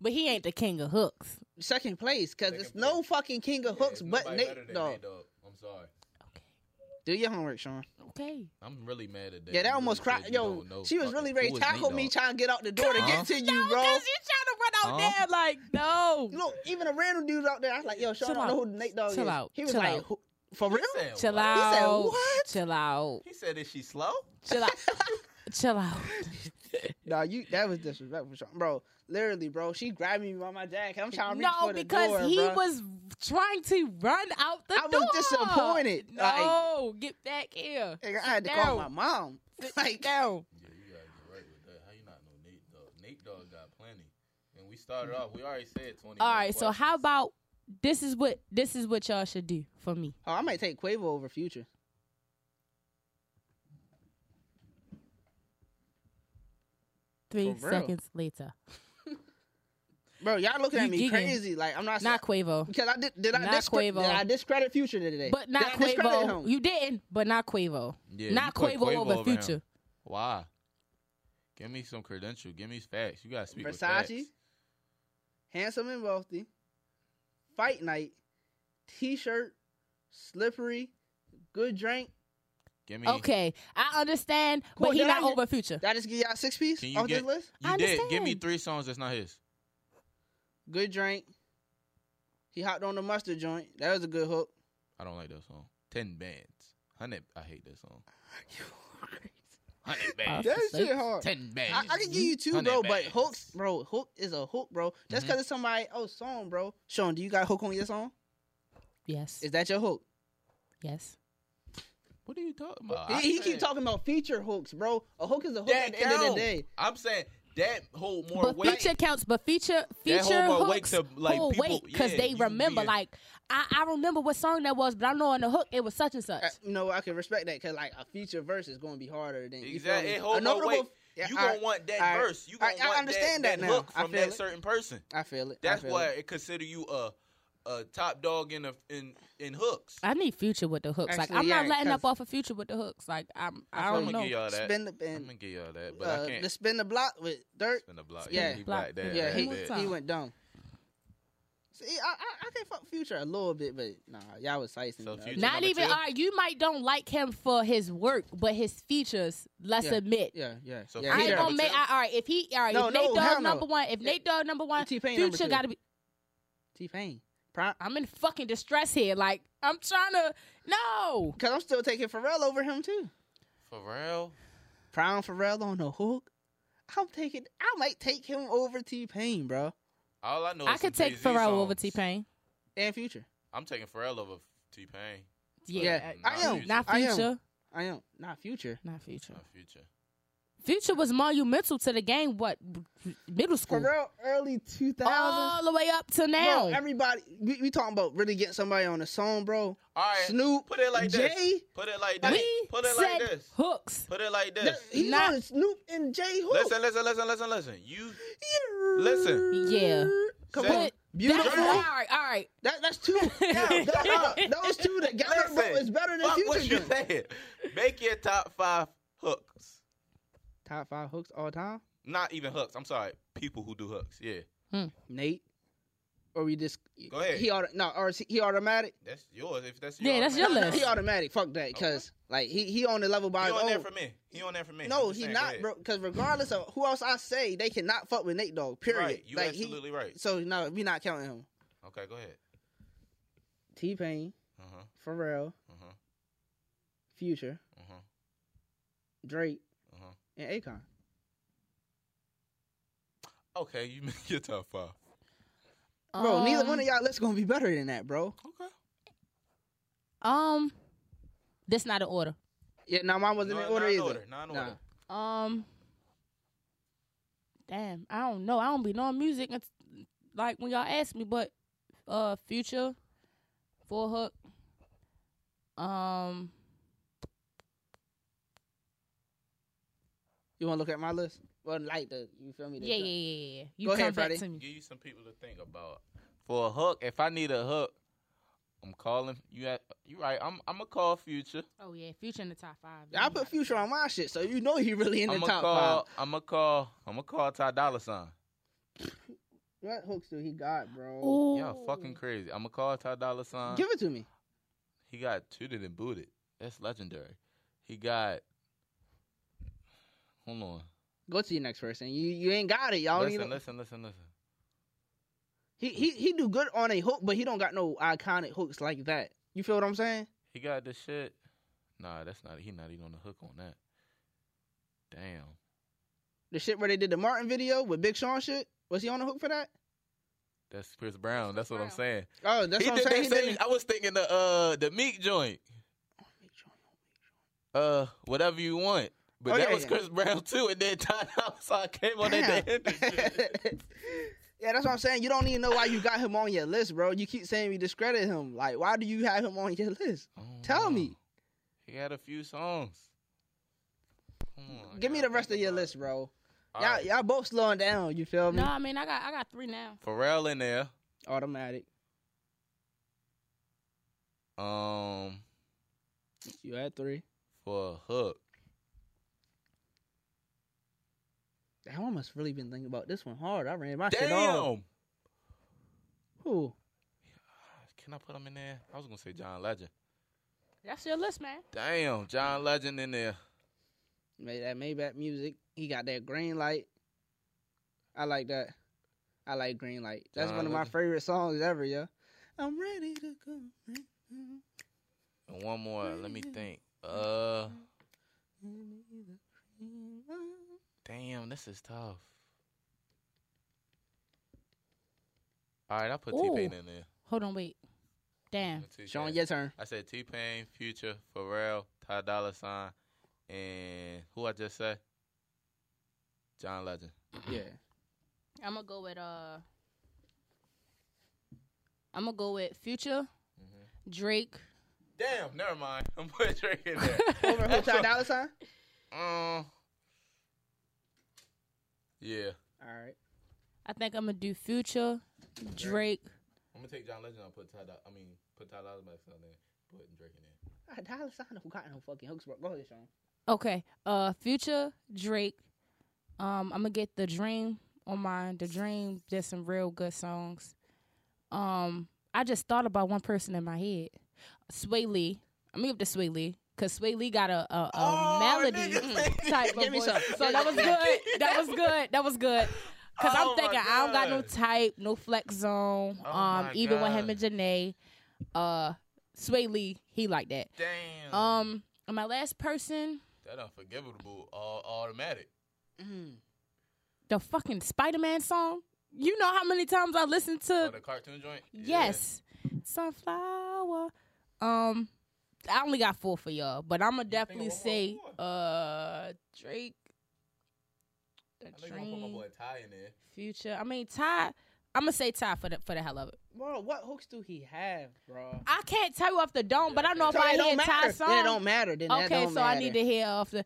S4: But he ain't the king of hooks.
S2: Second place because it's
S5: Second
S2: no fucking king of
S5: Yeah,
S2: hooks
S5: it's
S2: but
S5: nobody better
S2: Nate
S5: than
S2: Dog.
S5: Nate Dogg. I'm sorry.
S2: Do your homework, Sean.
S4: Okay.
S5: I'm really mad at that.
S2: Yeah,
S5: You
S2: that almost
S5: really
S2: cried.
S5: said you
S2: Yo,
S5: don't know
S2: she was
S5: fucking-
S2: really
S5: who
S2: ready
S5: is
S2: to
S5: Nate
S2: tackle me
S5: Dogg?
S2: trying to get out the door to get
S5: Huh?
S2: to you,
S4: Because
S2: bro.
S4: you
S2: Uh-huh.
S4: trying to run out
S5: Huh?
S4: there like, no.
S2: Look, even a random dude out there, I was like, yo, Sean,
S4: Chill
S2: I don't know
S4: out.
S2: who Nate Dogg
S4: Chill
S2: is.
S4: out.
S2: He was
S4: Chill
S2: like,
S4: out.
S2: who, for real?
S5: He said,
S4: Chill
S5: what?
S4: out.
S2: said, "What?"
S4: Chill out.
S5: He said, is she slow?
S4: Chill out. Chill out.
S2: Nah, you that was disrespectful, Sean. bro. Literally, bro, she grabbed me by my jacket. I'm trying to reach
S4: No,
S2: for the
S4: because
S2: door,
S4: he
S2: bruh.
S4: was trying to run out the
S2: I was
S4: door.
S2: disappointed, like-
S4: No, get back here.
S2: Nigga, I had to
S4: Sit
S2: call my
S4: down.
S2: mom.
S4: down.
S2: Like,
S5: Yeah, you gotta get right with that. How you not know Nate Dogg? Nate Dogg got plenty. And we started off. We already said 20.
S4: All right, so how about this is what this is what y'all should do for me.
S2: oh, I might take Quavo over Future.
S4: Three
S2: For real?
S4: seconds later.
S2: Bro, y'all looking at
S4: You
S2: me
S4: gigging.
S2: crazy. Like, I'm not
S4: Not
S2: saying-
S4: Quavo.
S2: because I did. Did I,
S4: Not
S2: discre-
S4: Quavo.
S2: did I discredit Future today?
S4: But not
S2: did I discredit
S4: Quavo.
S2: him?
S4: You didn't, but not Quavo.
S5: Yeah, you
S4: not
S5: put
S4: Quavo,
S5: Quavo
S4: over
S5: over him.
S4: Future.
S5: Why? Give me some credential. Give me facts. You gotta speak with facts.
S2: Versace, handsome and wealthy, fight night, t-shirt, slippery, good drink.
S5: Give me.
S4: Okay, I understand,
S2: Cool,
S4: but he
S2: did
S4: not
S2: I-
S4: over Future.
S2: Did I just give y'all six piece
S5: Can you
S2: off
S5: get?
S2: this list?
S5: You
S4: I
S5: did. Give me
S4: understand.
S5: three songs that's not his.
S2: Good drink. He hopped on the mustard joint. That was a good hook.
S5: I don't like that song. Ten bands. Hundred. I hate that song.
S4: Uh,
S5: Hundred bands.
S2: That shit hard.
S5: Ten
S2: I,
S5: bands.
S2: I can give you two,
S5: Hundred Mm-hmm.
S2: bro, but
S5: bands.
S2: hooks, bro, hook is a hook, bro. Just because it's somebody else's song, bro. Sean, do you got hook on your song?
S4: Yes.
S2: Is that your hook?
S4: yes.
S5: What are you talking about?
S2: he he
S5: I
S2: keep
S5: said-
S2: talking about feature hooks, bro. A hook is a hook
S5: That
S2: at the end of the
S5: count.
S2: day.
S5: I'm saying that whole more
S4: But
S5: weight.
S4: feature counts, but feature
S5: That
S4: feature
S5: whole more weight
S4: hooks
S5: to, like,
S4: whole
S5: people-
S4: weight because
S5: yeah,
S4: they
S5: you can
S4: remember.
S5: be a-
S4: Like I, I remember what song that was, but I know on the hook it was such and such.
S2: Uh, You know, I can respect that because like a feature verse is going to be harder than you feel
S5: Exactly.
S2: me?
S5: It hold
S2: A
S5: no
S2: notable-
S5: weight.
S2: Yeah,
S5: you
S2: all
S5: gonna
S2: right,
S5: want that
S2: all right.
S5: verse. You
S2: I-
S5: gonna
S2: I
S5: want
S2: understand
S5: that,
S2: that now.
S5: hook
S2: I
S5: from
S2: feel
S5: that
S2: it.
S5: certain person.
S2: I feel it. I
S5: That's
S2: feel
S5: why
S2: it.
S5: it consider you a a top dog in a, in in hooks.
S4: I need future with the hooks. like
S2: Actually,
S4: I'm not
S2: yeah,
S4: letting up
S2: 'cause-
S4: off of future with the hooks. Like I'm, I
S5: I'm
S4: don't
S5: gonna
S4: know.
S5: give y'all that.
S2: Spin the
S5: I'm
S2: band.
S5: gonna give y'all that, but
S2: Uh,
S5: I can't
S2: the spin the block with dirt.
S5: spin the block.
S2: yeah,
S5: he
S4: block.
S5: black that.
S2: Yeah,
S5: that
S2: he,
S5: bad.
S2: he went dumb. See, I, I I can fuck future a little bit, but nah, y'all was slicing.
S5: So
S2: me up.
S5: Future-
S4: Not
S5: number
S4: even.
S5: two?
S4: All right, you might don't like him for his work, but his features. Let's
S2: Yeah.
S4: admit.
S2: Yeah, yeah.
S5: So
S2: yeah
S4: I
S5: Future
S4: ain't gonna
S5: number
S4: make.
S5: two?
S4: I, all right, if he, all right,
S2: No,
S4: if
S2: no,
S4: Nate
S2: hell
S4: Dogg
S2: no.
S4: number one, if Nate Dogg number one,
S2: T-Pain number
S4: Future
S2: two.
S4: gotta be.
S2: T Pain. Prime.
S4: I'm in fucking distress here. Like I'm trying to. No,
S5: Oh,
S2: Because I'm still taking Pharrell over him too.
S5: Pharrell.
S2: Prime Pharrell on the hook. I'm taking. I might take him over T Pain, bro,
S5: All I know.
S4: I
S5: is some
S4: could take
S5: Jay-Z
S4: Pharrell over
S5: songs.
S4: T Pain.
S2: and Future.
S5: I'm taking Pharrell over T Pain.
S4: Yeah, uh,
S2: I am.
S4: not
S2: I am.
S4: Future.
S2: I am not Future.
S4: Not Future.
S5: Future.
S4: Future was monumental to the game. What middle school?
S2: Pharrell early 2000s.
S4: All the way up to now.
S5: Oh,
S2: Bro, everybody, we, we talking about really getting somebody on the song, bro.
S5: All right.
S2: Snoop,
S5: Put it like
S2: Jay.
S5: this. Put it like this.
S4: we
S5: Put it
S4: said
S5: like this.
S4: hooks.
S5: Put it like this.
S2: He's
S4: Not-
S2: on Snoop and Jay Hook.
S5: Listen, listen, listen, listen, listen. You
S2: Yeah.
S5: listen.
S4: Yeah.
S2: Come
S5: Say-
S2: on.
S4: But
S2: Beautiful.
S4: That's, all right, all right.
S2: That, that's two. Yeah, that- uh, those two together,
S5: Listen.
S2: bro, is better than
S5: Fuck what
S2: Future.
S5: you
S2: joint.
S5: saying. Make your top five hooks.
S2: Top five hooks all time.
S5: Not even hooks. I'm sorry. People who do hooks. Yeah.
S2: Nate. Or we just
S5: Go ahead.
S2: He auto, no, or he automatic.
S5: That's yours. If that's
S4: Yeah,
S5: your
S4: that's your
S5: man.
S4: list.
S2: He automatic. Fuck that, cause like he he on the level by
S5: He
S2: his
S5: on there
S2: own.
S5: for me. He on there for me. I'm
S2: oh. No,
S5: just
S2: he
S5: saying, go
S2: not,
S5: ahead.
S2: bro. Because regardless of who else I say, they cannot fuck with Nate Dog. Period.
S5: Right. You
S2: like
S5: absolutely
S2: he,
S5: right.
S2: So no, we not counting him.
S5: Okay, go ahead.
S2: T Pain,
S5: Uh huh.
S2: Pharrell,
S5: Uh huh.
S2: Future,
S5: Uh huh.
S2: Drake,
S5: Uh huh.
S2: and Akon.
S5: Okay, you make your top five.
S2: Bro, neither
S4: Um,
S2: one of y'all lists gonna be better than that, bro.
S5: Okay.
S4: Um, that's not an order.
S2: Yeah, no, mine wasn't
S5: No,
S2: in order
S5: not in
S2: either.
S5: order. Not in
S2: Nah.
S5: order.
S4: Um, damn, I don't know. I don't be knowing music. It's like when y'all ask me, but uh, future, full hook. Um,
S2: You wanna look at my list? Well, like the you feel me? The
S4: yeah, yeah, yeah, yeah. You
S2: Go
S4: come
S2: ahead,
S4: back
S2: Freddie.
S4: to me.
S5: Give you some people to think about. For a hook, if I need a hook, I'm calling you. At, you right. I'm. I'm gonna call Future.
S4: Oh yeah, future in the top five.
S2: I put Future on my shit, so you know he really in the
S5: I'm gonna
S2: top
S5: call.
S2: five.
S5: I'm gonna call. I'm gonna call Ty Dolla Sign.
S2: What hooks do he got, bro?
S4: Ooh.
S5: Y'all fucking crazy. I'm gonna call Ty Dolla Sign.
S2: Give it to me.
S5: He got tooted and booted. That's legendary. He got. Hold on.
S2: Go to your next person. You you ain't got it, y'all.
S5: listen,
S2: You don't-
S5: listen, listen, listen.
S2: He he he do good on a hook, but he don't got no iconic hooks like that. You feel what I'm saying?
S5: He got this shit. Nah, that's not. He not even on the hook on that. Damn.
S2: The shit where they did the Martin video with Big Sean shit. Was he on the hook for that?
S5: That's Chris Brown. That's what I'm saying.
S2: Oh, that's
S5: he
S2: what I'm
S5: did
S2: saying.
S5: that
S2: He
S5: same.
S2: did it-
S5: I was thinking the uh the Meek joint. Uh, whatever you want. But
S2: Oh,
S5: that
S2: yeah,
S5: was
S2: yeah.
S5: Chris Brown too, and then Ty Dolla Sign came on at the end. Of shit.
S2: Damn. yeah, that's what I'm saying. You don't even know why you got him on your list, bro. You keep saying we discredit him. Like, why do you have him on your list?
S5: I don't
S2: Tell
S5: know.
S2: me.
S5: Oh, He had a few songs. Come on, Oh, I
S2: Give me
S5: gotta
S2: the rest of
S5: think
S2: your
S5: about it.
S2: list, bro.
S5: All
S2: y'all,
S5: right.
S2: y'all both slowing down. You feel me?
S4: No, I mean I got I got three now.
S5: Pharrell in there.
S2: Automatic.
S5: Um,
S2: You had three.
S5: for a hook.
S2: Damn, I must really been thinking about this one hard. I um. ran my shit off.
S5: Damn.
S2: Who?
S5: Can I put him in there? I was gonna say John Legend.
S4: That's your list, man.
S5: Damn, John Legend in there.
S2: Made that Maybach music. He got that green light. I like that. I like Green Light. That's
S5: John
S2: one of my
S5: Legend.
S2: favorite songs ever, yo. I'm ready to go.
S5: And one more. Let me think. Uh, damn, this is tough. All right, I put T
S4: Ooh.
S5: Pain in there.
S4: Hold on, wait. Damn.
S5: T-Pain.
S2: Sean, your turn.
S5: I said T Pain, Future, Pharrell, Ty Dolla Sign, and who I just said? John Legend.
S2: Yeah.
S4: I'm gonna go with uh. I'm gonna go with Future,
S2: Mm-hmm.
S4: Drake.
S5: Damn, never mind. I'm putting Drake in there.
S2: Over Hotel Dollar Sign.
S5: um, yeah,
S2: All right.
S4: I think I'm gonna do Future, Drake.
S5: I'm gonna take John Legend. I'll put Ty. Dolla- I mean, put Ty Dolla Sign in there. Put Drake in there.
S2: Ah, Dollar Sign don't got no fucking hooks, bro. Go ahead, Sean.
S4: Okay. Uh, Future, Drake. Um, I'm gonna get the Dream on mine. The Dream did some real good songs. Um, I just thought about one person in my head, Sway Lee. I'm gonna give it to Sway Lee because Sway Lee got a a, a
S5: Oh,
S4: melody type of
S2: Give me
S4: voice.
S2: some.
S4: So that was good. That was good. That was good. Cause
S5: Oh
S4: I'm
S5: my
S4: thinking I don't got no
S5: God.
S4: type, no flex zone.
S5: Oh
S4: um,
S5: my
S4: even with him
S5: God.
S4: and Janae, uh, Sway Lee, he like that.
S5: Damn.
S4: Um, and my last person,
S5: that unforgivable. All
S2: Uh,
S5: automatic.
S4: the fucking Spider Man song. You know how many times I listened
S5: Oh,
S4: to
S5: the cartoon joint.
S4: Yes. Sunflower. Um I only got four for y'all, but I'ma definitely
S5: one more?
S4: say
S5: One
S4: uh Drake. The
S5: I think I'm gonna put my
S4: Dream,
S5: boy Ty in there.
S4: Future. I mean Ty. I'ma say Ty for the for the hell of it.
S2: Bro, what hooks do he have, bro?
S4: I can't tell you off the dome, but I know if
S2: So
S4: I
S2: it
S4: hear
S2: don't matter.
S4: Ty's song.
S2: Then it don't matter. Then that
S4: okay,
S2: don't
S4: so
S2: matter.
S4: I need to hear off the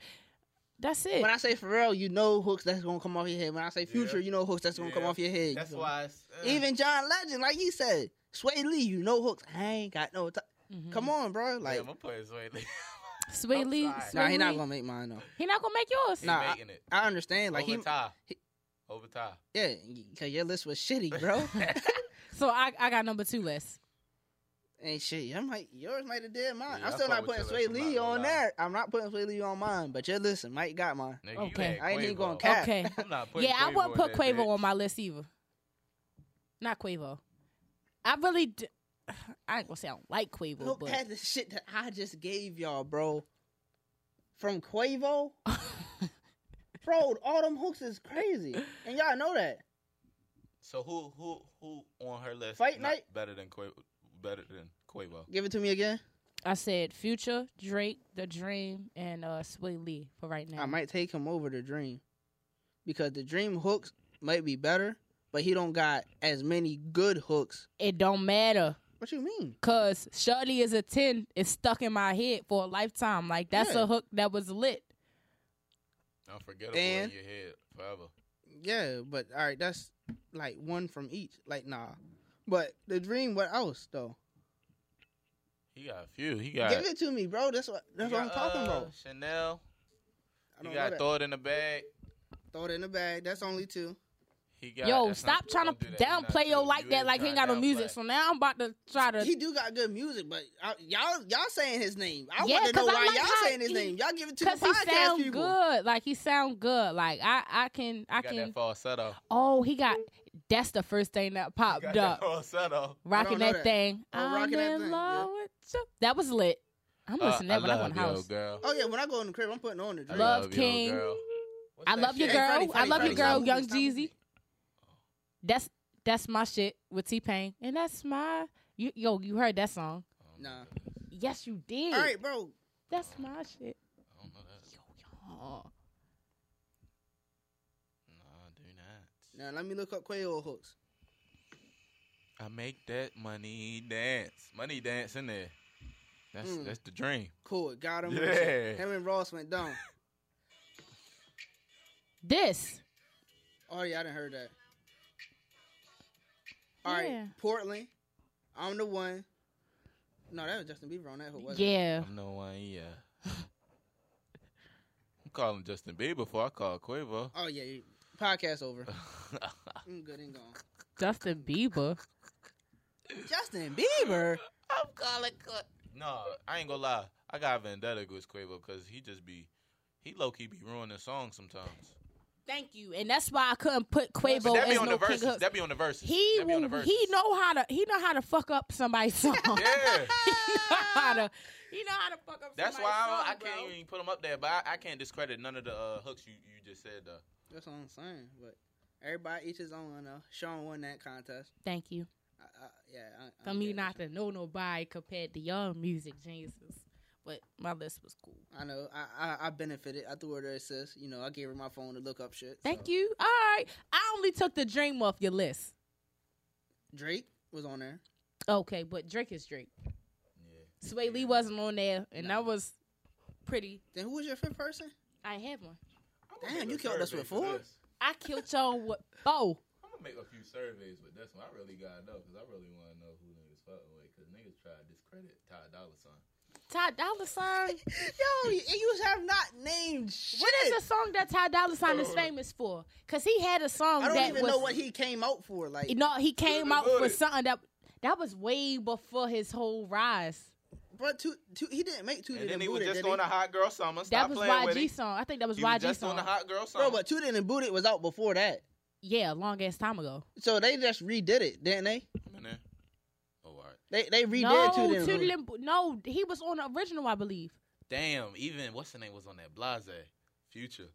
S4: that's it.
S2: When I say Pharrell, you know hooks that's gonna come off your head. When I say Future, you know hooks that's gonna come
S5: Yeah.
S2: off your head.
S5: That's
S2: You know?
S5: why. It's, uh,
S2: Even John Legend, like he said, Sway Lee, you know hooks. I ain't got no. T-
S4: Mm-hmm.
S5: Mm.
S2: Come on, bro. Like,
S5: Damn, I'm putting Sway Lee.
S4: Sway
S5: I'm
S4: Lee.
S5: sorry.
S4: Sway
S2: nah, he not
S4: Lee.
S2: gonna make mine though.
S4: He not gonna make yours.
S5: He
S2: Nah,
S5: making it.
S2: I understand. Like
S5: Over
S2: he,
S5: Ty.
S2: he-
S5: Over Ty.
S2: yeah, because your list was shitty, bro.
S4: So I, I got number two list.
S2: and shit, I might yours might have did mine.
S5: Yeah,
S2: I'm
S5: I
S2: still not
S5: fuck with
S2: putting Sway
S5: your list. I'm not
S2: Lee
S5: gonna
S2: on
S5: lie.
S2: there. I'm not putting Sway Lee on mine, but your listen, Mike got mine.
S5: Nigga,
S4: Okay.
S5: you had
S2: I ain't even
S5: Quavo.
S2: gonna cap.
S4: Okay.
S5: I'm not putting
S4: Yeah, I
S5: Quavo
S4: wouldn't
S5: in
S4: put
S5: that
S4: Quavo
S5: bitch.
S4: on my list either. Not Quavo. I really, d- I ain't gonna say I don't like Quavo,
S2: Look
S4: but
S2: at the shit that I just gave y'all, bro. From Quavo, bro, all them hooks is crazy, and y'all know that.
S5: So who who who on her list?
S2: Fight
S5: not
S2: Night?
S5: better than Quavo. Better than Quavo.
S2: Give it to me again.
S4: I said Future, Drake, The Dream, and uh, Sway Lee for right now.
S2: I might take him over the Dream because the Dream hooks might be better, but he don't got as many good hooks.
S4: It don't matter
S2: What you mean?
S4: because Shirley is a ten. It's stuck in my head for a lifetime. Like that's
S2: Yeah.
S4: a hook that was lit.
S5: Unforgettable
S2: And-
S5: in your head forever.
S2: Yeah, but all right, that's like one from each. Like nah, but the Dream. What else though?
S5: He got a few. He got.
S2: Give it to me, bro. That's what that's
S5: he
S2: what I'm
S5: got,
S2: talking
S5: uh,
S2: about.
S5: Chanel.
S2: I
S5: He
S2: don't know
S5: got
S2: that.
S5: throw it in the bag.
S2: Throw it in the bag. That's only two.
S5: He got.
S4: Yo,
S5: that's
S4: stop
S5: not-
S4: trying
S5: don't
S4: to
S5: do that. You're not
S4: downplay yo
S5: doing-
S4: like
S5: you
S4: that. Like he ain't got no
S5: trying to
S4: music.
S5: downplay.
S4: So now I'm about to try to.
S2: He do got good music, but I, y'all y'all saying his name. I
S4: Yeah,
S2: want to know
S4: 'cause I
S2: why
S4: like
S2: y'all
S4: how
S2: saying his
S4: he-
S2: name. Y'all give it to the
S4: Cause he
S2: podcast
S4: sound
S2: people.
S4: good, like he sound good, like I I can I
S5: He got
S4: can
S5: that falsetto.
S4: Oh, he got. That's the first thing that popped
S5: Got
S4: up.
S5: that falsetto.
S2: I don't
S4: Rocking
S2: know
S4: that,
S2: that.
S4: thing.
S2: Oh,
S4: I'm
S2: Rockin' That
S4: in
S2: Thing,
S4: love
S2: yeah.
S4: with you. That was lit. I'm listening
S5: Uh,
S4: to that when I go
S5: love
S4: in the
S5: yo,
S4: house.
S5: girl.
S2: Oh yeah, when I go in the crib, I'm putting on the
S5: I
S2: Dream.
S4: Love
S5: yo,
S4: King.
S5: girl. What's
S4: I
S5: that
S4: love your
S5: shit?
S4: girl.
S2: Freddie,
S4: I
S2: Freddie,
S4: love
S5: Freddie,
S4: your girl,
S2: Freddie.
S4: Young
S2: Stop moving.
S4: Jeezy. That's that's my shit with T Pain, and that's my you, yo. You heard that song?
S5: Oh,
S2: Nah.
S4: Yes, you did.
S2: All right, bro.
S4: That's my shit.
S5: I don't know that.
S4: Yo, y'all.
S5: Nah, do not.
S2: Now let me look up Quavo hooks.
S5: I make that money dance. Money dance in there. That's
S2: Mm.
S5: that's the dream.
S2: Cool, got him.
S5: Yeah.
S2: Him and Ross went down.
S4: This.
S2: Oh yeah, I didn't heard that. All right,
S4: Yeah.
S2: Portland. I'm the one. No, that was Justin Bieber on that hook. Wasn't
S4: Yeah.
S5: I'm no one yeah. I'm calling Justin Bieber before I call Quavo.
S2: It? Oh yeah. you- Podcast over. I'm good and gone.
S4: Justin Bieber.
S2: Justin Bieber.
S5: I'm calling Quavo. No, I ain't gonna lie. I got a vendetta against Quavo because he just be, he low key be ruining songs sometimes.
S4: Thank you, and that's why I couldn't put
S5: But
S4: Quavo
S5: that
S4: as
S5: be on
S4: no
S5: the
S4: king of
S5: verses.
S4: hooks.
S5: That be on the verses.
S4: He
S5: that be on the
S4: will-
S5: verses.
S4: he know how to he know how to fuck up somebody's song.
S5: Yeah,
S4: he know how to he know how to fuck up.
S5: that's
S4: somebody's
S5: why
S4: song,
S5: I, don't- I
S4: bro.
S5: can't even put him up there. But I, I can't discredit none of the uh, hooks you, you just said though.
S2: That's what I'm saying. But everybody each his own. Uh, Sean won that contest.
S4: Thank you
S2: I, I, yeah, I, I
S4: for
S2: don't
S4: me
S2: care.
S4: not to know nobody compared to your music geniuses. But my list was cool.
S2: I know. I, I I benefited. I threw her the assist. You know, I gave her my phone to look up shit.
S4: Thank you. All right, I only took the dream off your list.
S2: Drake was on there.
S4: Okay, but Drake is Drake. Sway Lee wasn't on there, and that was pretty.
S2: Then who was your fifth person?
S4: I had one.
S2: Damn, you killed us with four.
S4: I killed y'all with oh, four.
S5: I'm gonna make a few surveys, but that's one I really gotta know because I really want to know who niggas fucking with because niggas try to discredit Ty Dolla Sign.
S4: Ty Dolla Sign.
S2: Yo, you- you have not named shit. Uh,
S4: What is the song that Ty Dolla Sign is famous for? Cause he had a song
S2: I don't
S4: that
S2: even
S4: was
S2: know what he came out for. Like,
S4: no, he came out
S5: Good.
S4: for something that that was way before his whole rise.
S2: but two, two, he didn't make two.
S5: And
S2: didn't
S5: then he
S2: boot
S5: was
S2: it,
S5: just
S2: did
S5: on a hot girl summer.
S4: That
S5: Stop
S4: was
S5: playing with
S4: YG
S5: it.
S4: song. I think that was
S5: He was
S4: YG
S5: just
S4: song.
S5: on the hot girl summer.
S2: Bro, but two didn't boot it was out before that.
S4: yeah, a long ass time ago.
S2: So they just redid it, didn't they?
S5: Come in there. Oh, all right.
S2: They they redid
S4: no,
S2: two didn't boot it.
S4: Toodaloo- no, he was on the original, I believe.
S5: Damn, even what's the name was on that Blase Future.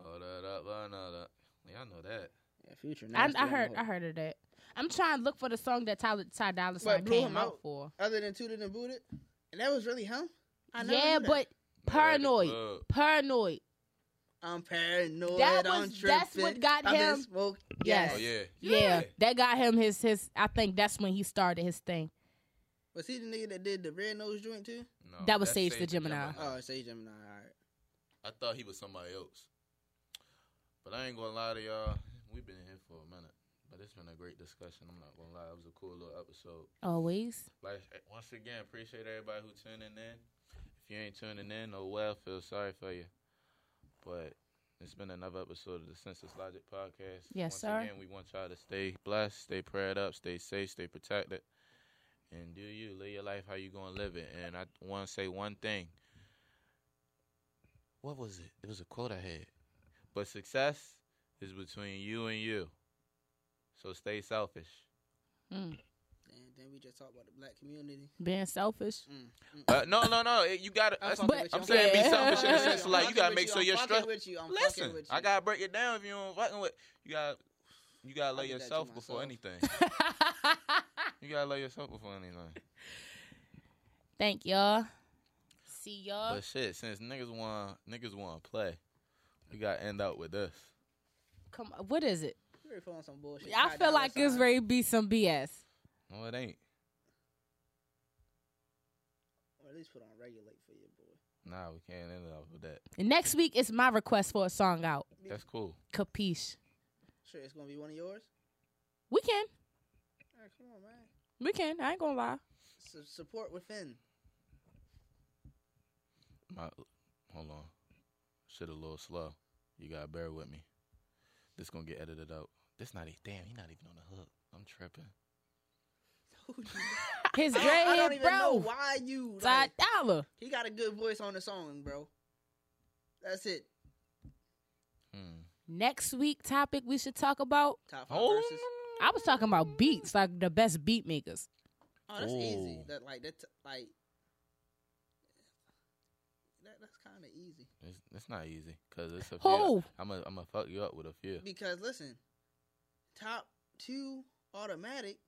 S5: Oh, da, da, da, da, da. Yeah, I know that.
S2: Yeah, future.
S4: I,
S2: nasty,
S4: I
S2: don't
S4: heard,
S2: know.
S4: I heard of that. I'm trying to look for the song that Ty, Ty Dolla Sign
S2: blew
S4: came
S2: him
S4: out,
S2: out.
S4: for.
S2: Other than two didn't boot it, and that was really him. I never
S4: Yeah,
S2: knew that.
S4: but
S5: Yeah,
S4: paranoid,
S5: the club. Oh,
S4: paranoid.
S2: I'm paranoid.
S4: That
S2: I'm
S4: was- that's
S2: tripping,
S4: what got
S2: I've been
S4: him.
S2: Smoke.
S4: Yes.
S5: Oh yeah.
S4: Yeah, that got him his his. I think that's when he started his thing.
S2: Was he the nigga that did the red nose joint too?
S5: No,
S4: That was
S5: that's
S4: Sage the
S5: Sage
S4: Gemini.
S2: Oh, it's Sage Gemini. All right.
S5: I thought he was somebody else. But I ain't gonna lie to y'all. We've been here for a minute. But it's been a great discussion. I'm not gonna lie. It was a cool little episode.
S4: Always.
S5: Like once again, appreciate everybody who tuning in. If you ain't tuning in, oh well, feel sorry for you. But it's been another episode of the Census Logic Podcast.
S4: Yes,
S5: once
S4: sir.
S5: Again, we want y'all to stay blessed, stay prayed up, stay safe, stay protected, and do you live your life how you gonna live it. And I want to say one thing. What was it? It was a quote I had. But success is between you and you. So stay selfish.
S2: And then we just talked about the black community. Mm.
S4: Being selfish.
S5: Uh, no, no, no. it- You got to.
S2: I'm,
S4: But-
S2: fucking with you.
S5: I'm saying be
S4: Yeah.
S5: selfish in the sense
S2: I'm
S5: of like you
S2: fucking
S5: gotta
S2: with
S5: make
S2: you.
S5: sure
S2: I'm
S5: you're
S2: fucking
S5: stressed.
S2: with you. I'm fucking
S5: Listen,
S2: with you.
S5: I gotta break it down if you don't fucking with. You gotta, you gotta love
S2: did that to
S5: yourself before
S2: myself.
S5: anything. you gotta love yourself before anything.
S4: Thank y'all. See y'all.
S5: But shit, since niggas want niggas want to play, we gotta end up with this.
S4: Come. What is it?
S2: You ready for on some bullshit.
S4: I
S2: Ty
S4: feel
S2: Dolla
S4: like it's
S2: Sign.
S4: ready to be some BS.
S5: No, it ain't.
S2: Or at least put on regulate for your boy.
S5: Nah, we can't end up with that.
S4: And next week is my request for a song out.
S5: That's cool.
S4: Capiche.
S2: Sure, it's gonna be one of yours.
S4: We can.
S2: All right, come on, man.
S4: We can. I ain't gonna lie.
S2: Su- support within.
S5: My, hold on. Shit, a little slow. You gotta bear with me. This gonna get edited out. This not even. Damn, he not even on the hook. I'm tripping.
S4: His
S2: I don't
S4: dreadhead
S2: even know
S4: bro.
S2: why you.
S4: Ty
S2: Like,
S4: Dollar.
S2: he got a good voice on the song, bro. That's it.
S5: Hmm.
S4: Next week topic we should talk about.
S2: Top five
S5: Hold
S2: verses.
S4: I was talking about beats, like the best beat makers.
S2: Oh, that's easy.
S5: Oh.
S2: That like that like. That, that's kind of easy
S5: It's, it's not easy because it's a
S4: Who?
S5: few. I'm gonna I'm gonna fuck you up with a few.
S2: because listen, top two automatic,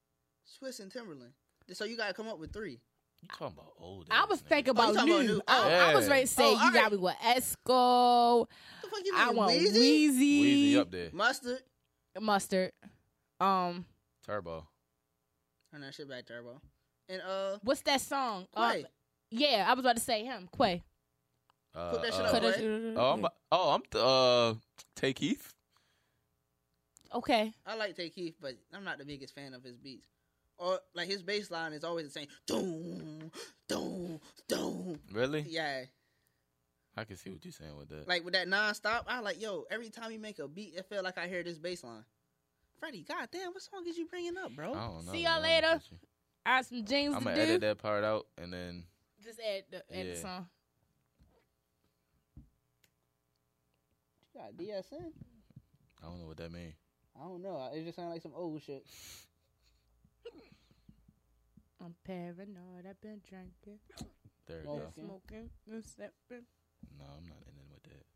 S2: Swiss and Timberland. So you gotta come up with three.
S5: You talking about old?
S4: I
S5: ass
S4: was
S5: niggas.
S4: thinking about
S2: Oh, you talking
S4: new.
S2: about new.
S4: I, I
S5: Yeah.
S4: was ready to say
S2: Oh,
S4: you
S2: all
S4: got me with Esco.
S2: What the fuck you mean?
S4: I want
S2: Wheezy?
S4: Wheezy,
S5: Weezy up there.
S2: mustard.
S4: mustard. Um,
S5: Turbo.
S2: Turn that shit back, Turbo. And uh,
S4: what's that song? Um,
S2: Quay.
S4: yeah, I was about to say him. Quay.
S5: Uh,
S2: Put that shit
S5: uh,
S2: up,
S4: Coulda-
S5: Oh, I'm about- oh, I'm th- uh, Tay Keith.
S4: okay.
S2: I like Tay Keith, but I'm not the biggest fan of his beats. Or like his bass line is always the same. Doom, doom, doom.
S5: Really?
S2: Yeah.
S5: I can see what you're saying with that.
S2: like with that nonstop, I like yo. Every time you make a beat, it feel like I hear this bass line. Freddie, goddamn, what song is you bringing up,
S5: I
S4: Oh.
S2: bro?
S5: don't know.
S4: See y'all later. I have some James
S5: I'm
S4: to
S5: gonna
S4: do.
S5: edit that part out and then
S4: Just add the, add the
S5: Yeah.
S4: song.
S2: got DSN?
S5: I don't know what that means.
S2: I don't know. It just sounds like some old shit.
S4: I'm paranoid. I've been drinking,
S5: There it
S2: Well,
S5: goes.
S2: Okay.
S4: smoking, and sipping.
S5: No, I'm not ending with that.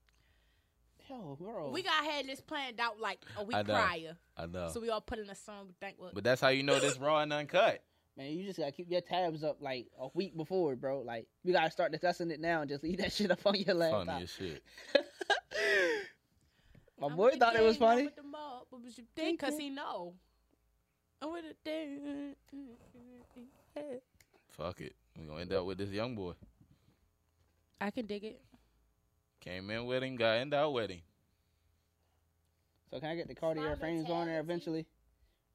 S2: Yo, bro.
S4: We got had this planned out like a week
S5: I know.
S4: prior,
S5: I know.
S4: so we all put in a song. We think, well,
S5: but that's how you know this raw and uncut.
S2: Man, you just gotta keep your tabs up like a week before, bro. Like you gotta start discussing it now and just leave that shit up on your
S5: Funny
S2: laptop.
S5: as shit.
S2: My
S4: I'm
S2: boy
S4: with
S2: thought it was
S4: Dan, I'm
S2: funny.
S4: with the mob, What was you think? Cause he know. I'm with the Dan.
S5: Fuck it. We're gonna end up with this young boy.
S4: I can dig it.
S5: Came in wedding, got end out wedding.
S2: So can I get the Cartier frames on
S8: Simultaneity.
S2: there eventually?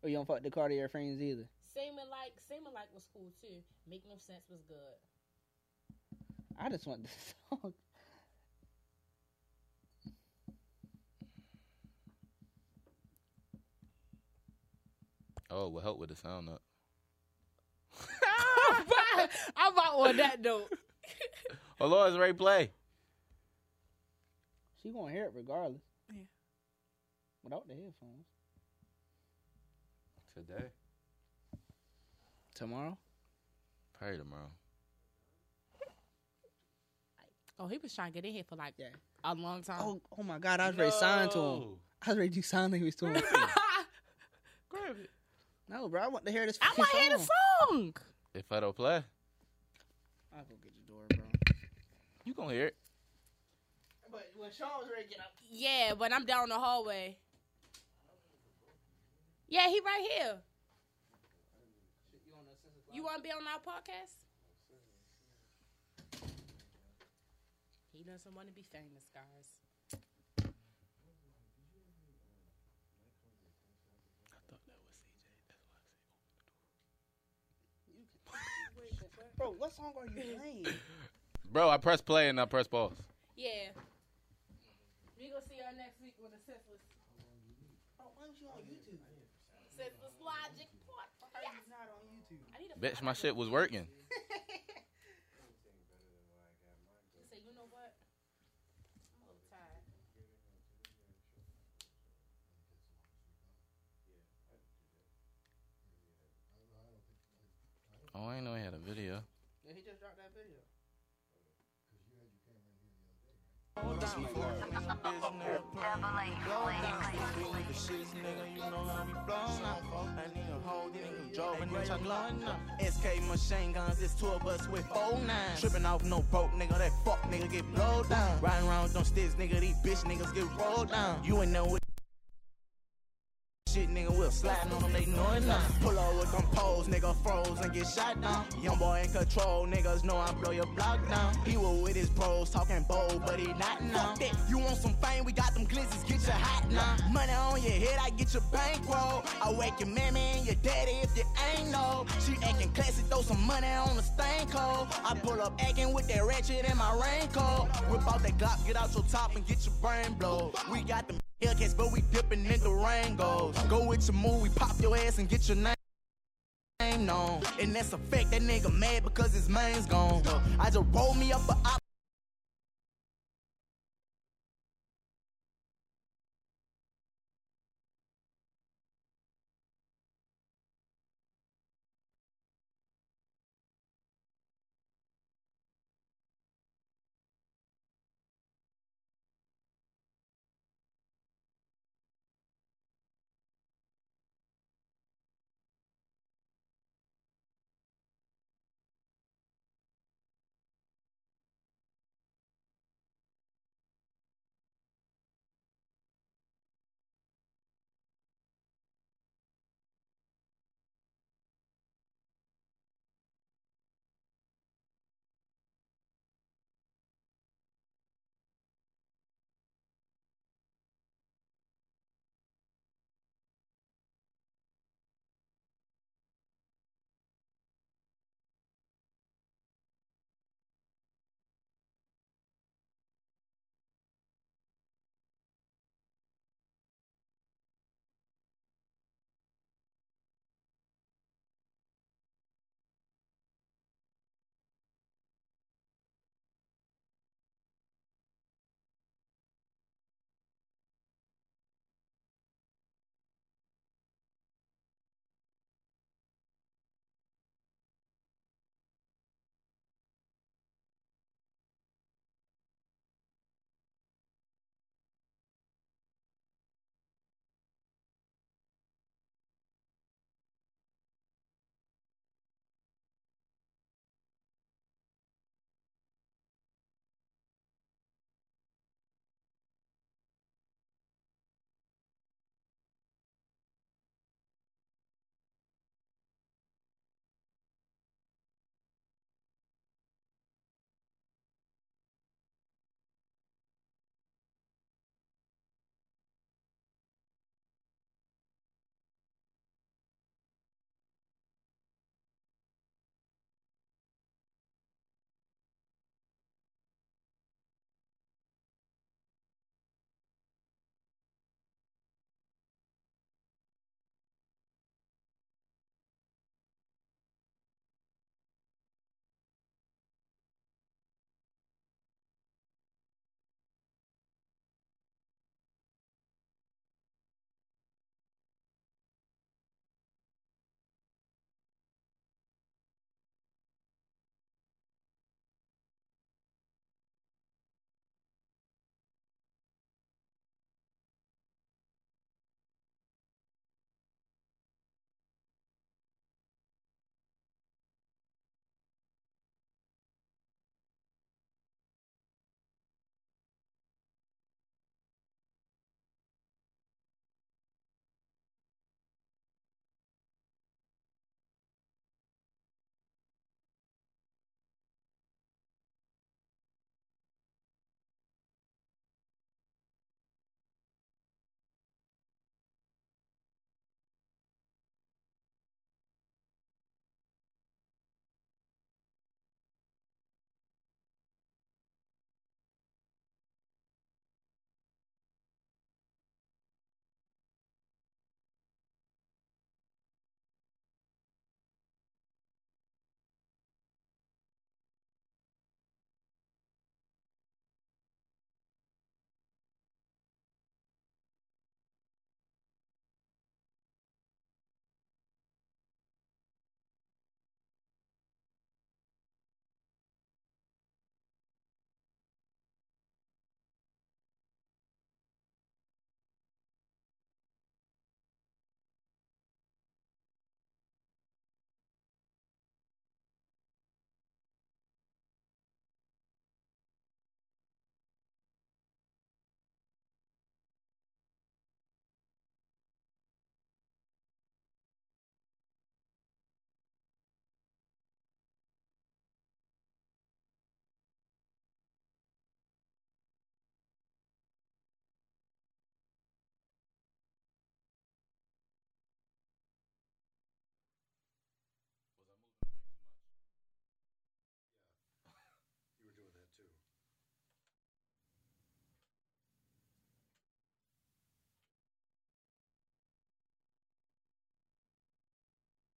S2: Or you don't fuck the Cartier frames either.
S8: Same and like, same and like was cool too. Make no sense was good.
S2: I just want this song.
S5: Oh, well help with the sound up.
S4: I'm out on that note.
S5: Oh Lord, it's right play.
S2: She gonna hear it regardless.
S4: Yeah.
S2: Without the headphones.
S5: Today.
S2: Tomorrow?
S5: Probably tomorrow.
S4: Oh, he was trying to get in here for like
S2: Yeah.
S4: a long time.
S2: Oh oh my god, I was ready to sign to him. I was ready to do sign language to him.
S4: Grab it.
S2: no, bro, I want to hear this.
S4: I
S2: fucking
S4: want to hear the song.
S5: If I don't play,
S2: I'll go get the door, bro.
S5: you gonna hear it.
S2: But when Sean was ready to get up.
S4: Yeah, but I'm down the hallway. Yeah, he right here. You want to be on our podcast? He doesn't want to be famous, guys.
S2: Bro, what song are you playing?
S5: Bro, I press play and I press pause.
S4: Yeah. We gonna see y'all next week on the Senseless,
S2: Bro, Oh, why don't you on YouTube?
S4: senseless Logic podcast.
S2: It's not on YouTube.
S4: I need a
S5: Bitch, my shit was working.
S4: Say, you know what? I'm a little tired.
S5: Oh, I ain't know he had a video.
S2: Yeah, he just dropped that video.
S1: SK machine guns, it's two of us with four nines. Tripping off no broke nigga, that fuck nigga get blowed down. Riding around with them sticks, nigga, these bitch niggas get rolled down. You ain't know what Shit, nigga, we'll sliding on them, they know it now. Pull up with them poles, nigga, froze and get shot down. Young boy in control, niggas know I blow your block down. He was with his bros, talking bold, but he not now. Fuck that. You want some fame, we got them glizzes, get you hot now. Money on your head, I get your bankroll. I wake your mammy and your daddy if you ain't no. She acting classy, throw some money on the stank hole. I pull up acting with that ratchet in my raincoat. Whip out that Glock, get out your top and get your brain blown. We got them Hellcats, but we dipping in Durangos. Go with your move, we pop your ass and get your name. Known. And that's a fact, that nigga mad because his main's gone. I just roll me up a op